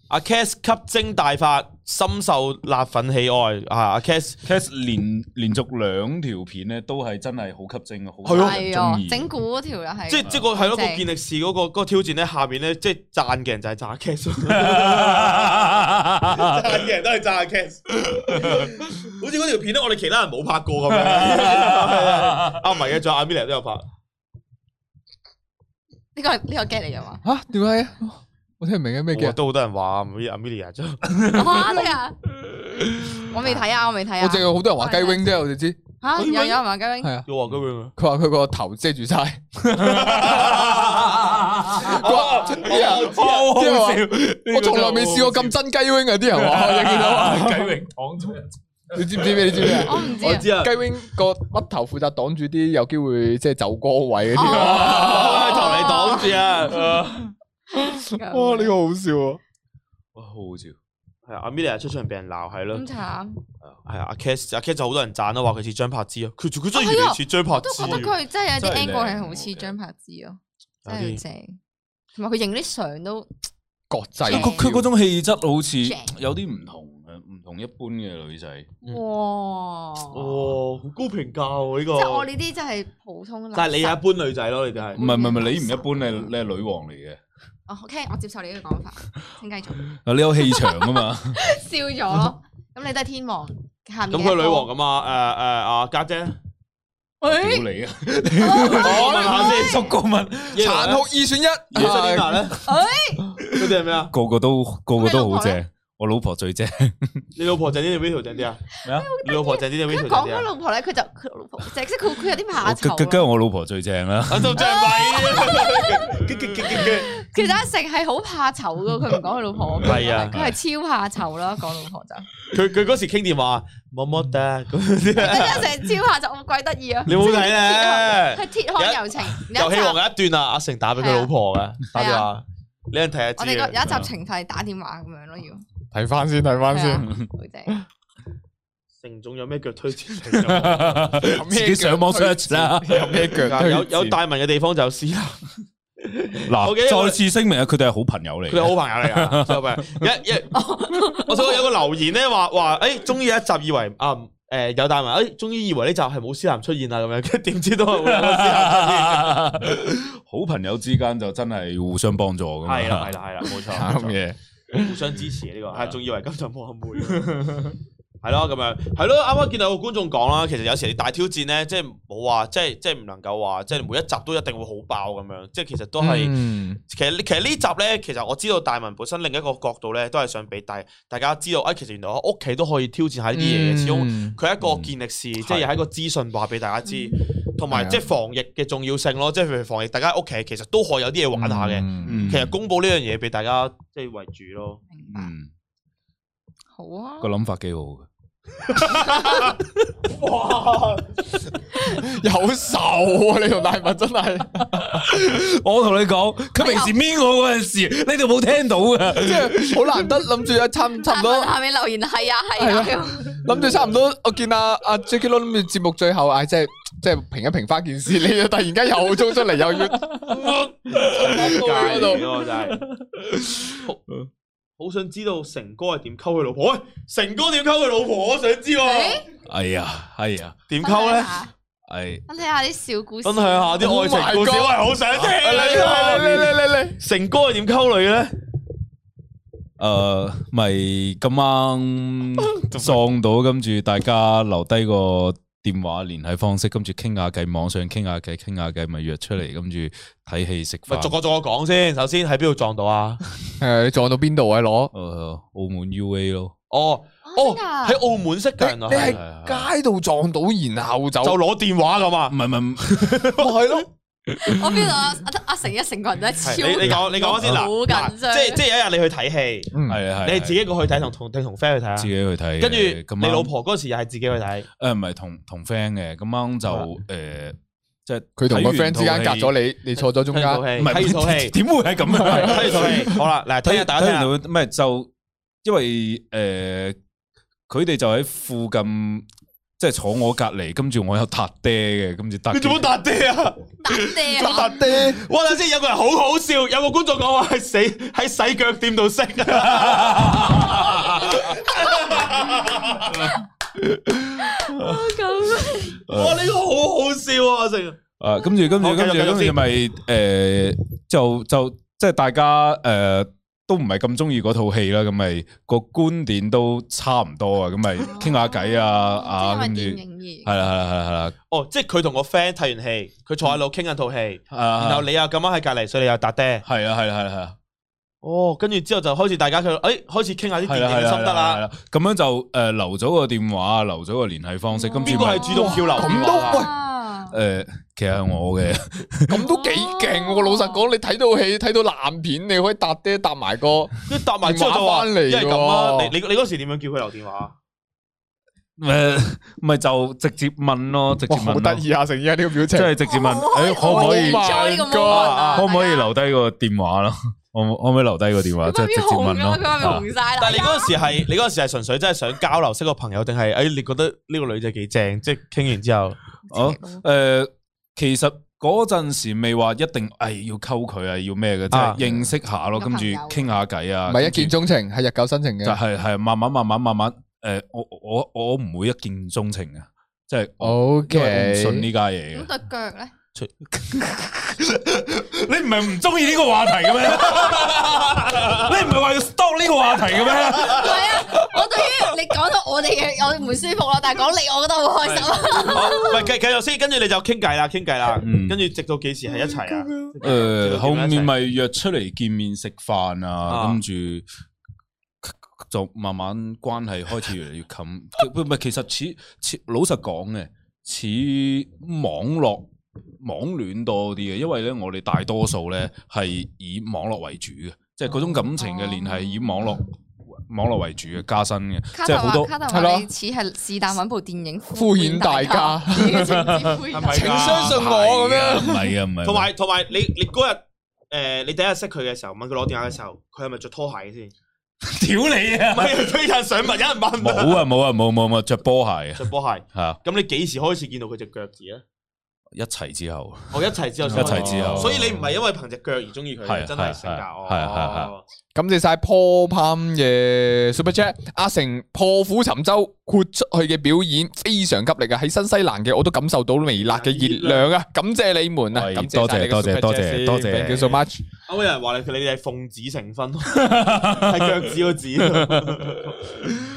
Speaker 1: 阿 Cass 吸睛大法，深受辣粉喜愛啊！阿 Cass。
Speaker 3: Cass 連連續兩條片咧都係真係好吸睛啊，好
Speaker 1: 係咯
Speaker 3: 多人
Speaker 4: 係啊
Speaker 3: 鍾意，
Speaker 4: 整蠱嗰條又係，
Speaker 1: 即係即係個係咯，
Speaker 4: 正
Speaker 1: 個健力士嗰個嗰個挑戰咧，下邊咧即係讚嘅人就係讚 case，讚 嘅人都係讚 case。好似嗰條片咧，我哋其他人冇拍過咁樣。 啊，唔係嘅，仲有 Amelia 都有拍。
Speaker 4: 呢個呢個 get 嚟 嘅嘛？
Speaker 2: 吓點解啊？我聽唔明嘅咩
Speaker 1: 我
Speaker 2: 嘅？
Speaker 1: 都好多人話唔好意 Amelia 啫。
Speaker 4: 啊，真㗎我未睇 啊，我未睇啊。
Speaker 2: 我淨係好多人話雞 wing 啫，我哋知
Speaker 4: 吓
Speaker 1: 我以為
Speaker 4: 又有人話雞 wing，
Speaker 2: 係啊。
Speaker 1: 我話咁樣
Speaker 2: 佢話佢個頭遮住晒，
Speaker 1: 啊。
Speaker 2: 佢話哎啲人
Speaker 3: 好好
Speaker 2: 啲人話
Speaker 3: 笑。
Speaker 2: 我從來未試過咁真雞 wing 啊！啲人話 我見到啊，
Speaker 3: 雞榮躺咗人。
Speaker 2: 你知唔知咩？你知唔知啊？
Speaker 4: 我唔知
Speaker 1: 我
Speaker 4: 啊。
Speaker 1: 知啊
Speaker 2: 雞。wing 個筆頭負責擋住啲有機會即係走光位嗰
Speaker 1: 啊
Speaker 2: 啲。
Speaker 1: 我
Speaker 4: 哦
Speaker 1: 係 同你擋住啊！
Speaker 2: 哇！呢個好笑啊！
Speaker 3: 哇，好好笑！
Speaker 1: 係啊，Amelia 出場俾人鬧係咯，
Speaker 4: 咁慘，
Speaker 1: 係啊，阿 Cass 阿 Cass 就好多人讚啦，話佢似張柏芝啊，佢佢真係越嚟越似張柏
Speaker 4: 哦我都
Speaker 1: 芝
Speaker 4: 覺得
Speaker 1: 喎。
Speaker 4: 佢真係有啲
Speaker 3: 真係靚
Speaker 4: angle 係好似張柏芝咯，真
Speaker 1: 有啲
Speaker 4: 係正。同埋佢影啲相都
Speaker 2: 國際
Speaker 4: 正
Speaker 3: 佢佢嗰種氣質好
Speaker 4: 正
Speaker 3: 似有啲唔同嘅，唔同一般嘅女仔。
Speaker 1: 嗯
Speaker 4: 哇，
Speaker 1: 哦，好高評價喎呢個。
Speaker 4: 即係我呢啲真係普通垃圾。
Speaker 1: 但係你係一般女仔咯，你哋
Speaker 3: 唔
Speaker 4: 啊
Speaker 1: 係。
Speaker 3: 係唔係唔係，你唔一般，你係你係女王嚟嘅。
Speaker 4: 哦，OK，我接受你呢個 講法，請繼續。
Speaker 3: 啊，你有氣場啊嘛。
Speaker 4: 笑咗咯，咁你都係天王下面
Speaker 1: 咁
Speaker 4: 嘅一個。
Speaker 1: 佢女王咁啊，誒誒阿家姐，
Speaker 3: 屌
Speaker 4: 誒，
Speaker 3: 你啊！
Speaker 1: 我問下先，
Speaker 3: 叔高文
Speaker 1: 啊
Speaker 2: 殘酷二選一，
Speaker 1: 耶穌娜咧，
Speaker 4: 哎
Speaker 1: 佢哋係咩啊？
Speaker 3: 個個都個個都好
Speaker 4: 咁你
Speaker 3: 正，我老婆最正。
Speaker 1: 你老婆正啲定 Vito 正啲啊？
Speaker 3: 咩啊？
Speaker 1: 你老婆正啲定
Speaker 4: 佢
Speaker 1: Vito 正
Speaker 4: 講
Speaker 1: 啲
Speaker 4: 佢
Speaker 1: 啊？
Speaker 4: 老婆咧，佢就佢老婆，即係即係佢佢有啲怕
Speaker 3: 我
Speaker 4: 醜啊
Speaker 3: 跟
Speaker 4: 咯。
Speaker 3: 跟跟我老婆最正啦。
Speaker 1: 我都真 係咪？
Speaker 4: 其實阿成係好怕醜噶，佢唔講佢老婆。
Speaker 1: 係啊
Speaker 4: 佢係超怕醜啦，講老 婆就。
Speaker 1: 佢佢嗰時傾電話，麼麼噠咁
Speaker 4: 嗯
Speaker 1: 啲，啊
Speaker 4: 阿成超怕醜，我鬼得意啊！
Speaker 1: 你冇睇咧？
Speaker 4: 係鐵漢柔情有
Speaker 1: 遊
Speaker 4: 一
Speaker 1: 戲
Speaker 4: 集，
Speaker 1: 王有一段啊，阿成打俾佢老婆嘅，打電
Speaker 4: 係啊
Speaker 1: 話，你人睇
Speaker 4: 我
Speaker 1: 下知
Speaker 4: 哋個
Speaker 1: 嘅。啊
Speaker 4: 有一集情題打電話咁樣咯，要
Speaker 2: 睇翻先，睇翻
Speaker 4: 係啊
Speaker 2: 先。，
Speaker 4: 好正。
Speaker 1: 成總有咩腳推薦？
Speaker 3: 自己上網 search 啦。
Speaker 2: 有咩腳推 薦？
Speaker 1: 有有大文嘅地方就有私啦。我記得
Speaker 3: 嗱，再次聲明啊，佢哋係好朋友嚟
Speaker 1: 佢哋
Speaker 3: 嘅。
Speaker 1: 好朋友嚟噶，真係好 朋友一一，我想講有個留言咧話話，誒終於一集以為啊誒有大文，誒終於以為呢集係冇思南出現啦啊咁樣， 跟住點知都係冇思南
Speaker 3: 好朋友之間就真係互相幫助
Speaker 1: 出
Speaker 3: 噶
Speaker 1: 現。
Speaker 3: 嘛。
Speaker 1: 係啦係啦係啦，冇錯，
Speaker 2: 啱
Speaker 1: 冇
Speaker 2: 嘅，
Speaker 1: 錯互相支持呢個，係仲以為今集冇阿妹。啊 係咯，咁樣係咯，啱啱見到有個觀眾講啦，其實有時你大挑戰咧，即係冇話，即係即係唔能夠話，即係每一集都一定會好爆咁樣，即係其實都係。
Speaker 2: 嗯
Speaker 1: 其實其實呢集咧，其實我知道大文本身另一個角度咧，都係想俾大大家知道，啊，其實原來我屋企都可以挑戰下呢啲嘢嘅。始終
Speaker 2: 嗯
Speaker 1: 佢係一個健力士，即係
Speaker 3: 係
Speaker 1: 係一個資訊話俾大家知。同埋
Speaker 2: 係啊
Speaker 1: 即係防疫嘅重要性咯。即係譬如防疫，大家喺屋企其實都可以有啲嘢玩下嘅。
Speaker 2: 嗯
Speaker 1: 其實公佈呢樣嘢俾大家即係為主咯。
Speaker 4: 明白，
Speaker 3: 嗯，
Speaker 4: 好啊
Speaker 3: 个。谂法几好嘅，
Speaker 2: 有仇啊！你同大文真係，
Speaker 3: 我同你讲，佢
Speaker 1: 哎
Speaker 3: 平时搣我嗰阵时，你哋冇听到嘅，
Speaker 2: 即係好難得諗住啊，差唔差唔 多
Speaker 4: 大文，下面留言係啊係啊，
Speaker 2: 諗住差唔多。我見阿阿 Jackie 諗住節目最後，唉，即係即係評一評翻件事，你就突然間又衝出嚟，又要
Speaker 1: 界
Speaker 2: 嗰
Speaker 1: 嚟
Speaker 2: 度。
Speaker 1: 啊咯，真係。好好想知道成哥係點溝佢老婆？喂，成哥點溝佢老婆？我想知喎。
Speaker 4: 誒
Speaker 3: 哎呀，系啊，
Speaker 1: 點溝咧？
Speaker 3: 系
Speaker 4: 分享下啲小故事，
Speaker 1: 分享下啲愛情故
Speaker 2: Oh my
Speaker 1: 事，
Speaker 2: God
Speaker 1: 喂，好想聽
Speaker 2: 嚟嚟
Speaker 1: 啊！呢
Speaker 2: 嚟
Speaker 1: 個
Speaker 2: 嚟嚟嚟！
Speaker 1: 成哥係點溝女咧？
Speaker 3: 诶，呃咪今晚撞到，跟住大家留低个电话联系方式，跟住倾下偈，网上倾下偈，倾下偈，咪约出嚟，跟住睇戏食
Speaker 1: 咪
Speaker 3: 饭
Speaker 1: 逐。個逐個講先。首先喺邊度撞到啊？
Speaker 2: 诶，你撞到邊度啊？攞
Speaker 3: 诶，呃澳门 U A 咯，
Speaker 1: 哦哦，
Speaker 4: 啊
Speaker 1: 喺澳門識嘅人
Speaker 2: 你
Speaker 1: 啊，
Speaker 2: 你
Speaker 1: 係
Speaker 3: 係啊
Speaker 2: 係街度撞到，然後就
Speaker 1: 就攞電話咁
Speaker 3: 唔
Speaker 1: 啊！
Speaker 3: 系唔系，
Speaker 2: 係咯。
Speaker 4: 我邊度啊阿阿成一成個人都係
Speaker 1: 係
Speaker 4: 超
Speaker 1: 你你講你講先
Speaker 4: 好
Speaker 1: 嗱，嗱
Speaker 4: 緊張
Speaker 1: 即係即係有一日你去睇戲，
Speaker 2: 嗯
Speaker 3: 系啊系，
Speaker 1: 你係自己一個去睇同同定同 friend 去睇
Speaker 3: 自
Speaker 1: 啊？
Speaker 3: 己去睇嘅，
Speaker 1: 跟住
Speaker 3: 咁
Speaker 1: 你
Speaker 3: 啱
Speaker 1: 老婆嗰時又係自己去睇，
Speaker 3: 诶，唔係同同 friend 嘅，咁啱就诶，即係
Speaker 2: 佢同個
Speaker 3: 睇完
Speaker 2: friend 之間隔
Speaker 3: 套戲，
Speaker 2: 咗你，你坐咗中
Speaker 1: 睇完
Speaker 2: 間
Speaker 1: 套。戲，
Speaker 3: 唔係
Speaker 1: 睇完套 戲，
Speaker 3: 點會係咁
Speaker 1: 係
Speaker 3: 啊？
Speaker 1: 睇完套戲。好啦，嗱，睇下大家
Speaker 3: 睇
Speaker 1: 聽下
Speaker 3: 完套，唔係就因為诶，佢哋就喺附近，即係坐我隔離，跟住我有搭爹嘅，跟住搭
Speaker 1: 你做乜搭爹啊？
Speaker 4: 搭爹
Speaker 2: 咁
Speaker 4: 啊！
Speaker 2: 特爹，
Speaker 1: 哇！等先，有個人好好笑，有個觀眾講話係死喺洗腳店度識，
Speaker 4: 咁
Speaker 1: 哇！呢個好好笑啊，成。
Speaker 3: 啊，跟住跟
Speaker 1: 好
Speaker 3: 住
Speaker 1: 繼續
Speaker 3: 跟住
Speaker 1: 繼續
Speaker 3: 跟住
Speaker 1: 先
Speaker 3: 咪诶，就就即係大家诶。都唔係咁中意嗰套戲啦，咁咪個觀點都差唔多啊，咁 咪傾下偈啊，啊跟住
Speaker 4: 即係因為電
Speaker 3: 係
Speaker 4: 影
Speaker 3: 啦係啦係啦係啦，
Speaker 1: 哦，即係佢同個 friend 睇完戲，佢坐喺度傾緊套戲，
Speaker 3: 啊
Speaker 1: 然後你又咁啱喺隔離，所以你又搭爹。
Speaker 3: 系啦，系啦，系啦，系啦，
Speaker 1: 哦，跟住之後就開始大家佢，诶，開始傾下啲電
Speaker 3: 係
Speaker 1: 影
Speaker 3: 啦，係
Speaker 1: 嘅
Speaker 3: 啦
Speaker 1: 心得
Speaker 3: 係啊
Speaker 1: 啦。
Speaker 3: 啦，咁样就诶留咗個電話，留咗個聯繫方式，咁
Speaker 1: 邊
Speaker 3: 住
Speaker 1: 哦個
Speaker 3: 咪
Speaker 1: 係主動叫流
Speaker 2: 咁
Speaker 1: 電
Speaker 2: 都
Speaker 1: 話啊？
Speaker 4: 啊
Speaker 3: 诶，其實係我嘅，
Speaker 2: 咁都幾勁喎！老實講，你睇到戲，睇到爛片，你可以搭爹搭埋個。
Speaker 1: 跟住搭埋之後就話，
Speaker 2: 電話
Speaker 1: 因
Speaker 2: 返嚟
Speaker 1: 為咁啊，
Speaker 2: 喎
Speaker 1: 你你你嗰時點樣叫佢留電話啊？
Speaker 3: 诶，咪就直接問咯，直接
Speaker 2: 哇，
Speaker 3: 問
Speaker 2: 好得
Speaker 3: 咯，
Speaker 2: 意啊！成依家呢個表
Speaker 3: 即
Speaker 2: 情，
Speaker 3: 係直接問，诶，可唔可以，
Speaker 2: 好
Speaker 4: ？enjoy 呢個
Speaker 2: Oh my God，
Speaker 4: moment 啊
Speaker 3: 可唔可以
Speaker 4: 大家
Speaker 3: 留低個電話咯？可唔可唔可以留低個電話？
Speaker 4: 佢
Speaker 3: 即係
Speaker 4: 媽咪
Speaker 3: 直接
Speaker 4: 紅
Speaker 3: 問
Speaker 4: 咗，佢媽咪
Speaker 3: 咯。啊
Speaker 4: 紅晒啦！
Speaker 1: 但係你嗰陣時係你嗰陣時係純粹真係想交流識個朋友，定係诶哎你覺得呢個女仔幾正？即係傾完之後，
Speaker 3: 哦，诶，其實嗰陣時未話一定，诶，要溝佢啊，要咩嘅，即
Speaker 1: 啊
Speaker 3: 係認識下咯，
Speaker 4: 有
Speaker 3: 跟
Speaker 4: 朋
Speaker 3: 住
Speaker 4: 友
Speaker 3: 傾下偈啊，
Speaker 2: 唔係一
Speaker 3: 跟住
Speaker 2: 見鍾情，係日久生情
Speaker 3: 就
Speaker 2: 嘅。
Speaker 3: 係係慢慢慢慢慢慢，诶、我我我唔會一見鍾情嘅，即係我
Speaker 2: O
Speaker 3: 因為我唔信
Speaker 2: K，
Speaker 3: 呢家嘢嘅。
Speaker 4: 咁對腳咧，
Speaker 3: 你唔係唔中意呢個話題 嘅咩？你唔係話要 stop 呢個話題嘅咩？
Speaker 4: 唔係啊！我對於你講到我哋嘅我唔舒服咯，但係講你我覺得好開心啊！
Speaker 1: 好唔係繼繼續先，跟住你就傾偈啦，傾偈啦，
Speaker 3: 嗯
Speaker 1: 跟住直到幾時係一齊啊？直到點樣
Speaker 3: 诶、
Speaker 1: 一齊
Speaker 3: 後面咪約出嚟見面食飯
Speaker 1: 啊
Speaker 3: 啊，跟住。就慢慢關係開始越嚟越近， 唔唔係其實似似老實講嘅，似網絡網戀多啲嘅，因為咧我哋大多數咧係以網絡為主嘅，即係嗰種感情嘅聯繫以網絡網絡為主嘅加深嘅，
Speaker 4: 卡
Speaker 3: 即
Speaker 4: 特
Speaker 3: 係好
Speaker 4: 話
Speaker 3: 多
Speaker 4: 卡特啊
Speaker 2: 係咯
Speaker 4: 話你似係是但揾部電影
Speaker 2: 敷衍 大 家
Speaker 4: 敷衍大家敷衍大
Speaker 1: 係咪
Speaker 4: 家
Speaker 2: 請相信我咁樣。
Speaker 3: 唔係啊唔係啊，
Speaker 1: 同埋同埋你你嗰日诶，你第一日識佢嘅時候，問佢攞電話嘅時候，佢係咪着拖鞋 先？唔
Speaker 3: 屌你啊！
Speaker 1: 係，佢有人想問，有人問
Speaker 3: 冇啊冇啊冇冇冇着波鞋啊，
Speaker 1: 着波鞋。
Speaker 3: 係啊
Speaker 1: 咁你幾時開始見到佢只腳趾咧？
Speaker 3: 一齊之後
Speaker 1: 我一齊之後
Speaker 3: 一
Speaker 1: 先開始，
Speaker 3: 齊之後，
Speaker 1: 所以你唔係因為憑只腳而中意佢嘅，
Speaker 3: 係啊
Speaker 1: 真係性格
Speaker 3: 係
Speaker 1: 哦。
Speaker 3: 係啊係係
Speaker 2: 感謝晒 Paul Pam 嘅 Super Chat，阿成破釜沉舟豁出去嘅表演非常急力啊！喺新西蘭嘅我都感受到微辣嘅熱量啊！感謝你們啊！
Speaker 3: 係
Speaker 2: 感謝晒你嘅
Speaker 3: 嗯多謝
Speaker 2: Super
Speaker 3: 多謝
Speaker 2: Chat 先
Speaker 3: 多謝
Speaker 2: Thank you so much。
Speaker 1: 啱啱有人話你佢你哋係奉子成 婚，係腳趾個趾，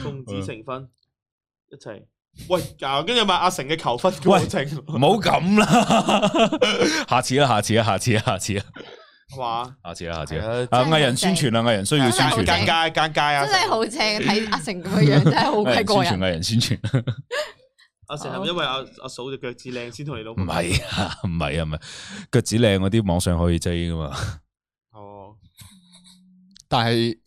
Speaker 1: 奉
Speaker 3: 嗯
Speaker 1: 子成婚一齊。喂，啊跟住咪阿成嘅求婚過程，
Speaker 3: 唔好咁啦， 下次啦下次啦下次啦下次啦
Speaker 1: 係嘛？
Speaker 3: 下次啦下次啦，
Speaker 1: 係啊
Speaker 3: 啊藝人宣傳啊藝人需要宣
Speaker 1: 尷
Speaker 3: 傳，
Speaker 4: 真係
Speaker 1: 尬尷尬啊！
Speaker 4: 真係好正，睇阿成咁嘅樣真係好
Speaker 3: 藝
Speaker 4: 鬼
Speaker 3: 人
Speaker 4: 過
Speaker 3: 宣傳
Speaker 4: 癮。
Speaker 3: 藝人宣傳，
Speaker 1: 阿成係咪因為阿阿嫂隻腳趾靚先同你老
Speaker 3: 唔
Speaker 1: 婆？
Speaker 3: 係啊，唔係啊，唔係腳趾靚嗰啲網上可以追噶嘛，
Speaker 1: 哦，
Speaker 2: 但系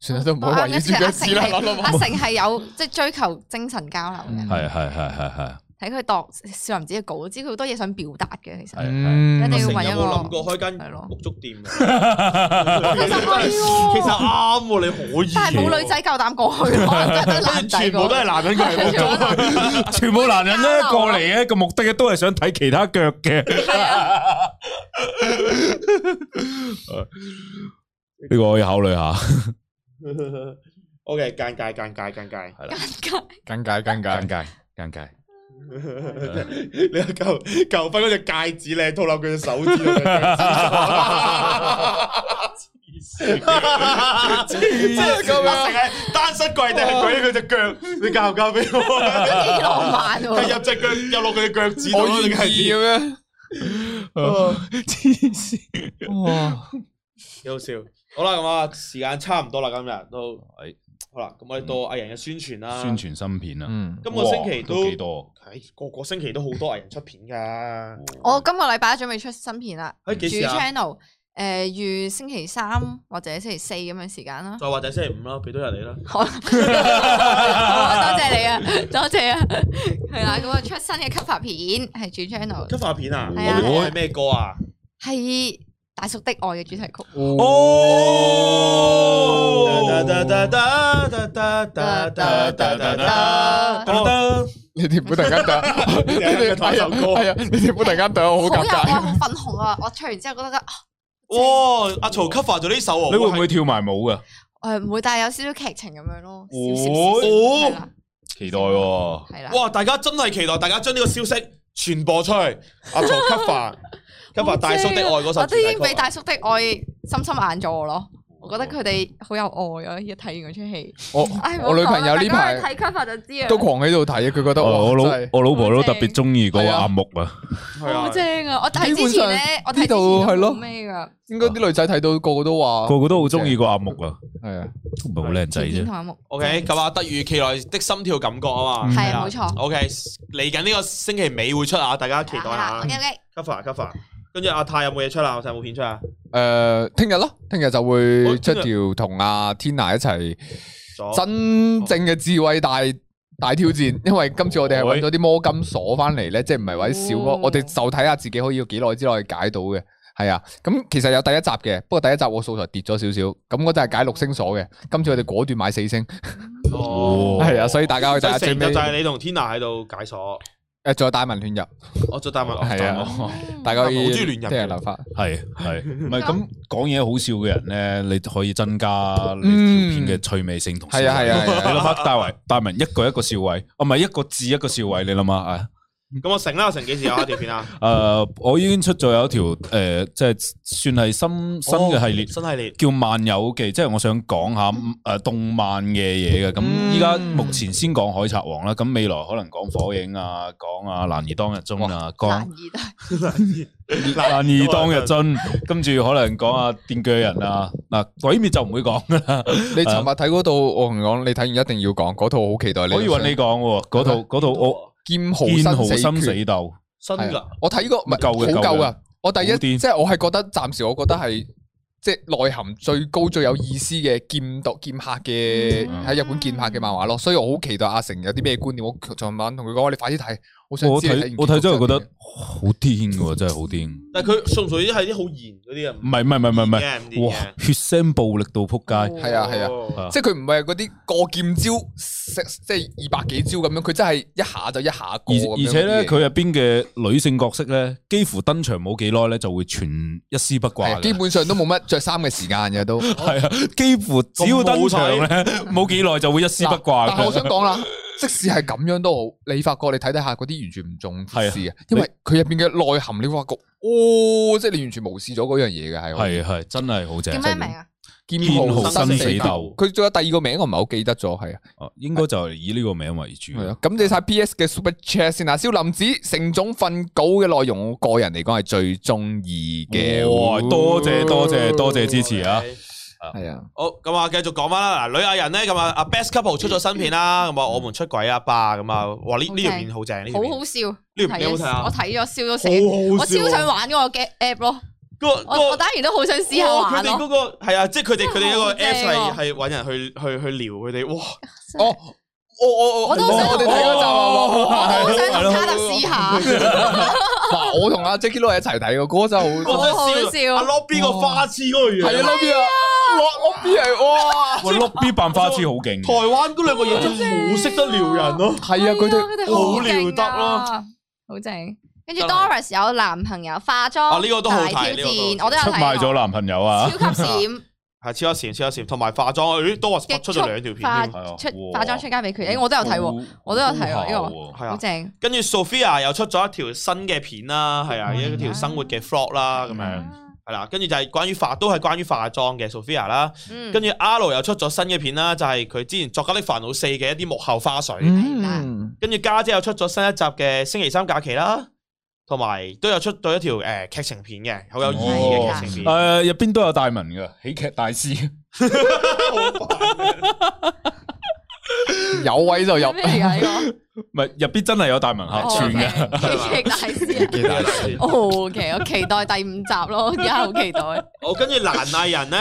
Speaker 2: 算啦，都唔好
Speaker 4: 我
Speaker 2: 圍
Speaker 4: 啱
Speaker 2: 繞住
Speaker 4: 嘅
Speaker 2: 腳趾啦，
Speaker 4: 啊阿成係
Speaker 2: 攞攞
Speaker 4: 阿成係有即係追求精神交流
Speaker 2: 嗯
Speaker 4: 嘅，
Speaker 3: 係係係係係
Speaker 4: 睇佢度少林寺嘅稿，知佢好多嘢想表達嘅，其實
Speaker 3: 係
Speaker 2: 嗯
Speaker 4: 一定
Speaker 1: 成
Speaker 4: 要
Speaker 1: 有
Speaker 4: 揾一
Speaker 1: 冇諗
Speaker 4: 個。
Speaker 1: 過開間
Speaker 4: 係咯
Speaker 1: 沐足店啊？
Speaker 4: 其實係
Speaker 1: 其實
Speaker 4: 喎，
Speaker 1: 啱喎，你可以。
Speaker 4: 但係冇 女仔夠膽過去咯，真係得男仔
Speaker 1: 全部都係男人過嚟沐足。
Speaker 3: 全部男人咧過嚟咧個目的咧都係想睇其他腳嘅。
Speaker 1: 啊
Speaker 3: 呢個可以考慮下，
Speaker 1: O K，間界間界間 界，
Speaker 2: 尷尬尷尬
Speaker 3: 尷，尬尷尬。
Speaker 1: 你求求婚嗰隻戒指靚，套落佢隻手指 度。即 係咁樣，成係單膝跪地，係
Speaker 4: 哦
Speaker 1: 舉起佢隻腳，你教唔教俾 我？啊
Speaker 4: 都幾浪漫啊
Speaker 1: 係啊
Speaker 4: 喎。
Speaker 1: 入隻腳，入落佢隻腳趾度
Speaker 2: 哦我
Speaker 1: 咯，
Speaker 2: 願
Speaker 1: 定
Speaker 2: 意
Speaker 1: 係
Speaker 2: 咁樣，
Speaker 3: 嗯
Speaker 2: 哦
Speaker 3: 黐線，
Speaker 2: 哇！
Speaker 1: 幾好笑。好啦，咁啊，時間差唔多啦，今日都哎
Speaker 3: 係
Speaker 1: 好啦。咁我哋到藝人嘅嗯宣傳啦。
Speaker 3: 宣傳新片啊！
Speaker 2: 嗯，
Speaker 1: 今個星期
Speaker 3: 哇
Speaker 1: 都
Speaker 3: 幾多？
Speaker 1: 唉，個個星期都好多藝人出片㗎。
Speaker 4: 我今個禮拜準備出新片啦，
Speaker 1: 喺
Speaker 4: 主
Speaker 1: 幾時啊？
Speaker 4: channel 誒預星期三或者星期四咁樣時間 啦。
Speaker 1: 再或者星期五啦，俾多日你啦。
Speaker 4: 好，好啊多謝你啊，多謝啊，係啦，咁啊出新嘅 cover 片係主 channel，
Speaker 1: 吸化片啊？
Speaker 4: 係啊
Speaker 1: 我哋係咩歌啊？
Speaker 4: 係《大叔的愛》嘅主題曲。
Speaker 3: 哦
Speaker 2: 哦
Speaker 1: 哦哦
Speaker 2: 你哋唔好突然間對，你哋
Speaker 1: 同一首歌
Speaker 2: 係啊，你哋唔好突然間對我哦好尷
Speaker 4: 好有愛，
Speaker 2: 尬。
Speaker 4: 好粉紅啊！ 我唱完之後覺得啊，
Speaker 1: 哇！阿曹 cover 咗呢首喎，
Speaker 3: 你會唔會跳埋舞啊噶？
Speaker 4: 誒唔會，但係有少少劇情咁樣咯，少少
Speaker 1: 哦
Speaker 4: 少少係啦，
Speaker 3: 期待喎！
Speaker 4: 係啦。
Speaker 1: 哇！大家真係期待，大家將呢個消息傳播出去。阿 曹 cover cover 啊大叔的愛嗰首
Speaker 4: 啊我
Speaker 1: 主
Speaker 4: 都已
Speaker 1: 題
Speaker 4: 經俾
Speaker 1: 曲啊，
Speaker 4: 大叔的愛深深眼咗我咯。我覺得
Speaker 3: 哦
Speaker 4: 佢哋好有愛啊！一睇完嗰出戲，
Speaker 2: 我
Speaker 4: 唉
Speaker 2: 我女朋友呢
Speaker 4: 大家
Speaker 2: 排
Speaker 4: 去睇 cover 就知啊，
Speaker 2: 都狂喺度睇，佢覺得
Speaker 3: 哦
Speaker 2: 哇
Speaker 3: 我老
Speaker 2: 真係
Speaker 3: 我老婆都特別中意嗰個阿木啊，
Speaker 1: 係
Speaker 4: 好
Speaker 1: 啊，
Speaker 4: 正啊！我睇之
Speaker 2: 基
Speaker 4: 前
Speaker 2: 本
Speaker 4: 咧
Speaker 2: 上，
Speaker 4: 我睇之前
Speaker 2: 呢度係咯
Speaker 4: 冇咩噶，
Speaker 2: 應該啲女仔睇到個個都話
Speaker 3: 個個哦都好中意個阿木啊，
Speaker 2: 係啊，
Speaker 3: 都唔係好靚仔
Speaker 4: 田
Speaker 3: 啫
Speaker 4: 同。阿木
Speaker 1: OK，咁啊，突如其來的心跳感覺啊嘛，
Speaker 4: 係
Speaker 1: 係啦
Speaker 4: 冇錯
Speaker 1: OK，嚟緊呢個星期尾會出啊，大家期待下
Speaker 4: OK OK，
Speaker 1: cover cover。跟住阿泰有冇嘢出啊？我睇有冇片出啊？
Speaker 2: 誒，聽日咯，聽日就會出
Speaker 1: 我
Speaker 2: 條同阿 Tina 一齊
Speaker 1: 咗
Speaker 2: 真正嘅智慧大大挑戰，因為今次我哋係揾咗啲魔金鎖翻嚟咧，即係唔係揾啲小魔，
Speaker 4: 哦
Speaker 2: 我哋就睇下自己可以要幾耐之內解到嘅。係啊，咁其實有第一集嘅，不過第一集我素材跌咗少少，咁嗰陣係解六星鎖嘅，今次我哋果斷買四星，
Speaker 1: 哦
Speaker 2: 係啊，所以大家可以
Speaker 1: 就
Speaker 2: 睇下
Speaker 1: 係
Speaker 2: 最
Speaker 1: 成日
Speaker 2: 尾
Speaker 1: 就，係你同 Tina 喺度解鎖，
Speaker 2: 誒仲有大文圈入，
Speaker 1: 我做大文
Speaker 2: 係啊
Speaker 3: 哦
Speaker 2: 大家可以
Speaker 1: 好中意亂入嘅
Speaker 2: 聽人留法，
Speaker 3: 係係，唔係咁講嘢好笑嘅人咧，你可以增加你條片嘅趣味性同笑位。
Speaker 2: 係啊係啊係啊
Speaker 3: 你諗下大維大文一個一個笑位，啊唔係一個字一個笑位，你諗下啊。
Speaker 1: 咁我成啦，我成幾時有啊條片 啊？
Speaker 3: 诶、我已經出咗有一條诶、即係算係新新嘅系列，
Speaker 1: 哦新系列。
Speaker 3: 叫《漫遊記》，即係我想講下诶动漫嘅嘢嘅。咁
Speaker 2: 嗯
Speaker 3: 依家目前先講《海賊王》啦，咁未來可能講《火影》啊，講啊《難兒當日中》啊，
Speaker 4: 難
Speaker 3: 講
Speaker 4: 以得
Speaker 3: 《 難兒當日中》，跟住可能講啊《電鋸人》啊，嗱《鬼滅》就唔會講噶啦。
Speaker 2: 你尋日睇嗰套，我同你講，你睇完一定要講，嗰套好期待你。
Speaker 3: 可以揾你講喎，嗰套嗰套我
Speaker 2: 劍豪
Speaker 3: 見豪
Speaker 2: 生
Speaker 3: 心
Speaker 2: 死
Speaker 3: 死
Speaker 2: 決
Speaker 3: 鬥，
Speaker 1: 新
Speaker 2: 係
Speaker 1: 噶
Speaker 2: 啊，我睇過唔係
Speaker 3: 夠嘅
Speaker 2: 好
Speaker 3: 夠
Speaker 2: 夠
Speaker 3: 嘅
Speaker 2: 噶。我第一
Speaker 3: 好癲
Speaker 2: 即係我係覺得暫時我覺得係即係內涵最高最有意思嘅劍道劍客嘅
Speaker 4: 嗯
Speaker 2: 喺日本劍客嘅漫畫咯，所以我好期待阿成有啲咩觀點。我昨晚同佢講，你快啲睇，好想
Speaker 3: 我
Speaker 2: 知你
Speaker 3: 睇
Speaker 2: 睇
Speaker 3: 我睇咗係覺得
Speaker 2: 完
Speaker 3: 好癲嘅喎，真係好癲。
Speaker 1: 但係佢屬唔屬於係啲好嚴嗰啲啊？
Speaker 3: 唔係唔係唔係唔係。
Speaker 1: 係唔
Speaker 3: 哇！血腥暴力到扑街，
Speaker 2: 係啊係啊
Speaker 1: 啊，
Speaker 2: 結果之後睇完即係佢唔係嗰啲過劍招，即即係二百幾招咁樣，佢真係一下就一下過
Speaker 3: 而
Speaker 2: 咁樣嗰啲
Speaker 3: 而
Speaker 2: 嘢。啊
Speaker 3: 且咧，佢入邊嘅女性角色咧，幾乎登場冇幾耐咧，就會全一絲不掛
Speaker 2: 係基
Speaker 3: 嘅。
Speaker 2: 本上都冇乜着衫嘅時間嘅都。
Speaker 3: 係啊，幾乎只要登場咧，冇幾耐就會一絲不掛
Speaker 2: 但係我想
Speaker 3: 嘅。
Speaker 2: 講啦， 即使係咁樣都好，你發覺你睇睇下嗰啲完全唔重視
Speaker 3: 啊
Speaker 2: 嘅，因為佢入邊嘅內涵，你會發覺哦，即係你完全無視咗嗰樣嘢嘅係我。
Speaker 3: 係係，真係好正。
Speaker 4: 叫咩名啊？
Speaker 2: 劍
Speaker 3: 劍豪
Speaker 2: 豪
Speaker 3: 生
Speaker 2: 生
Speaker 3: 死
Speaker 2: 死
Speaker 3: 鬥
Speaker 2: 鬥，佢仲有第二個名，我唔係好記得咗，係啊，
Speaker 3: 哦？應該就係以呢個名為主。
Speaker 2: 係啊。感謝晒 P.S. 嘅 Super Chat 先啊，蕭林子成總份稿嘅內容，我個人嚟講係最中意嘅。
Speaker 3: 哦哇！多謝多謝多謝支持啊！
Speaker 2: 系啊，
Speaker 1: 好，咁啊，繼續講翻啦。嗱，女藝人咧，咁啊，阿 Best Couple 出咗新片啦，咁啊，我們出軌啊吧，咁啊，哇，呢呢條片好正，呢條
Speaker 4: 好
Speaker 1: 片
Speaker 4: 好笑，
Speaker 1: 呢條片好睇啊
Speaker 4: 我睇咗笑啊到死，
Speaker 1: 好啊
Speaker 4: 我超想玩嗰個 app 咯，
Speaker 1: 嗰個
Speaker 4: 我我
Speaker 1: 嗰個
Speaker 4: 單然都好想試下
Speaker 1: 哇佢
Speaker 4: 玩
Speaker 1: 哋
Speaker 4: 咯，
Speaker 1: 嗰個係啊，即係佢哋啊佢哋一個
Speaker 4: 真係
Speaker 1: Apps 係
Speaker 4: 好正喎
Speaker 1: 係揾人去去去聊佢哋，哇！
Speaker 4: 真係
Speaker 2: 哦，我我
Speaker 4: 我都好想
Speaker 2: 我哋睇嗰集
Speaker 4: 我
Speaker 2: 啊，
Speaker 4: 好想同卡特試下，
Speaker 2: 嗱，我同阿 Jackie Lou 一齊睇嘅，嗰 集好
Speaker 1: 我
Speaker 4: 好好
Speaker 1: 真係啊
Speaker 4: 笑
Speaker 1: 阿 Lobby 個花痴嗰
Speaker 2: 系
Speaker 1: 個
Speaker 2: 啊
Speaker 1: 樣，
Speaker 2: ，Lobby 啊，哇，我 B 係哇，
Speaker 3: 喂碌 B 扮花痴好勁
Speaker 1: 台灣嗰兩個嘢真係好識得撩人咯。
Speaker 2: 係啊，佢哋
Speaker 4: 哋
Speaker 1: 好
Speaker 4: 勁
Speaker 1: 撩得
Speaker 4: 啊，好正。跟住
Speaker 1: 真係
Speaker 4: Doris 有男朋友化妝，
Speaker 1: 啊呢個都好睇
Speaker 4: 大挑
Speaker 1: 呢個都好睇
Speaker 4: 戰，我都有
Speaker 3: 出賣
Speaker 4: 睇
Speaker 3: 咗
Speaker 4: 過，
Speaker 3: 男朋友啊！
Speaker 4: 超級閃。
Speaker 1: 係超級閃，超級閃，同埋化妝，咦多
Speaker 4: 極
Speaker 1: 出咗兩條片
Speaker 4: 化
Speaker 1: 添。
Speaker 3: 係啊
Speaker 4: 出
Speaker 3: 哇
Speaker 4: 化妝出街俾佢，哎誒我都有睇喎，我都有睇喎呢個
Speaker 1: 係
Speaker 4: 好
Speaker 1: 啊，
Speaker 4: 正。
Speaker 1: 跟住 Sophia 又出咗一條新嘅片啦，係啊，一條生活嘅 vlog 啦，
Speaker 4: 嗯
Speaker 1: 咁樣係啦。跟住就係關於化，都係關於化妝嘅 Sophia 啦。
Speaker 4: 嗯，
Speaker 1: 跟住 R 又出咗新嘅片啦，就係佢之前《作家的煩惱四》嘅一啲幕後花絮。
Speaker 2: 嗯，
Speaker 1: 跟住家姐又出咗新一集嘅星期三假期啦，同埋都有出咗一條誒劇情片嘅，好
Speaker 3: 哦
Speaker 1: 有意義嘅
Speaker 4: 啊
Speaker 1: 劇情片。
Speaker 3: 诶，入邊都有大文嘅喜劇大師，
Speaker 2: 有位就入
Speaker 4: 咩。嚟㗎呢
Speaker 3: 唔係入邊真係有大文 客
Speaker 4: 個？哦
Speaker 3: 串嘅。
Speaker 4: 嘅，大師啊。O K，我期待第五集咯，而家好期待。
Speaker 1: 我跟住男藝人咧，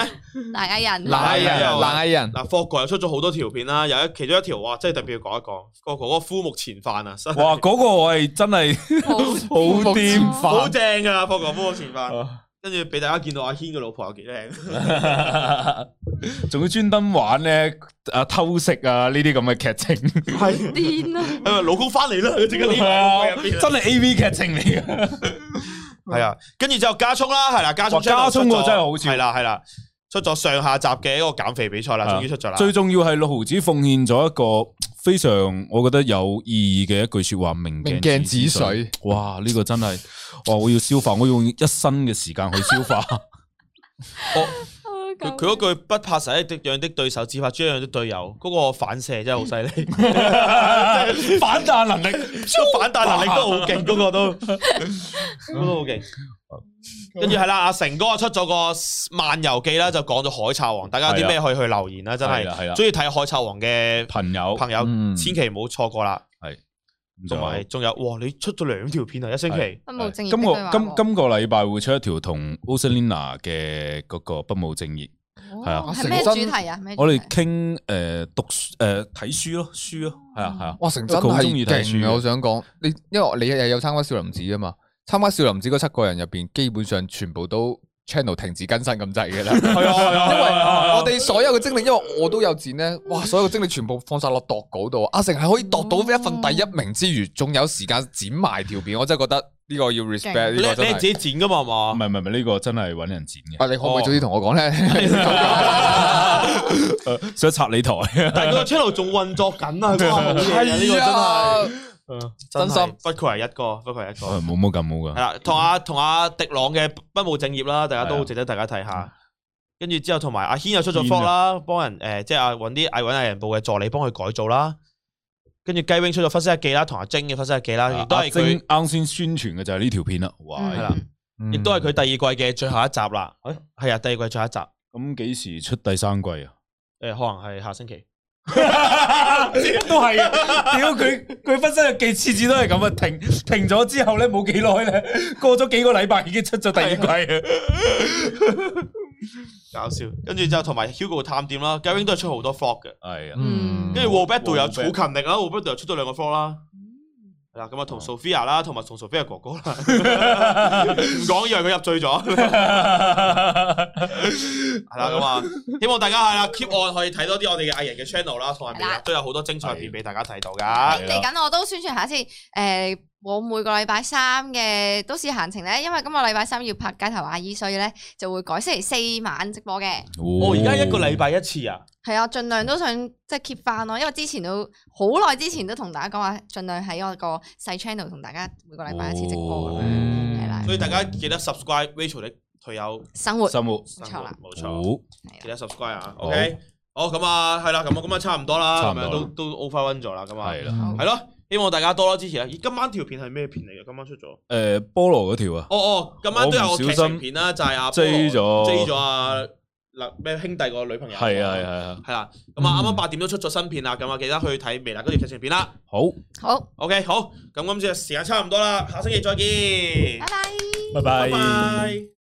Speaker 4: 大家人啊
Speaker 3: 啊
Speaker 1: 嗱
Speaker 2: 懶人，懶人，
Speaker 1: 嗱霍哥又出咗好多條片啦，有一其中一條哇，真係特別要講一講，個哥哥夫目前犯啊，真係
Speaker 3: 哇！嗰個我係真係
Speaker 4: 好
Speaker 3: 好癲
Speaker 1: 好
Speaker 3: 飯，
Speaker 1: 正噶霍哥夫目前犯，
Speaker 3: 啊
Speaker 1: 跟住俾大家見到阿軒嘅老婆有幾靚，
Speaker 3: 仲要專登玩咧啊偷食啊呢啲咁嘅劇情，
Speaker 1: 係
Speaker 4: 癲啊！
Speaker 1: 誒老公翻嚟 啦，佢即刻匿
Speaker 3: 啊
Speaker 1: 埋喺屋企入邊
Speaker 3: 真係 A V 劇情嚟嘅。
Speaker 1: 係啊，跟住之後加葱啦，係啦，加葱
Speaker 3: 哇加葱喎真係好笑
Speaker 1: 係啦係啦，出咗上下集嘅一個減肥比賽啦，
Speaker 3: 係啊
Speaker 1: 終於出咗啦，
Speaker 3: 最重要係六毫子奉獻咗一個非常我覺得有意義嘅一句说話：明鏡
Speaker 2: 明鏡
Speaker 3: 止
Speaker 2: 止
Speaker 3: 水。
Speaker 2: 水，
Speaker 3: 哇！呢個真係，哇！我要消化，我用一生嘅時間去消 化。
Speaker 1: 我佢佢嗰句不怕死的樣的對手，只怕豬樣的隊友，嗰、個反射真係好犀 利，
Speaker 3: 反彈能力，
Speaker 1: 個反彈能力都好勁，嗰、個 都嗰個都好勁。跟住係啦，阿成哥出咗個漫遊記啦，就講咗海賊王，大家有啲咩可以去留言啦，真係
Speaker 3: 啊係啦係啊啦
Speaker 1: 中意睇海賊王嘅
Speaker 3: 朋友
Speaker 1: 朋友，
Speaker 2: 嗯
Speaker 1: 千祈唔好錯過啦。同埋仲有，哇！你出咗兩條片啊，一星期
Speaker 3: 係
Speaker 4: 不務正業
Speaker 3: 今
Speaker 4: 的
Speaker 3: 個
Speaker 4: 對話
Speaker 3: 今
Speaker 4: 喎
Speaker 3: 今個禮拜會出一條同 Oselina 嘅嗰個不務正業，係啊
Speaker 4: 哦係咩
Speaker 2: 成
Speaker 4: 主題啊？咩主題
Speaker 3: 我哋傾诶讀诶睇書咯，書咯，係
Speaker 4: 嗯
Speaker 3: 啊係啊，
Speaker 2: 哇，成真
Speaker 3: 真係勁
Speaker 2: 係
Speaker 3: 啊
Speaker 2: 勁啊！我想講你，因為你又有參加少林寺啊嘛，參加少林寺嗰七個人入边，基本上全部都 channel 停止更新咁滯嘅啦。
Speaker 3: 係啊係啊
Speaker 2: 因為我
Speaker 3: 哋
Speaker 2: 哋所有嘅精力，因為我都有剪咧，哇！所有嘅精力全部放晒落度稿度。阿成係可以度到一份第一名之餘，仲有時間剪埋條片，我真係覺得呢個要 respect
Speaker 1: 你
Speaker 2: 呢個
Speaker 1: 你
Speaker 2: 真
Speaker 1: 係自己
Speaker 2: 係。
Speaker 1: 剪噶嘛？係
Speaker 3: 唔
Speaker 1: 嘛？
Speaker 3: 係唔係唔係呢個真係揾人剪嘅，
Speaker 2: 啊，你可唔可以早啲同我講咧？
Speaker 3: 呃想拆你台，
Speaker 1: 但係個 channel 仲運作緊啊！佢話好嘢啊呢個真係。 真
Speaker 2: 真
Speaker 1: 心
Speaker 2: 心
Speaker 1: 不愧係一個，不愧係一個。
Speaker 3: 冇冇咁冇
Speaker 1: 係
Speaker 3: 噶，
Speaker 1: 啦，同阿同阿迪朗嘅不務正業啦，大家都好值得大家睇下。跟住之後，同埋阿軒又出咗
Speaker 3: 軒
Speaker 1: f
Speaker 3: 啊
Speaker 1: 啦，幫人诶，即係啊揾啲藝揾藝人部嘅助理幫佢改造啦。跟住雞 wing 出咗分析日記啦，同阿晶嘅分析日記啦，啊亦都
Speaker 3: 啊阿
Speaker 1: 係佢
Speaker 3: 晶，啱先宣傳嘅就係呢條片啦，哇！
Speaker 4: 嗯
Speaker 1: 係啦，亦都係佢第二季嘅最後一集啦。係啊，第二季最後一集，
Speaker 3: 咁幾時出第三季啊？
Speaker 1: 诶，可能係下星期。
Speaker 3: 都係啊！ 屌佢佢分身日記次次都係咁啊！停停咗之後咧，冇幾耐咧，過咗幾個禮拜已經出咗第二季啊！
Speaker 1: 搞笑。跟住就同埋 Hugo 探店啦，雞 wing 都係出好多 f l o g 嘅。
Speaker 3: 係啊，
Speaker 4: 嗯
Speaker 1: 跟住 w a b a t 又好
Speaker 3: Warbad
Speaker 1: 勤力啦 w a b a t 又出咗兩個 f l o g 啦。係啦，咁啊同 Sophia 啦，同埋同 Sophia 哥哥 啦，唔講讓佢入醉咗。 係啦，咁啊，希望大家係啦，keep on 可以睇多啲我哋嘅藝人嘅 channel 啦，同埋未
Speaker 4: 係
Speaker 1: 來
Speaker 4: 啦
Speaker 1: 都有好多精彩片俾大家睇到
Speaker 3: 係
Speaker 1: 㗎。
Speaker 4: 嚟緊我都宣傳下先，诶、我每個禮拜三嘅都市閒情咧，因為今個禮拜三要拍街頭阿姨，所以咧就會改星期四晚直播嘅。
Speaker 1: 我
Speaker 3: 我
Speaker 1: 哦而家一個禮拜一次啊，
Speaker 4: 係啊，盡量都想即係 keep 翻咯，因為之前都好耐之前都同大家講話，盡量喺我個細 channel 同大家每個禮拜一次直播咁樣，
Speaker 3: 哦
Speaker 4: 係啦、
Speaker 1: 所以大家記得 subscribe Rachel 的退休
Speaker 4: 生活
Speaker 3: 生活
Speaker 1: 生
Speaker 4: 冇錯啦
Speaker 1: 活，冇錯，
Speaker 3: 好
Speaker 1: 記得 subscribe 啊。OK，好咁啊，係啦，咁啊，咁啊，差唔多啦，
Speaker 3: 差
Speaker 1: 咁
Speaker 3: 唔多啦
Speaker 1: 樣都都 over one 咗啦，咁啊。
Speaker 3: 係啦。
Speaker 1: 系咯，希望大家多多支持啦。啊咦，今晚條片係咩片嚟嘅？今晚出咗。
Speaker 3: 誒呃菠蘿嗰條啊，
Speaker 1: 哦哦，今晚都有
Speaker 3: 我唔
Speaker 1: 個
Speaker 3: 小
Speaker 1: 劇
Speaker 3: 心
Speaker 1: 情片啦，就係阿
Speaker 3: 追咗
Speaker 1: J 咗啊嗱咩兄弟個女朋友。
Speaker 3: 係啊係啊係啊，
Speaker 1: 係啦，咁啊啱啱八點都出咗新片啦，咁啊記得去睇微辣嗰條劇情片啦。
Speaker 3: 好，
Speaker 4: 好，
Speaker 1: OK，好，咁今次嘅時間差唔多啦，下星期再見，
Speaker 4: 拜
Speaker 1: 拜
Speaker 3: 拜
Speaker 4: 拜。
Speaker 1: 拜。